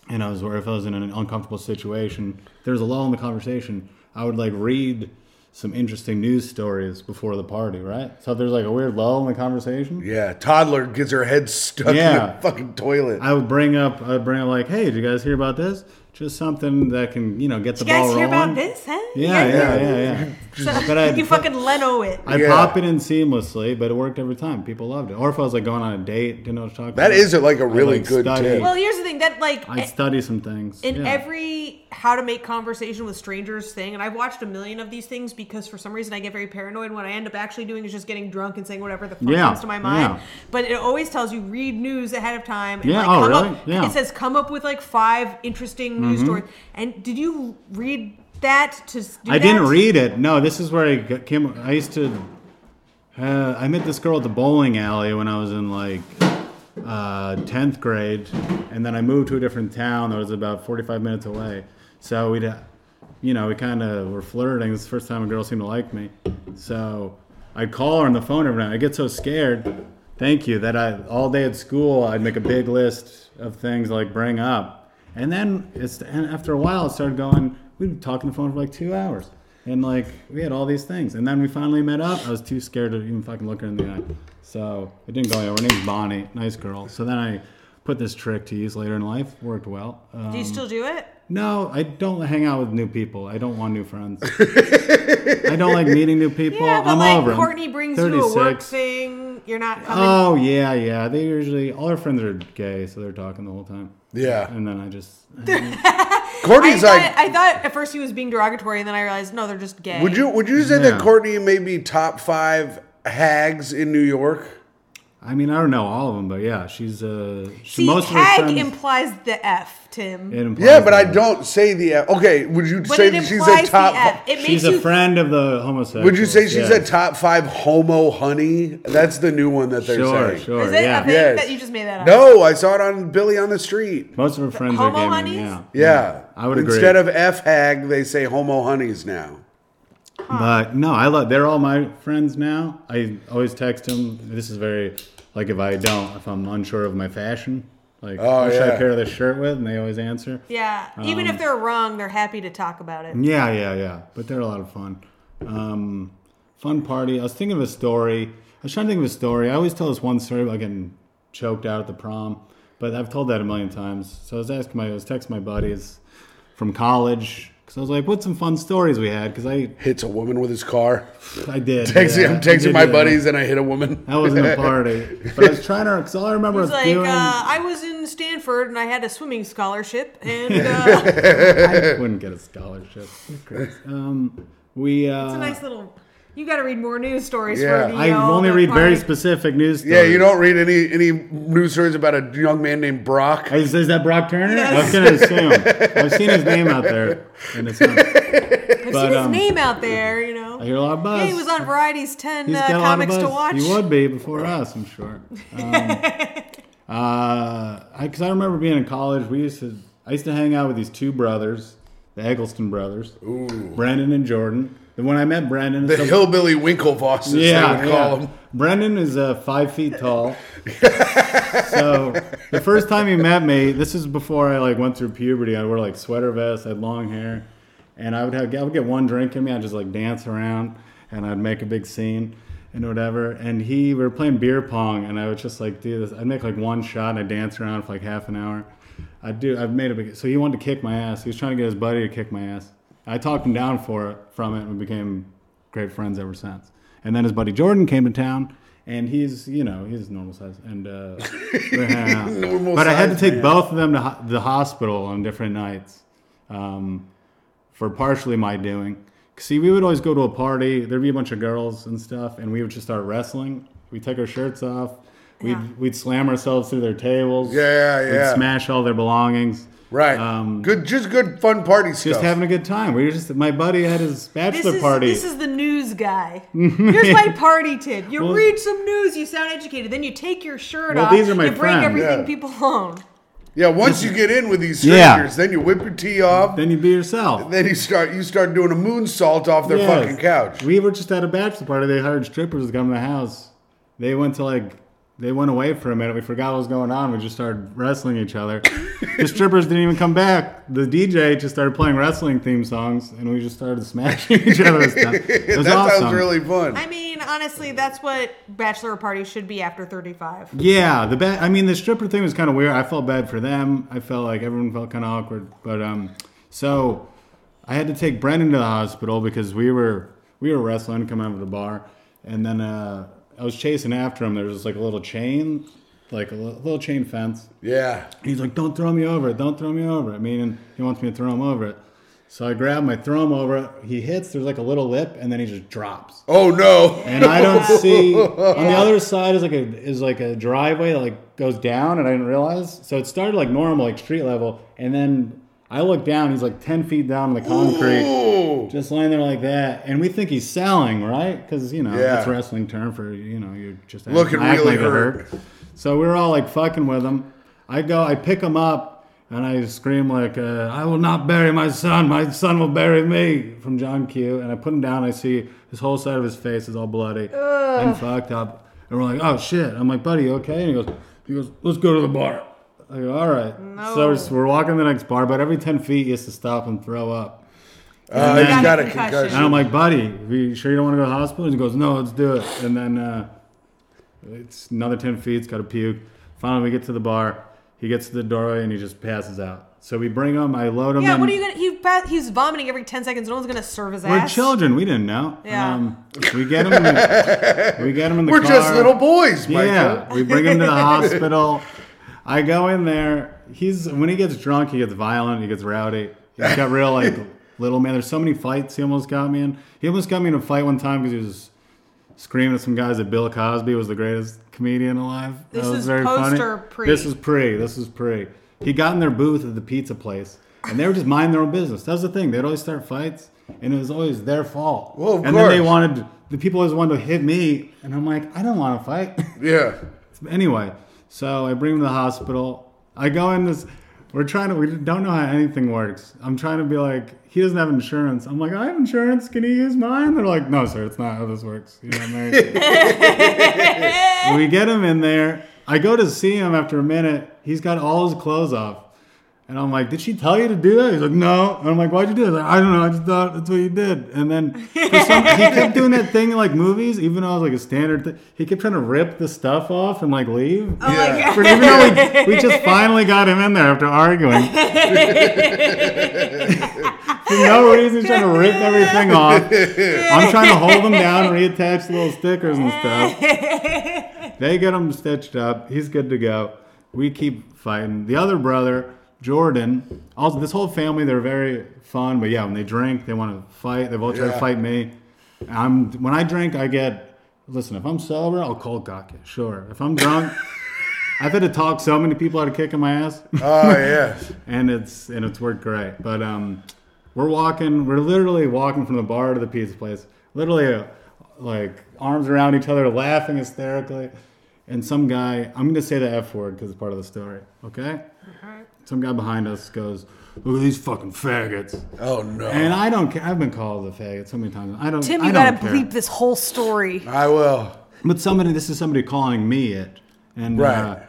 [SPEAKER 3] and I was or if I was in an uncomfortable situation, there was a lull in the conversation. I would like read some interesting news stories before the party, right? So if there's like a weird lull in the conversation.
[SPEAKER 2] Yeah, toddler gets her head stuck in
[SPEAKER 3] Yeah.
[SPEAKER 2] the fucking toilet.
[SPEAKER 3] I would bring up, I would bring up like, hey, did you guys hear about this? Just something that can, you know, get the
[SPEAKER 1] You guys
[SPEAKER 3] ball
[SPEAKER 1] hear about
[SPEAKER 3] rolling.
[SPEAKER 1] this, huh? You
[SPEAKER 3] Yeah,
[SPEAKER 1] guys
[SPEAKER 3] yeah,
[SPEAKER 1] hear-
[SPEAKER 3] yeah, yeah.
[SPEAKER 1] So-
[SPEAKER 3] But I'd
[SPEAKER 1] you
[SPEAKER 3] put-
[SPEAKER 1] fucking Leno it.
[SPEAKER 3] I
[SPEAKER 2] Yeah.
[SPEAKER 3] pop it in seamlessly, but it worked every time. People loved it. Or if I was like going on a date, didn't know what to talk about.
[SPEAKER 2] that is like a really
[SPEAKER 3] like,
[SPEAKER 2] good
[SPEAKER 3] study.
[SPEAKER 2] tip.
[SPEAKER 1] well, here's the thing that like e,
[SPEAKER 3] I study some things.
[SPEAKER 1] in
[SPEAKER 3] yeah.
[SPEAKER 1] every how to make conversation with strangers thing, and I've watched a million of these things because for some reason I get very paranoid. What I end up actually doing is just getting drunk and saying whatever the fuck
[SPEAKER 3] Yeah,
[SPEAKER 1] comes to my mind.
[SPEAKER 3] yeah.
[SPEAKER 1] But it always tells you read news ahead of time. And
[SPEAKER 3] Yeah,
[SPEAKER 1] like,
[SPEAKER 3] oh,
[SPEAKER 1] come
[SPEAKER 3] really?
[SPEAKER 1] Up,
[SPEAKER 3] Yeah. Mm-hmm.
[SPEAKER 1] It says come up with like five interesting news stories. And did you read that to? s- Do
[SPEAKER 3] I didn't
[SPEAKER 1] that?
[SPEAKER 3] read it. No, this is where I got- came. I used to. Uh, I met this girl at the bowling alley when I was in like uh, 10th grade, and then I moved to a different town that was about 45 minutes away. So we'd, uh, you know, we kind of were flirting. It's the first time a girl seemed to like me. So I'd call her on the phone every night. I get so scared. Thank you. That I all day at school, I'd make a big list of things to, like bring up, and then it's and after a while, it started going. We'd be talking on the phone for like two hours, and like we had all these things, and then we finally met up. I was too scared to even fucking look her in the eye, so it didn't go anywhere. Her name's Bonnie, nice girl. So then I put this trick to use later in life. Worked well. Um,
[SPEAKER 1] Do you still do it?
[SPEAKER 3] no, I don't hang out with new people. I don't want new friends. I don't like meeting new people.
[SPEAKER 1] Yeah, but
[SPEAKER 3] I'm
[SPEAKER 1] like
[SPEAKER 3] over 'em.
[SPEAKER 1] Courtney brings you a work
[SPEAKER 3] 36.
[SPEAKER 1] thing. You're not coming.
[SPEAKER 3] Oh yeah, yeah. They usually all their friends are gay, so they're talking the whole time.
[SPEAKER 2] Yeah.
[SPEAKER 3] And then I just
[SPEAKER 1] I,
[SPEAKER 2] Courtney's
[SPEAKER 1] thought,
[SPEAKER 2] like,
[SPEAKER 1] I thought at first he was being derogatory, and then I realized no, they're just gay.
[SPEAKER 2] would you would you say
[SPEAKER 3] Yeah.
[SPEAKER 2] that Courtney may be top five hags in New York?
[SPEAKER 3] I mean, I don't know all of them, but yeah, she's uh she
[SPEAKER 1] See,
[SPEAKER 3] most of her
[SPEAKER 1] hag
[SPEAKER 3] friends
[SPEAKER 1] implies the F, Tim.
[SPEAKER 3] it implies
[SPEAKER 2] Yeah, but I
[SPEAKER 3] that.
[SPEAKER 2] don't say the F. Okay, would you
[SPEAKER 1] but
[SPEAKER 2] say
[SPEAKER 1] it
[SPEAKER 2] that she's
[SPEAKER 1] implies
[SPEAKER 2] a top?
[SPEAKER 1] the F.
[SPEAKER 2] fi-
[SPEAKER 1] It makes
[SPEAKER 3] She's
[SPEAKER 1] you.
[SPEAKER 3] a friend of the homosexual.
[SPEAKER 2] Would you say she's
[SPEAKER 3] yeah.
[SPEAKER 2] a top five homo honey? That's the new one that they're
[SPEAKER 3] Sure,
[SPEAKER 2] saying.
[SPEAKER 3] sure.
[SPEAKER 1] Is it
[SPEAKER 3] yeah.
[SPEAKER 1] a thing
[SPEAKER 2] Yes.
[SPEAKER 1] that you just made that up?
[SPEAKER 2] No, I saw it on Billy on the Street.
[SPEAKER 3] Most of her friends are
[SPEAKER 1] homo
[SPEAKER 3] gay. men,
[SPEAKER 1] honeys?
[SPEAKER 3] Yeah.
[SPEAKER 2] Yeah,
[SPEAKER 3] I would agree.
[SPEAKER 2] Instead of F hag, they say homo honeys now.
[SPEAKER 3] But no, I love. They're all my friends now. I always text them. This is very like if I don't, if I'm unsure of my fashion, like
[SPEAKER 2] Oh,
[SPEAKER 3] what should
[SPEAKER 2] yeah.
[SPEAKER 3] I pair this shirt with, and they always answer.
[SPEAKER 1] Yeah, even if they're wrong, they're happy to talk about it.
[SPEAKER 3] Yeah, yeah, yeah. But they're a lot of fun. Um, fun party. I was thinking of a story. I was trying to think of a story. I always tell this one story about getting choked out at the prom, but I've told that a million times. So I was asking my, I was texting my buddies from college because I was like, "What's some fun stories we had?" Because I,
[SPEAKER 2] Hits a woman with his car.
[SPEAKER 3] I did.
[SPEAKER 2] Takes,
[SPEAKER 3] yeah, I
[SPEAKER 2] I'm texting
[SPEAKER 3] did
[SPEAKER 2] my
[SPEAKER 3] do that.
[SPEAKER 2] buddies and I hit a woman.
[SPEAKER 3] That wasn't a party, but I was trying to. Because all I remember
[SPEAKER 1] It's
[SPEAKER 3] was
[SPEAKER 1] like uh,
[SPEAKER 3] doing.
[SPEAKER 1] I was in Stanford and I had a swimming scholarship, and uh, it's
[SPEAKER 3] I wouldn't get a scholarship. Um, we. Uh,
[SPEAKER 1] a nice little. You got to read more news stories.
[SPEAKER 2] Yeah.
[SPEAKER 1] for the,
[SPEAKER 3] I
[SPEAKER 1] uh,
[SPEAKER 3] only
[SPEAKER 1] the
[SPEAKER 3] read very
[SPEAKER 1] party.
[SPEAKER 3] specific news. Stories.
[SPEAKER 2] Yeah, you don't read any any news stories about a young man named Brock.
[SPEAKER 3] Is, is that Brock Turner?
[SPEAKER 1] Yes.
[SPEAKER 3] I was gonna assume. I've seen his name out there, and it's not.
[SPEAKER 1] I've
[SPEAKER 3] But,
[SPEAKER 1] seen his
[SPEAKER 3] um,
[SPEAKER 1] name out there, you know.
[SPEAKER 3] I hear a lot of buzz.
[SPEAKER 1] Yeah, he was on Variety's 10
[SPEAKER 3] He's
[SPEAKER 1] uh,
[SPEAKER 3] got a lot of
[SPEAKER 1] comics to
[SPEAKER 3] buzz.
[SPEAKER 1] watch.
[SPEAKER 3] He would be before us, I'm sure. Um, uh, I, cause I remember being in college. We used to, I used to hang out with these two brothers, the Eggleston brothers, Brendan and Jordan. And when I met Brendan,
[SPEAKER 2] The
[SPEAKER 3] so-
[SPEAKER 2] hillbilly Winklevosses, they would call him.
[SPEAKER 3] Brendan is uh, five feet tall. so the first time he met me, this is before I like went through puberty. I wore like sweater vests, I had long hair, and I would have I would get one drink in me. I'd just like dance around, and I'd make a big scene and whatever. And he we were playing beer pong, and I would just like do this. I'd make like one shot, and I'd dance around for like half an hour. I do. I've made a big. So he wanted to kick my ass. He was trying to get his buddy to kick my ass. I talked him down for it from it, and we became great friends ever since. And then his buddy Jordan came to town, and he's you know he's normal size, and uh, we're hanging out.
[SPEAKER 2] Normal
[SPEAKER 3] but I had to
[SPEAKER 2] size
[SPEAKER 3] take
[SPEAKER 2] man.
[SPEAKER 3] both of them to ho- the hospital on different nights, um, for partially my doing. See, we would always go to a party. There'd be a bunch of girls and stuff, and we would just start wrestling. We'd take our shirts off. We'd,
[SPEAKER 1] Yeah.
[SPEAKER 3] we'd slam ourselves through their tables.
[SPEAKER 2] Yeah,
[SPEAKER 3] We'd
[SPEAKER 2] yeah.
[SPEAKER 3] smash all their belongings.
[SPEAKER 2] Right.
[SPEAKER 3] Um,
[SPEAKER 2] good, just good fun party stuff.
[SPEAKER 3] Just having a good time. We were just my buddy had
[SPEAKER 1] This
[SPEAKER 3] his bachelor
[SPEAKER 1] is,
[SPEAKER 3] party.
[SPEAKER 1] this is the news guy. Here's my party tip. You
[SPEAKER 3] Well-
[SPEAKER 1] read some news, you sound educated, then you take your shirt
[SPEAKER 3] Well,
[SPEAKER 1] off,
[SPEAKER 3] these are my
[SPEAKER 1] you break
[SPEAKER 3] friends.
[SPEAKER 1] everything
[SPEAKER 2] Yeah.
[SPEAKER 1] people own.
[SPEAKER 2] yeah, once you get in with these
[SPEAKER 3] Yeah.
[SPEAKER 2] strangers, then you whip your tee off.
[SPEAKER 3] then you'd be yourself.
[SPEAKER 2] Then you start you start doing a moonsault off their
[SPEAKER 3] Yes.
[SPEAKER 2] fucking couch.
[SPEAKER 3] We were just at a bachelor party. They hired strippers to come to the house. They went to like, they went away for a minute. We forgot what was going on. We just started wrestling each other. the strippers didn't even come back. The DJ just started playing wrestling theme songs, and we just started smashing each other. and stuff. It was
[SPEAKER 2] that
[SPEAKER 3] awesome.
[SPEAKER 2] sounds really fun.
[SPEAKER 1] I mean, honestly, that's what bachelor parties should be after 35.
[SPEAKER 3] Yeah, the ba- I mean, the stripper thing was kind of weird. I felt bad for them. I felt like everyone felt kind of awkward. But um, so I had to take Brendan to the hospital because we were we were wrestling, coming out of the bar, and then uh, I was chasing after him. There was like a little chain, like a li- little chain fence.
[SPEAKER 2] yeah.
[SPEAKER 3] And he's like, "Don't throw me over it! Don't throw me over it!" Meaning he wants me to throw him over it. So I grab him, I throw him over it. He hits. There's like a little lip, and then he just drops
[SPEAKER 2] Oh no.
[SPEAKER 3] and I don't see on the other side is like a is like a driveway that like goes down, and I didn't realize. So it started like normal, like street level, and then I look down. He's like ten feet down on the concrete,
[SPEAKER 2] Ooh.
[SPEAKER 3] just laying there like that. And we think he's selling, right? Because you know
[SPEAKER 2] Yeah.
[SPEAKER 3] that's a wrestling term for you know you're just act-
[SPEAKER 2] Looking
[SPEAKER 3] act
[SPEAKER 2] really
[SPEAKER 3] like a
[SPEAKER 2] hurt.
[SPEAKER 3] So we were all like fucking with him. I go, I pick him up. And I scream like, uh, "I will not bury my son. My son will bury me." From John Q. And I put him down. I see his whole side of his face is all bloody and fucked up. And we're like, "Oh shit!" I'm like, "Buddy, you okay?" And he goes, "He goes, let's go to the bar." I go, "All right." So we're, just- we're walking to the next bar, but every ten feet, he has to stop and throw up.
[SPEAKER 2] Uh,
[SPEAKER 1] then-
[SPEAKER 2] he's got a
[SPEAKER 1] Concussion.
[SPEAKER 2] concussion.
[SPEAKER 3] And I'm like, buddy, are you sure you don't want to go to the hospital? And he goes, no, let's do it. And then uh, it's another 10 feet, it's got to puke. Finally, we get to the bar. He gets to the doorway and he just passes out. So we bring him, I load him.
[SPEAKER 1] Yeah,
[SPEAKER 3] in.
[SPEAKER 1] what are you gonna? He pa- he's vomiting every ten seconds. No one's gonna serve his
[SPEAKER 3] We're
[SPEAKER 1] ass.
[SPEAKER 3] children. We didn't know.
[SPEAKER 1] Yeah.
[SPEAKER 3] Um, we get him. In the, we get him in the
[SPEAKER 2] We're
[SPEAKER 3] car.
[SPEAKER 2] just little boys, Michael.
[SPEAKER 3] Yeah, we bring him to the hospital. I go in there. He's when he gets drunk, he gets violent. He gets rowdy. He's got real like little man. There's so many fights he almost got me in. He almost got me in a fight one time because he was screaming at some guys that Bill Cosby was the greatest comedian alive.
[SPEAKER 1] This
[SPEAKER 3] that was
[SPEAKER 1] is
[SPEAKER 3] very
[SPEAKER 1] post
[SPEAKER 3] funny.
[SPEAKER 1] or pre?
[SPEAKER 3] This is pre. This is pre. He got in their booth at the pizza place. And they were just mind their own business. That was the thing. They'd always start fights, and it was always their fault.
[SPEAKER 2] Well, of
[SPEAKER 3] and then they
[SPEAKER 2] course.
[SPEAKER 3] wanted the people always wanted to hit me, and I'm like, I don't want to fight.
[SPEAKER 2] Yeah.
[SPEAKER 3] Anyway, so I bring him to the hospital. I go in this. We're trying to. We don't know how anything works. I'm trying to be like, he doesn't have insurance. I'm like, I have insurance. Can he use mine? They're like, no, sir. It's not how this works. You know, I'm married. we get him in there. I go to see him after a minute. He's got all his clothes off. And I'm like, did she tell you to do that? He's like, no. And I'm like, why'd you do that? He's like, I don't know. I just thought that's what you did. And then for some, he kept doing that thing in like movies, even though it was like a standard thing. He kept trying to rip the stuff off and like leave.
[SPEAKER 1] Oh my God.
[SPEAKER 2] Yeah.
[SPEAKER 3] But even though we, we just finally got him in there after arguing. For no reason, he's trying to rip everything off. I'm trying to hold him down, reattach the little stickers and stuff. They get him stitched up. He's good to go. We keep fighting. The other brother, Jordan, also, this whole family, they're very fun, but yeah, when they drink, they want to fight. They've all tried
[SPEAKER 2] Yeah.
[SPEAKER 3] to fight me. I'm When I drink, I get, listen, if I'm sober, I'll cold cock it, sure. If I'm drunk, I've had to talk so many people out of kicking my ass
[SPEAKER 2] Oh yeah.
[SPEAKER 3] and it's and it's worked great. But um, We're walking. We're literally walking from the bar to the pizza place. Literally, uh, like arms around each other, laughing hysterically. And some guy, I'm going to say the F word because it's part of the story. Okay.
[SPEAKER 1] Mm-hmm.
[SPEAKER 3] Some guy behind us goes, "Look at these fucking faggots."
[SPEAKER 2] Oh no!
[SPEAKER 3] And I don't care. I've been called a faggot so many times. I don't.
[SPEAKER 1] Tim,
[SPEAKER 3] I
[SPEAKER 1] you
[SPEAKER 3] don't
[SPEAKER 1] gotta
[SPEAKER 3] care.
[SPEAKER 1] bleep this whole story.
[SPEAKER 2] I will.
[SPEAKER 3] But somebody, this is somebody calling me it, and uh,
[SPEAKER 2] Right.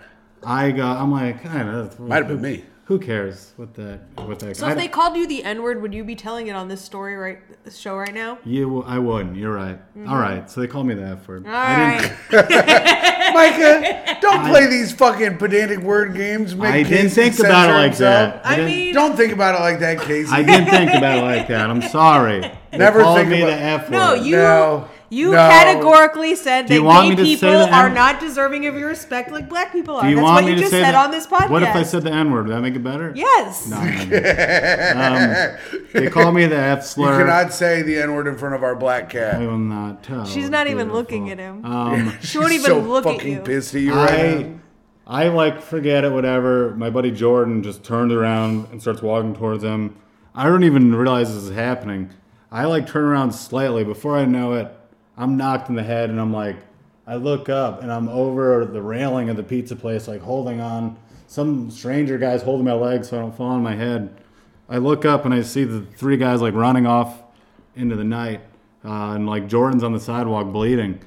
[SPEAKER 3] I got. I'm like, kind of.
[SPEAKER 2] Might have been me.
[SPEAKER 3] Who cares what that? What that?
[SPEAKER 1] So
[SPEAKER 3] I
[SPEAKER 1] if they
[SPEAKER 3] don't-
[SPEAKER 1] called you the N word, would you be telling it on this story right this show right now?
[SPEAKER 3] you, w- I wouldn't. You're right. All right. So they called me the F word.
[SPEAKER 1] Mm-hmm. All right.
[SPEAKER 2] Micah, don't play these fucking pedantic word games. Make
[SPEAKER 3] I didn't
[SPEAKER 2] Casey
[SPEAKER 3] think about it
[SPEAKER 2] censor
[SPEAKER 3] like
[SPEAKER 2] himself.
[SPEAKER 3] that.
[SPEAKER 1] I
[SPEAKER 3] didn't-
[SPEAKER 1] mean-
[SPEAKER 2] Don't think about it like that, Casey.
[SPEAKER 3] I didn't think about it like that. I'm sorry. They
[SPEAKER 2] Never
[SPEAKER 3] called
[SPEAKER 2] think
[SPEAKER 3] me
[SPEAKER 2] about-
[SPEAKER 3] the F word.
[SPEAKER 1] No, you
[SPEAKER 2] No.
[SPEAKER 1] you
[SPEAKER 2] No.
[SPEAKER 1] categorically said
[SPEAKER 3] Do you
[SPEAKER 1] that
[SPEAKER 3] want
[SPEAKER 1] gay
[SPEAKER 3] me to say
[SPEAKER 1] people
[SPEAKER 3] the N-
[SPEAKER 1] are not deserving of your respect like black people are.
[SPEAKER 3] Do you
[SPEAKER 1] That's
[SPEAKER 3] want
[SPEAKER 1] what
[SPEAKER 3] me
[SPEAKER 1] you
[SPEAKER 3] to
[SPEAKER 1] just
[SPEAKER 3] say
[SPEAKER 1] said
[SPEAKER 3] that?
[SPEAKER 1] on this podcast.
[SPEAKER 3] What if I said the N word? Would that make it better?
[SPEAKER 1] Yes.
[SPEAKER 3] No, no, no. Um, they call me the F
[SPEAKER 2] you
[SPEAKER 3] slur.
[SPEAKER 2] cannot say the N word in front of our black
[SPEAKER 3] I
[SPEAKER 2] cat.
[SPEAKER 3] will not tell.
[SPEAKER 1] She's not even
[SPEAKER 3] Beautiful.
[SPEAKER 1] looking at him.
[SPEAKER 3] Um,
[SPEAKER 1] She won't
[SPEAKER 2] She's
[SPEAKER 1] even
[SPEAKER 2] so
[SPEAKER 1] look at
[SPEAKER 2] fucking
[SPEAKER 1] you.
[SPEAKER 2] pissed at you right now.
[SPEAKER 3] I, I like forget it, whatever. My buddy Jordan just turned around and starts walking towards him. I don't even realize this is happening. I like turn around slightly before I know it. I'm knocked in the head and I'm like, I look up and I'm over the railing of the pizza place, like holding on. Some stranger guy's holding my leg so I don't fall on my head. I look up and I see the three guys like running off into the night, uh, and like Jordan's on the sidewalk bleeding.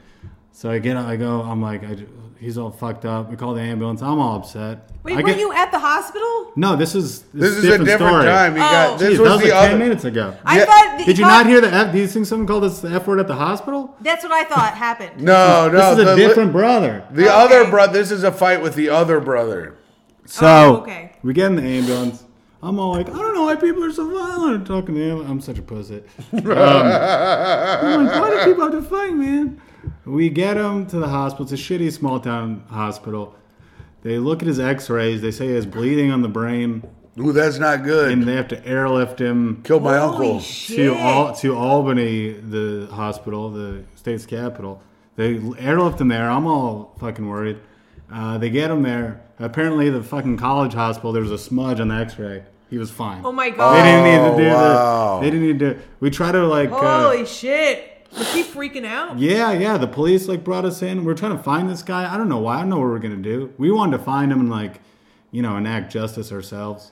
[SPEAKER 3] So I get, up, I go, I'm like, I, he's all fucked up. We call the ambulance. I'm all upset.
[SPEAKER 1] Wait,
[SPEAKER 3] I
[SPEAKER 1] were
[SPEAKER 3] get-
[SPEAKER 1] you at the hospital?
[SPEAKER 3] No, this is
[SPEAKER 2] This is a different
[SPEAKER 3] story.
[SPEAKER 2] time. He
[SPEAKER 1] Oh.
[SPEAKER 2] got, this was,
[SPEAKER 3] Jeez, that was
[SPEAKER 2] the
[SPEAKER 3] like
[SPEAKER 2] other.
[SPEAKER 3] ten minutes ago.
[SPEAKER 1] I
[SPEAKER 2] Yeah.
[SPEAKER 1] thought that
[SPEAKER 3] Did you
[SPEAKER 1] got-
[SPEAKER 3] not hear the F? Do you think someone called this the F word at the hospital?
[SPEAKER 1] That's what I thought happened.
[SPEAKER 2] No, no.
[SPEAKER 3] this is a
[SPEAKER 2] the,
[SPEAKER 3] different brother.
[SPEAKER 2] The
[SPEAKER 1] Oh, Okay.
[SPEAKER 2] other brother. This is a fight with the other brother.
[SPEAKER 3] So
[SPEAKER 1] Oh, okay.
[SPEAKER 3] we get in the ambulance. I'm all like, I don't know why people are so violent. and Talking to him, I'm such a pussy. Um, I'm like, why do people have to fight, man? We get him to the hospital. It's a shitty small town hospital. They look at his X-rays. They say he has bleeding on the brain,
[SPEAKER 2] Ooh, that's not good.
[SPEAKER 3] and they have to airlift him
[SPEAKER 2] Killed my
[SPEAKER 1] Holy
[SPEAKER 2] uncle.
[SPEAKER 1] shit.
[SPEAKER 3] to Al- to Albany, the hospital, the state's capital. They airlift him there. I'm all fucking worried. Uh, they get him there. Apparently, the fucking college hospital. There was a smudge on the X-ray. He was fine.
[SPEAKER 1] Oh my
[SPEAKER 3] They
[SPEAKER 1] god.
[SPEAKER 3] didn't need to do
[SPEAKER 2] wow.
[SPEAKER 3] the. They didn't need to. We try to like.
[SPEAKER 1] Holy
[SPEAKER 3] Uh,
[SPEAKER 1] shit. Was he freaking out?
[SPEAKER 3] yeah, yeah. The police like brought us in. We are trying to find this guy. I don't know why. I don't know what we're gonna do. We wanted to find him and like, you know, enact justice ourselves.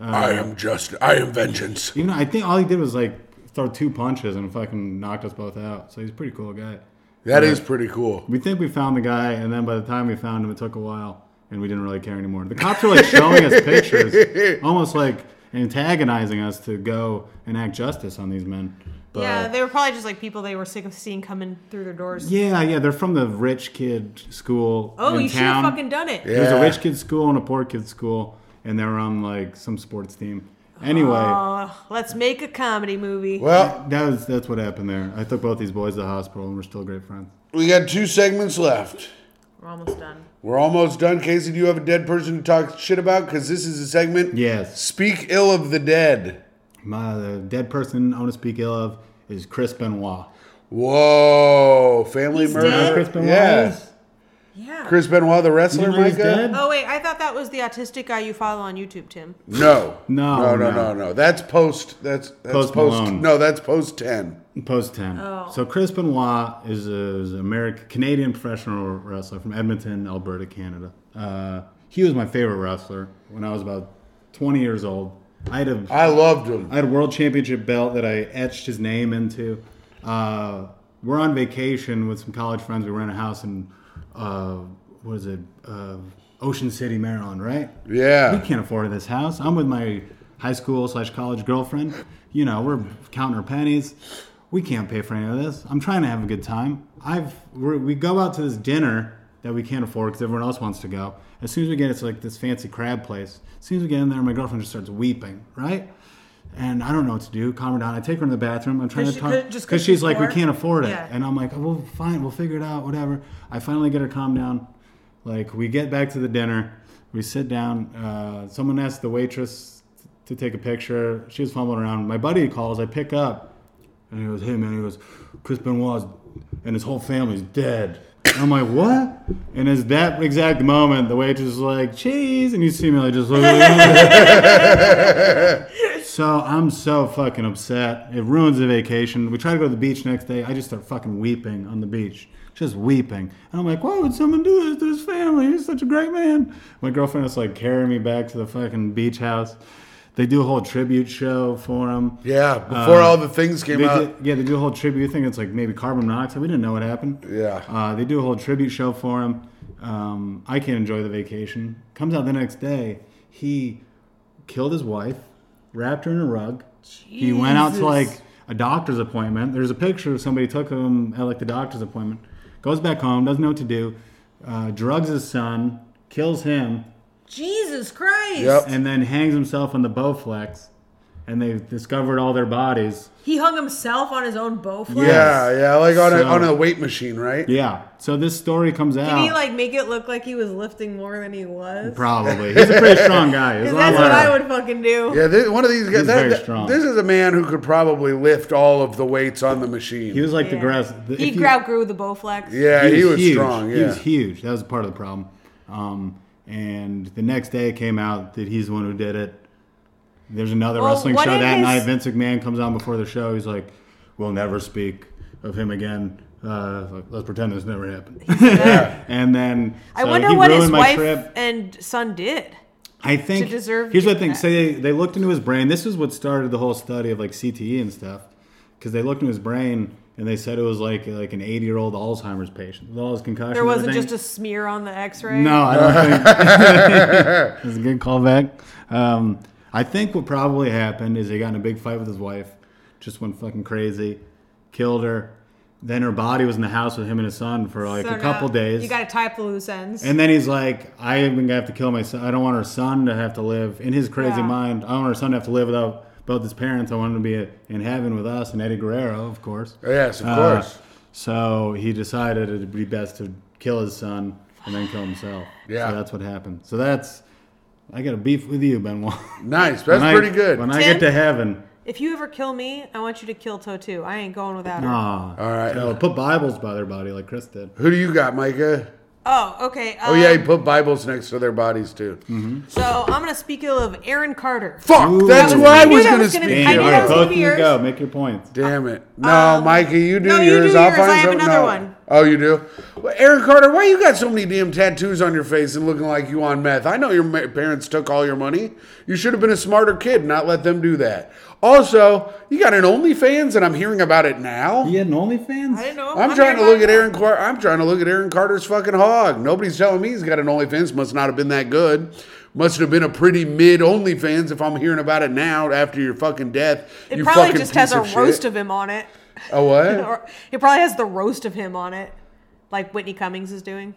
[SPEAKER 2] I
[SPEAKER 3] Uh,
[SPEAKER 2] am just. I am vengeance.
[SPEAKER 3] Even though I think all he did was like throw two punches and fucking knocked us both out. So he's a pretty cool guy.
[SPEAKER 2] That is pretty cool.
[SPEAKER 3] We think we found the guy, and then by the time we found him, it took a while, and we didn't really care anymore. The cops were like showing us pictures, almost like antagonizing us to go and act justice on these men. But,
[SPEAKER 1] Yeah, they were probably just like people they were sick of seeing coming through their doors.
[SPEAKER 3] yeah, yeah, they're from the rich kid school.
[SPEAKER 1] Oh,
[SPEAKER 3] in
[SPEAKER 1] you should
[SPEAKER 3] town.
[SPEAKER 1] have fucking done it.
[SPEAKER 3] There's
[SPEAKER 2] Yeah.
[SPEAKER 3] a rich kid school and a poor kid school, and they were on like some sports team. Anyway,
[SPEAKER 1] Oh, let's make a comedy movie.
[SPEAKER 2] Well,
[SPEAKER 3] that was that's what happened there. I took both these boys to the hospital, and we're still great friends.
[SPEAKER 2] we got two segments left.
[SPEAKER 1] We're almost done.
[SPEAKER 2] We're almost done. Casey, do you have a dead person to talk shit about? Because this is a segment.
[SPEAKER 3] Yes.
[SPEAKER 2] Speak ill of the dead.
[SPEAKER 3] My the dead person I want to speak ill of is Chris Benoit.
[SPEAKER 2] Whoa. Family
[SPEAKER 1] He's
[SPEAKER 2] murder.
[SPEAKER 1] dead?
[SPEAKER 3] Chris Benoit
[SPEAKER 2] yeah.
[SPEAKER 3] is?
[SPEAKER 1] Yeah.
[SPEAKER 2] Chris Benoit, the wrestler,
[SPEAKER 3] You know he's
[SPEAKER 2] Micah?
[SPEAKER 3] dead?
[SPEAKER 1] Oh wait, I thought that was the autistic guy you follow on YouTube, Tim.
[SPEAKER 2] No.
[SPEAKER 3] No,
[SPEAKER 2] No, no, no,
[SPEAKER 3] no.
[SPEAKER 2] no. That's post. That's, that's post.
[SPEAKER 3] Post Malone.
[SPEAKER 2] no, that's post 10.
[SPEAKER 3] Post 10.
[SPEAKER 1] Oh.
[SPEAKER 3] So Chris Benoit is, a, is an American Canadian professional wrestler from Edmonton, Alberta, Canada. Uh, he was my favorite wrestler when I was about 20 years old. I had a
[SPEAKER 2] I loved him.
[SPEAKER 3] I had a world championship belt that I etched his name into. Uh, we're on vacation with some college friends. We rent a house in uh, what is it, uh, Ocean City, Maryland, right?
[SPEAKER 2] Yeah.
[SPEAKER 3] we can't afford this house. I'm with my high school slash college girlfriend. You know, we're counting our pennies. We can't pay for any of this. I'm trying to have a good time. I've we're, we go out to this dinner that we can't afford because everyone else wants to go. As soon as we get it's like this fancy crab place. As soon as we get in there, my girlfriend just starts weeping, right? And I don't know what to do. Calm her down. I take her in the bathroom. I'm trying
[SPEAKER 1] Cause
[SPEAKER 3] to
[SPEAKER 1] she-
[SPEAKER 3] talk
[SPEAKER 1] cause- just cause
[SPEAKER 3] because she's
[SPEAKER 1] she's
[SPEAKER 3] like, we
[SPEAKER 1] poor?
[SPEAKER 3] can't afford it.
[SPEAKER 1] Yeah.
[SPEAKER 3] And I'm like, oh, well, fine, we'll figure it out, whatever. I finally get her calmed down. Like, we get back to the dinner. We sit down. Uh, someone asks the waitress to take a picture. She was fumbling around. My buddy calls. I pick up. And he goes, hey, man. He goes, Chris Benoit's and his whole family's dead. And I'm like, what? And it's that exact moment the waitress is like, cheese. And you see me like, just like, so I'm so fucking upset. It ruins the vacation. We try to go to the beach next day. I just start fucking weeping on the beach, just weeping. And I'm like, why would someone do this to his family? He's such a great man. My girlfriend is like carrying me back to the fucking beach house. They do a whole tribute show for him.
[SPEAKER 2] Yeah, before all the things came
[SPEAKER 3] They
[SPEAKER 2] out.
[SPEAKER 3] Uh, did- yeah, they do a whole tribute thing. It's like maybe carbon monoxide. We didn't know what happened.
[SPEAKER 2] Yeah.
[SPEAKER 3] Uh, they do a whole tribute show for him. Um, I can't enjoy the vacation. Comes out the next day. He killed his wife, wrapped her in a rug. He went out to like a doctor's appointment. There's a picture of somebody took him at like the doctor's appointment. Goes back home, doesn't know what to do. Uh, drugs his son, kills him,
[SPEAKER 1] Jesus Christ.
[SPEAKER 2] Yep.
[SPEAKER 3] and then hangs himself on the Bowflex. And they've discovered all their bodies.
[SPEAKER 1] He hung himself on his own bow flag.
[SPEAKER 2] Yeah, yeah, like on a
[SPEAKER 3] So-
[SPEAKER 2] on a weight machine, right?
[SPEAKER 3] Yeah. So this story comes out.
[SPEAKER 1] Did he like make it look like he was lifting more than he was?
[SPEAKER 3] Probably. He's a pretty strong guy. There's
[SPEAKER 1] 'Cause
[SPEAKER 3] a lot
[SPEAKER 1] that's what
[SPEAKER 3] of-
[SPEAKER 1] I would fucking do.
[SPEAKER 2] Yeah, this, one of these guys.
[SPEAKER 3] He's
[SPEAKER 2] that-
[SPEAKER 3] very
[SPEAKER 2] that-
[SPEAKER 3] strong.
[SPEAKER 2] This is a man who could probably lift all of the weights on the machine.
[SPEAKER 3] He was like the
[SPEAKER 1] Yeah.
[SPEAKER 3] grass. the-
[SPEAKER 1] He
[SPEAKER 3] if you-
[SPEAKER 1] outgrew the Bowflex.
[SPEAKER 2] yeah, he was,
[SPEAKER 3] huge.
[SPEAKER 2] strong. Yeah,
[SPEAKER 3] He was huge. That was part of the problem. Um, and the next day it came out that he's the one who did it. There's another
[SPEAKER 1] Well,
[SPEAKER 3] wrestling
[SPEAKER 1] what
[SPEAKER 3] show
[SPEAKER 1] did
[SPEAKER 3] that
[SPEAKER 1] his-
[SPEAKER 3] night. Vince McMahon comes on before the show. He's like, "We'll never speak of him again. Uh, like, let's pretend this never happened." and then
[SPEAKER 1] I
[SPEAKER 3] so
[SPEAKER 1] wonder
[SPEAKER 3] he
[SPEAKER 1] what his
[SPEAKER 3] ruined my
[SPEAKER 1] wife
[SPEAKER 3] trip.
[SPEAKER 1] and son did.
[SPEAKER 3] I think
[SPEAKER 1] to deserve
[SPEAKER 3] Here's the
[SPEAKER 1] getting
[SPEAKER 3] thing:
[SPEAKER 1] that.
[SPEAKER 3] so they, they looked into his brain. This is what started the whole study of like CTE and stuff, because they looked into his brain and they said it was like like an 80 year old Alzheimer's patient with all his concussions.
[SPEAKER 1] There wasn't
[SPEAKER 3] I think.
[SPEAKER 1] just a smear on the X-ray.
[SPEAKER 3] no. I don't think that's a good callback. Um, I think what probably happened is he got in a big fight with his wife, just went fucking crazy, killed her. Then her body was in the house with him and his son for like
[SPEAKER 1] So
[SPEAKER 3] a
[SPEAKER 1] now
[SPEAKER 3] couple days.
[SPEAKER 1] You got to tie up the loose ends.
[SPEAKER 3] And then he's like, I am gonna have to kill my son. I don't want her son to have to live in his crazy
[SPEAKER 1] Yeah.
[SPEAKER 3] mind. I don't want her son to have to live without both his parents. I want him to be in heaven with us and Eddie Guerrero, of course.
[SPEAKER 2] Oh, yes, of
[SPEAKER 3] Uh,
[SPEAKER 2] course.
[SPEAKER 3] so he decided it'd be best to kill his son and then kill himself.
[SPEAKER 2] Yeah.
[SPEAKER 3] So that's what happened. So that's I got a beef with you, Benoit.
[SPEAKER 2] Nice. That's
[SPEAKER 3] When I-
[SPEAKER 2] pretty good.
[SPEAKER 3] When I
[SPEAKER 1] Tim?
[SPEAKER 3] get to heaven,
[SPEAKER 1] if you ever kill me, I want you to kill Toe too. I ain't going without her.
[SPEAKER 3] ah,
[SPEAKER 2] All right.
[SPEAKER 3] So put Bibles by their body like Chris did.
[SPEAKER 2] Who do you got, Micah?
[SPEAKER 1] Oh, okay.
[SPEAKER 2] Oh yeah, he
[SPEAKER 1] um,
[SPEAKER 2] put Bibles next to their bodies too.
[SPEAKER 3] Mm-hmm.
[SPEAKER 1] So I'm gonna speak ill of Aaron Carter.
[SPEAKER 2] Fuck,
[SPEAKER 3] Ooh.
[SPEAKER 2] that's
[SPEAKER 3] I
[SPEAKER 2] what I
[SPEAKER 1] knew
[SPEAKER 2] was
[SPEAKER 1] that
[SPEAKER 2] gonna
[SPEAKER 1] was gonna
[SPEAKER 2] speak.
[SPEAKER 1] be- I
[SPEAKER 2] to.
[SPEAKER 1] knew
[SPEAKER 3] all
[SPEAKER 1] that
[SPEAKER 3] right,
[SPEAKER 1] was
[SPEAKER 3] both
[SPEAKER 1] gonna
[SPEAKER 3] of
[SPEAKER 1] be
[SPEAKER 3] you
[SPEAKER 1] yours.
[SPEAKER 3] go. Make your points.
[SPEAKER 2] Damn it! No,
[SPEAKER 1] um,
[SPEAKER 2] Micah, you do
[SPEAKER 1] no, you
[SPEAKER 2] yours.
[SPEAKER 1] do
[SPEAKER 2] I'll
[SPEAKER 1] yours.
[SPEAKER 2] find
[SPEAKER 1] I have
[SPEAKER 2] some-
[SPEAKER 1] another
[SPEAKER 2] no.
[SPEAKER 1] one.
[SPEAKER 2] Oh, you do. Well, Aaron Carter, why you got so many damn tattoos on your face and looking like you on meth? I know your ma- parents took all your money. You should have been a smarter kid, and not let them do that. Also, you got an OnlyFans, and I'm hearing about it now.
[SPEAKER 3] He had an OnlyFans.
[SPEAKER 1] I didn't know.
[SPEAKER 2] I'm trying to look at Aaron. Car- I'm trying to look at Aaron Carter's fucking hog. Nobody's telling me he's got an OnlyFans. Must not have been that good. Must have been a pretty mid OnlyFans if I'm hearing about it now after your fucking death.
[SPEAKER 1] It
[SPEAKER 2] you
[SPEAKER 1] probably
[SPEAKER 2] fucking
[SPEAKER 1] just has
[SPEAKER 2] piece
[SPEAKER 1] a
[SPEAKER 2] of
[SPEAKER 1] roast
[SPEAKER 2] shit.
[SPEAKER 1] of him on it.
[SPEAKER 2] a what?
[SPEAKER 1] Or it probably has the roast of him on it, like Whitney Cummings is doing.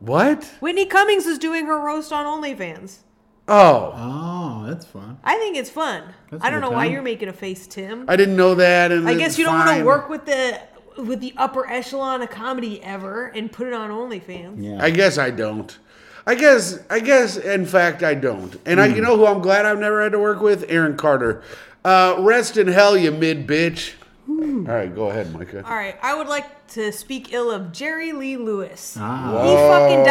[SPEAKER 2] what?
[SPEAKER 1] Whitney Cummings is doing her roast on OnlyFans.
[SPEAKER 2] Oh,
[SPEAKER 3] Oh, that's fun.
[SPEAKER 1] I think it's fun.
[SPEAKER 3] That's
[SPEAKER 1] I don't
[SPEAKER 3] a good
[SPEAKER 1] know why
[SPEAKER 3] time.
[SPEAKER 1] you're making a face, Tim.
[SPEAKER 2] I didn't know that. And
[SPEAKER 1] I
[SPEAKER 2] it's
[SPEAKER 1] guess you don't want to
[SPEAKER 2] fine.
[SPEAKER 1] work with the with the upper echelon of comedy ever and put it on OnlyFans.
[SPEAKER 3] Yeah.
[SPEAKER 2] I guess I don't. I guess. I guess. In fact, I don't. And I,
[SPEAKER 1] Hmm.
[SPEAKER 2] you know who I'm glad I've never had to work with? Aaron Carter. Uh, rest in hell, you mid bitch.
[SPEAKER 1] Hmm.
[SPEAKER 2] All right, go ahead, Micah.
[SPEAKER 1] All right, I would like to speak ill of Jerry Lee Lewis.
[SPEAKER 3] Ah.
[SPEAKER 1] He fucking
[SPEAKER 2] Whoa,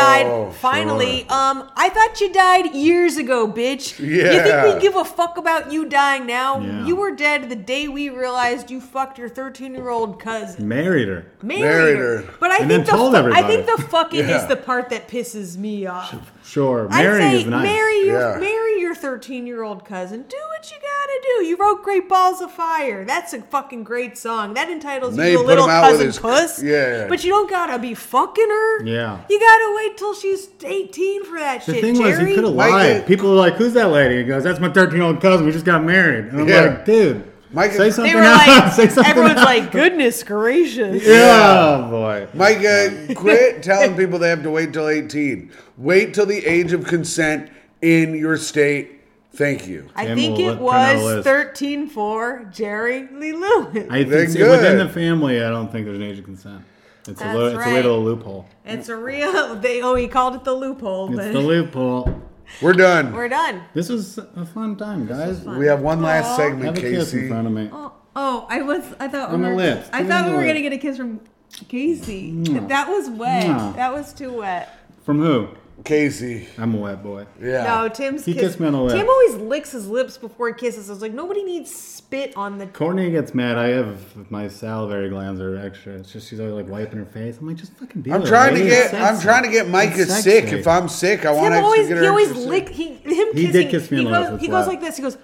[SPEAKER 1] died finally. Um, I thought you died years ago, bitch. You
[SPEAKER 2] Yeah.
[SPEAKER 1] think we give a fuck about you dying now?
[SPEAKER 3] Yeah.
[SPEAKER 1] You were dead the day we realized you fucked your 13 year old cousin.
[SPEAKER 3] Married her.
[SPEAKER 1] Married,
[SPEAKER 2] Married
[SPEAKER 1] her.
[SPEAKER 2] her.
[SPEAKER 1] But I think
[SPEAKER 3] And then
[SPEAKER 1] the
[SPEAKER 3] told
[SPEAKER 1] fu-
[SPEAKER 3] everybody.
[SPEAKER 1] I think the fucking
[SPEAKER 2] Yeah.
[SPEAKER 1] is the part that pisses me off.
[SPEAKER 3] Sure,
[SPEAKER 1] I'd
[SPEAKER 3] marrying
[SPEAKER 1] say
[SPEAKER 3] is nice.
[SPEAKER 1] marry your
[SPEAKER 2] Yeah.
[SPEAKER 1] marry your 13 year old cousin. Do what you gotta do. You wrote "Great Balls of Fire." That's a fucking great song. That entitles
[SPEAKER 2] They
[SPEAKER 1] you to
[SPEAKER 2] put
[SPEAKER 1] little
[SPEAKER 2] him out with
[SPEAKER 1] cousin
[SPEAKER 2] his-
[SPEAKER 1] puss.
[SPEAKER 2] yeah.
[SPEAKER 1] But you don't gotta be fucking her.
[SPEAKER 3] Yeah.
[SPEAKER 1] You gotta wait till she's 18 for that
[SPEAKER 3] the
[SPEAKER 1] shit.
[SPEAKER 3] thing
[SPEAKER 1] Jerry.
[SPEAKER 3] was, he could have
[SPEAKER 2] Mike, uh,
[SPEAKER 3] lied. People are like, "Who's that lady?" He goes, "That's my 13 year old cousin. We just got married." And I'm
[SPEAKER 2] Yeah.
[SPEAKER 3] like, "Dude,
[SPEAKER 2] Mike,
[SPEAKER 3] say
[SPEAKER 2] they
[SPEAKER 1] They
[SPEAKER 3] something
[SPEAKER 1] were
[SPEAKER 3] else.
[SPEAKER 1] like,
[SPEAKER 3] say something
[SPEAKER 1] everyone's
[SPEAKER 3] else.
[SPEAKER 1] like, goodness gracious.
[SPEAKER 3] "Yeah, oh, boy."
[SPEAKER 2] Micah, quit telling people they have to wait till 18. Wait till the age of consent in your state. Thank you.
[SPEAKER 1] I
[SPEAKER 3] Tim
[SPEAKER 1] think
[SPEAKER 3] will
[SPEAKER 1] it
[SPEAKER 3] print out a
[SPEAKER 1] was
[SPEAKER 3] list.
[SPEAKER 1] 13 for Jerry Lee Lewis.
[SPEAKER 3] I
[SPEAKER 2] They're
[SPEAKER 3] think see, within
[SPEAKER 2] good.
[SPEAKER 3] the family, I don't think there's an age of consent. It's a
[SPEAKER 1] That's
[SPEAKER 3] little, it's a
[SPEAKER 1] right.
[SPEAKER 3] little loophole.
[SPEAKER 1] It's a real. They oh, he called it the loophole,
[SPEAKER 3] It's
[SPEAKER 1] but
[SPEAKER 3] the loophole.
[SPEAKER 2] We're done.
[SPEAKER 1] we're done.
[SPEAKER 3] This was a fun time, guys.
[SPEAKER 2] We have one last
[SPEAKER 1] Aw.
[SPEAKER 2] segment,
[SPEAKER 3] Have a kiss in
[SPEAKER 2] Casey.
[SPEAKER 3] front of me.
[SPEAKER 1] Oh, oh, I was. I thought
[SPEAKER 3] On
[SPEAKER 1] we
[SPEAKER 3] the
[SPEAKER 1] were,
[SPEAKER 3] lips.
[SPEAKER 1] I
[SPEAKER 3] Give me
[SPEAKER 1] thought
[SPEAKER 3] the
[SPEAKER 1] we were
[SPEAKER 3] lip.
[SPEAKER 1] gonna get a kiss from Casey. That was wet.
[SPEAKER 3] Mwah.
[SPEAKER 1] That was too wet.
[SPEAKER 3] From who?
[SPEAKER 2] Casey.
[SPEAKER 3] I'm a wet boy.
[SPEAKER 2] Yeah.
[SPEAKER 1] No, Tim's
[SPEAKER 3] He kissed me on the lip.
[SPEAKER 1] Tim always licks his lips before he kisses. I was like, nobody needs spit on the.
[SPEAKER 3] Courtney gets mad. I have my salivary glands are extra. It's just she's always like wiping her face. I'm like, just fucking deal
[SPEAKER 2] I'm
[SPEAKER 3] with it,
[SPEAKER 2] trying to
[SPEAKER 3] lady.
[SPEAKER 2] get
[SPEAKER 3] It's
[SPEAKER 2] I'm
[SPEAKER 3] sexy.
[SPEAKER 2] trying to get Micah
[SPEAKER 3] It's
[SPEAKER 2] sick.
[SPEAKER 3] sexy.
[SPEAKER 2] If I'm sick, I
[SPEAKER 1] Tim
[SPEAKER 2] want to
[SPEAKER 1] always
[SPEAKER 2] always,
[SPEAKER 1] he
[SPEAKER 2] get her
[SPEAKER 1] always
[SPEAKER 2] sick.
[SPEAKER 1] lick he him
[SPEAKER 3] He
[SPEAKER 1] kissing.
[SPEAKER 3] did kiss me
[SPEAKER 1] he
[SPEAKER 3] on the
[SPEAKER 1] goes,
[SPEAKER 3] lips, Mm.
[SPEAKER 1] he
[SPEAKER 3] it's
[SPEAKER 1] goes
[SPEAKER 3] loud.
[SPEAKER 1] like this. He goes,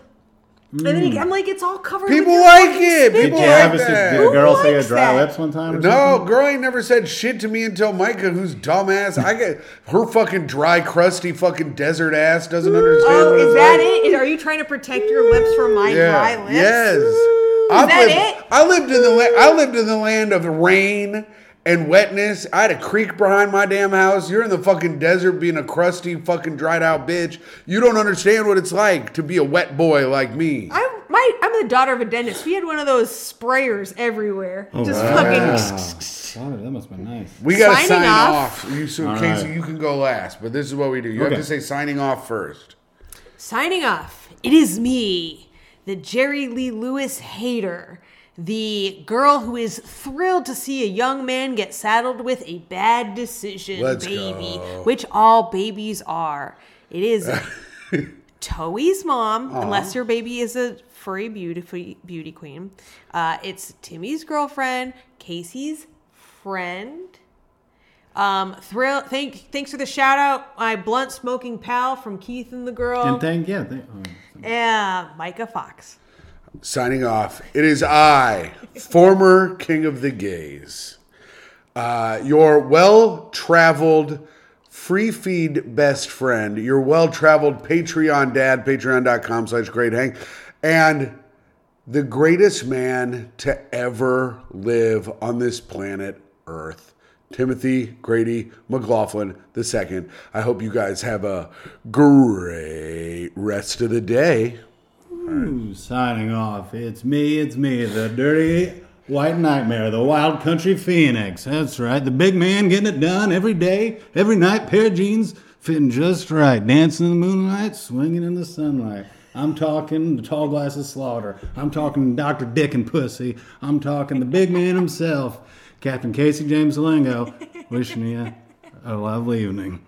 [SPEAKER 1] and then he, I'm like, it's all covered. with
[SPEAKER 2] People
[SPEAKER 1] your
[SPEAKER 2] like
[SPEAKER 1] fucking
[SPEAKER 2] it.
[SPEAKER 1] spit.
[SPEAKER 3] Did
[SPEAKER 2] People
[SPEAKER 3] you
[SPEAKER 2] like
[SPEAKER 3] have a,
[SPEAKER 2] that.
[SPEAKER 3] did a girl say a
[SPEAKER 1] likes
[SPEAKER 3] dry
[SPEAKER 1] that?
[SPEAKER 3] lips one time? Or something?
[SPEAKER 2] No, girl ain't never said shit to me until Micah, who's dumbass. I get her fucking dry, crusty, fucking desert ass doesn't understand.
[SPEAKER 1] Oh,
[SPEAKER 2] what
[SPEAKER 1] is
[SPEAKER 2] it's
[SPEAKER 1] that
[SPEAKER 2] like.
[SPEAKER 1] it? Is- Are you trying to protect your lips from my
[SPEAKER 2] Yeah.
[SPEAKER 1] dry lips?
[SPEAKER 2] Yes. I
[SPEAKER 1] that
[SPEAKER 2] lived,
[SPEAKER 1] it?
[SPEAKER 2] I lived in the la- I lived in the land of rain and wetness. I had a creek behind my damn house. You're in the fucking desert being a crusty, fucking dried out bitch. You don't understand what it's like to be a wet boy like me.
[SPEAKER 1] I'm my I'm the daughter of a dentist. We had one of those sprayers everywhere. Just fucking.
[SPEAKER 3] Wow. Wow, that must have been nice.
[SPEAKER 2] we gotta
[SPEAKER 1] Signing
[SPEAKER 2] sign off.
[SPEAKER 1] off.
[SPEAKER 2] You so
[SPEAKER 3] All
[SPEAKER 2] Casey,
[SPEAKER 3] right.
[SPEAKER 2] you can go last, but this is what we do. You have
[SPEAKER 3] Okay.
[SPEAKER 2] to say signing off first.
[SPEAKER 1] Signing off. It is me, the Jerry Lee Lewis hater, the girl who is thrilled to see a young man get saddled with a bad decision,
[SPEAKER 2] Let's
[SPEAKER 1] baby,
[SPEAKER 2] go.
[SPEAKER 1] which all babies are. It is Toey's mom, unless your baby is a furry beauty beauty queen. Uh, it's Timmy's girlfriend, Casey's friend. Um, thrill. Thank, thanks for the shout out, my blunt smoking pal from Keith and the Girl.
[SPEAKER 3] And thank yeah, thank, oh,
[SPEAKER 1] Yeah, Micah Fox.
[SPEAKER 2] Signing off. It is I, former king of the gays, uh, your well traveled free feed best friend, your well traveled Patreon dad, patreon.com slash great hang, and the greatest man to ever live on this planet Earth, Timothy Grady McLaughlin II. I hope you guys have a great rest of the day.
[SPEAKER 3] Ooh, signing off. It's me, it's me, the dirty white nightmare, the wild country phoenix. That's right, the big man getting it done every day, every night, pair of jeans fitting just right, dancing in the moonlight, swinging in the sunlight. I'm talking the tall glass of slaughter. I'm talking Dr. Dick and Pussy. I'm talking the big man himself, Captain Casey James Lingo, wishing you a lovely evening.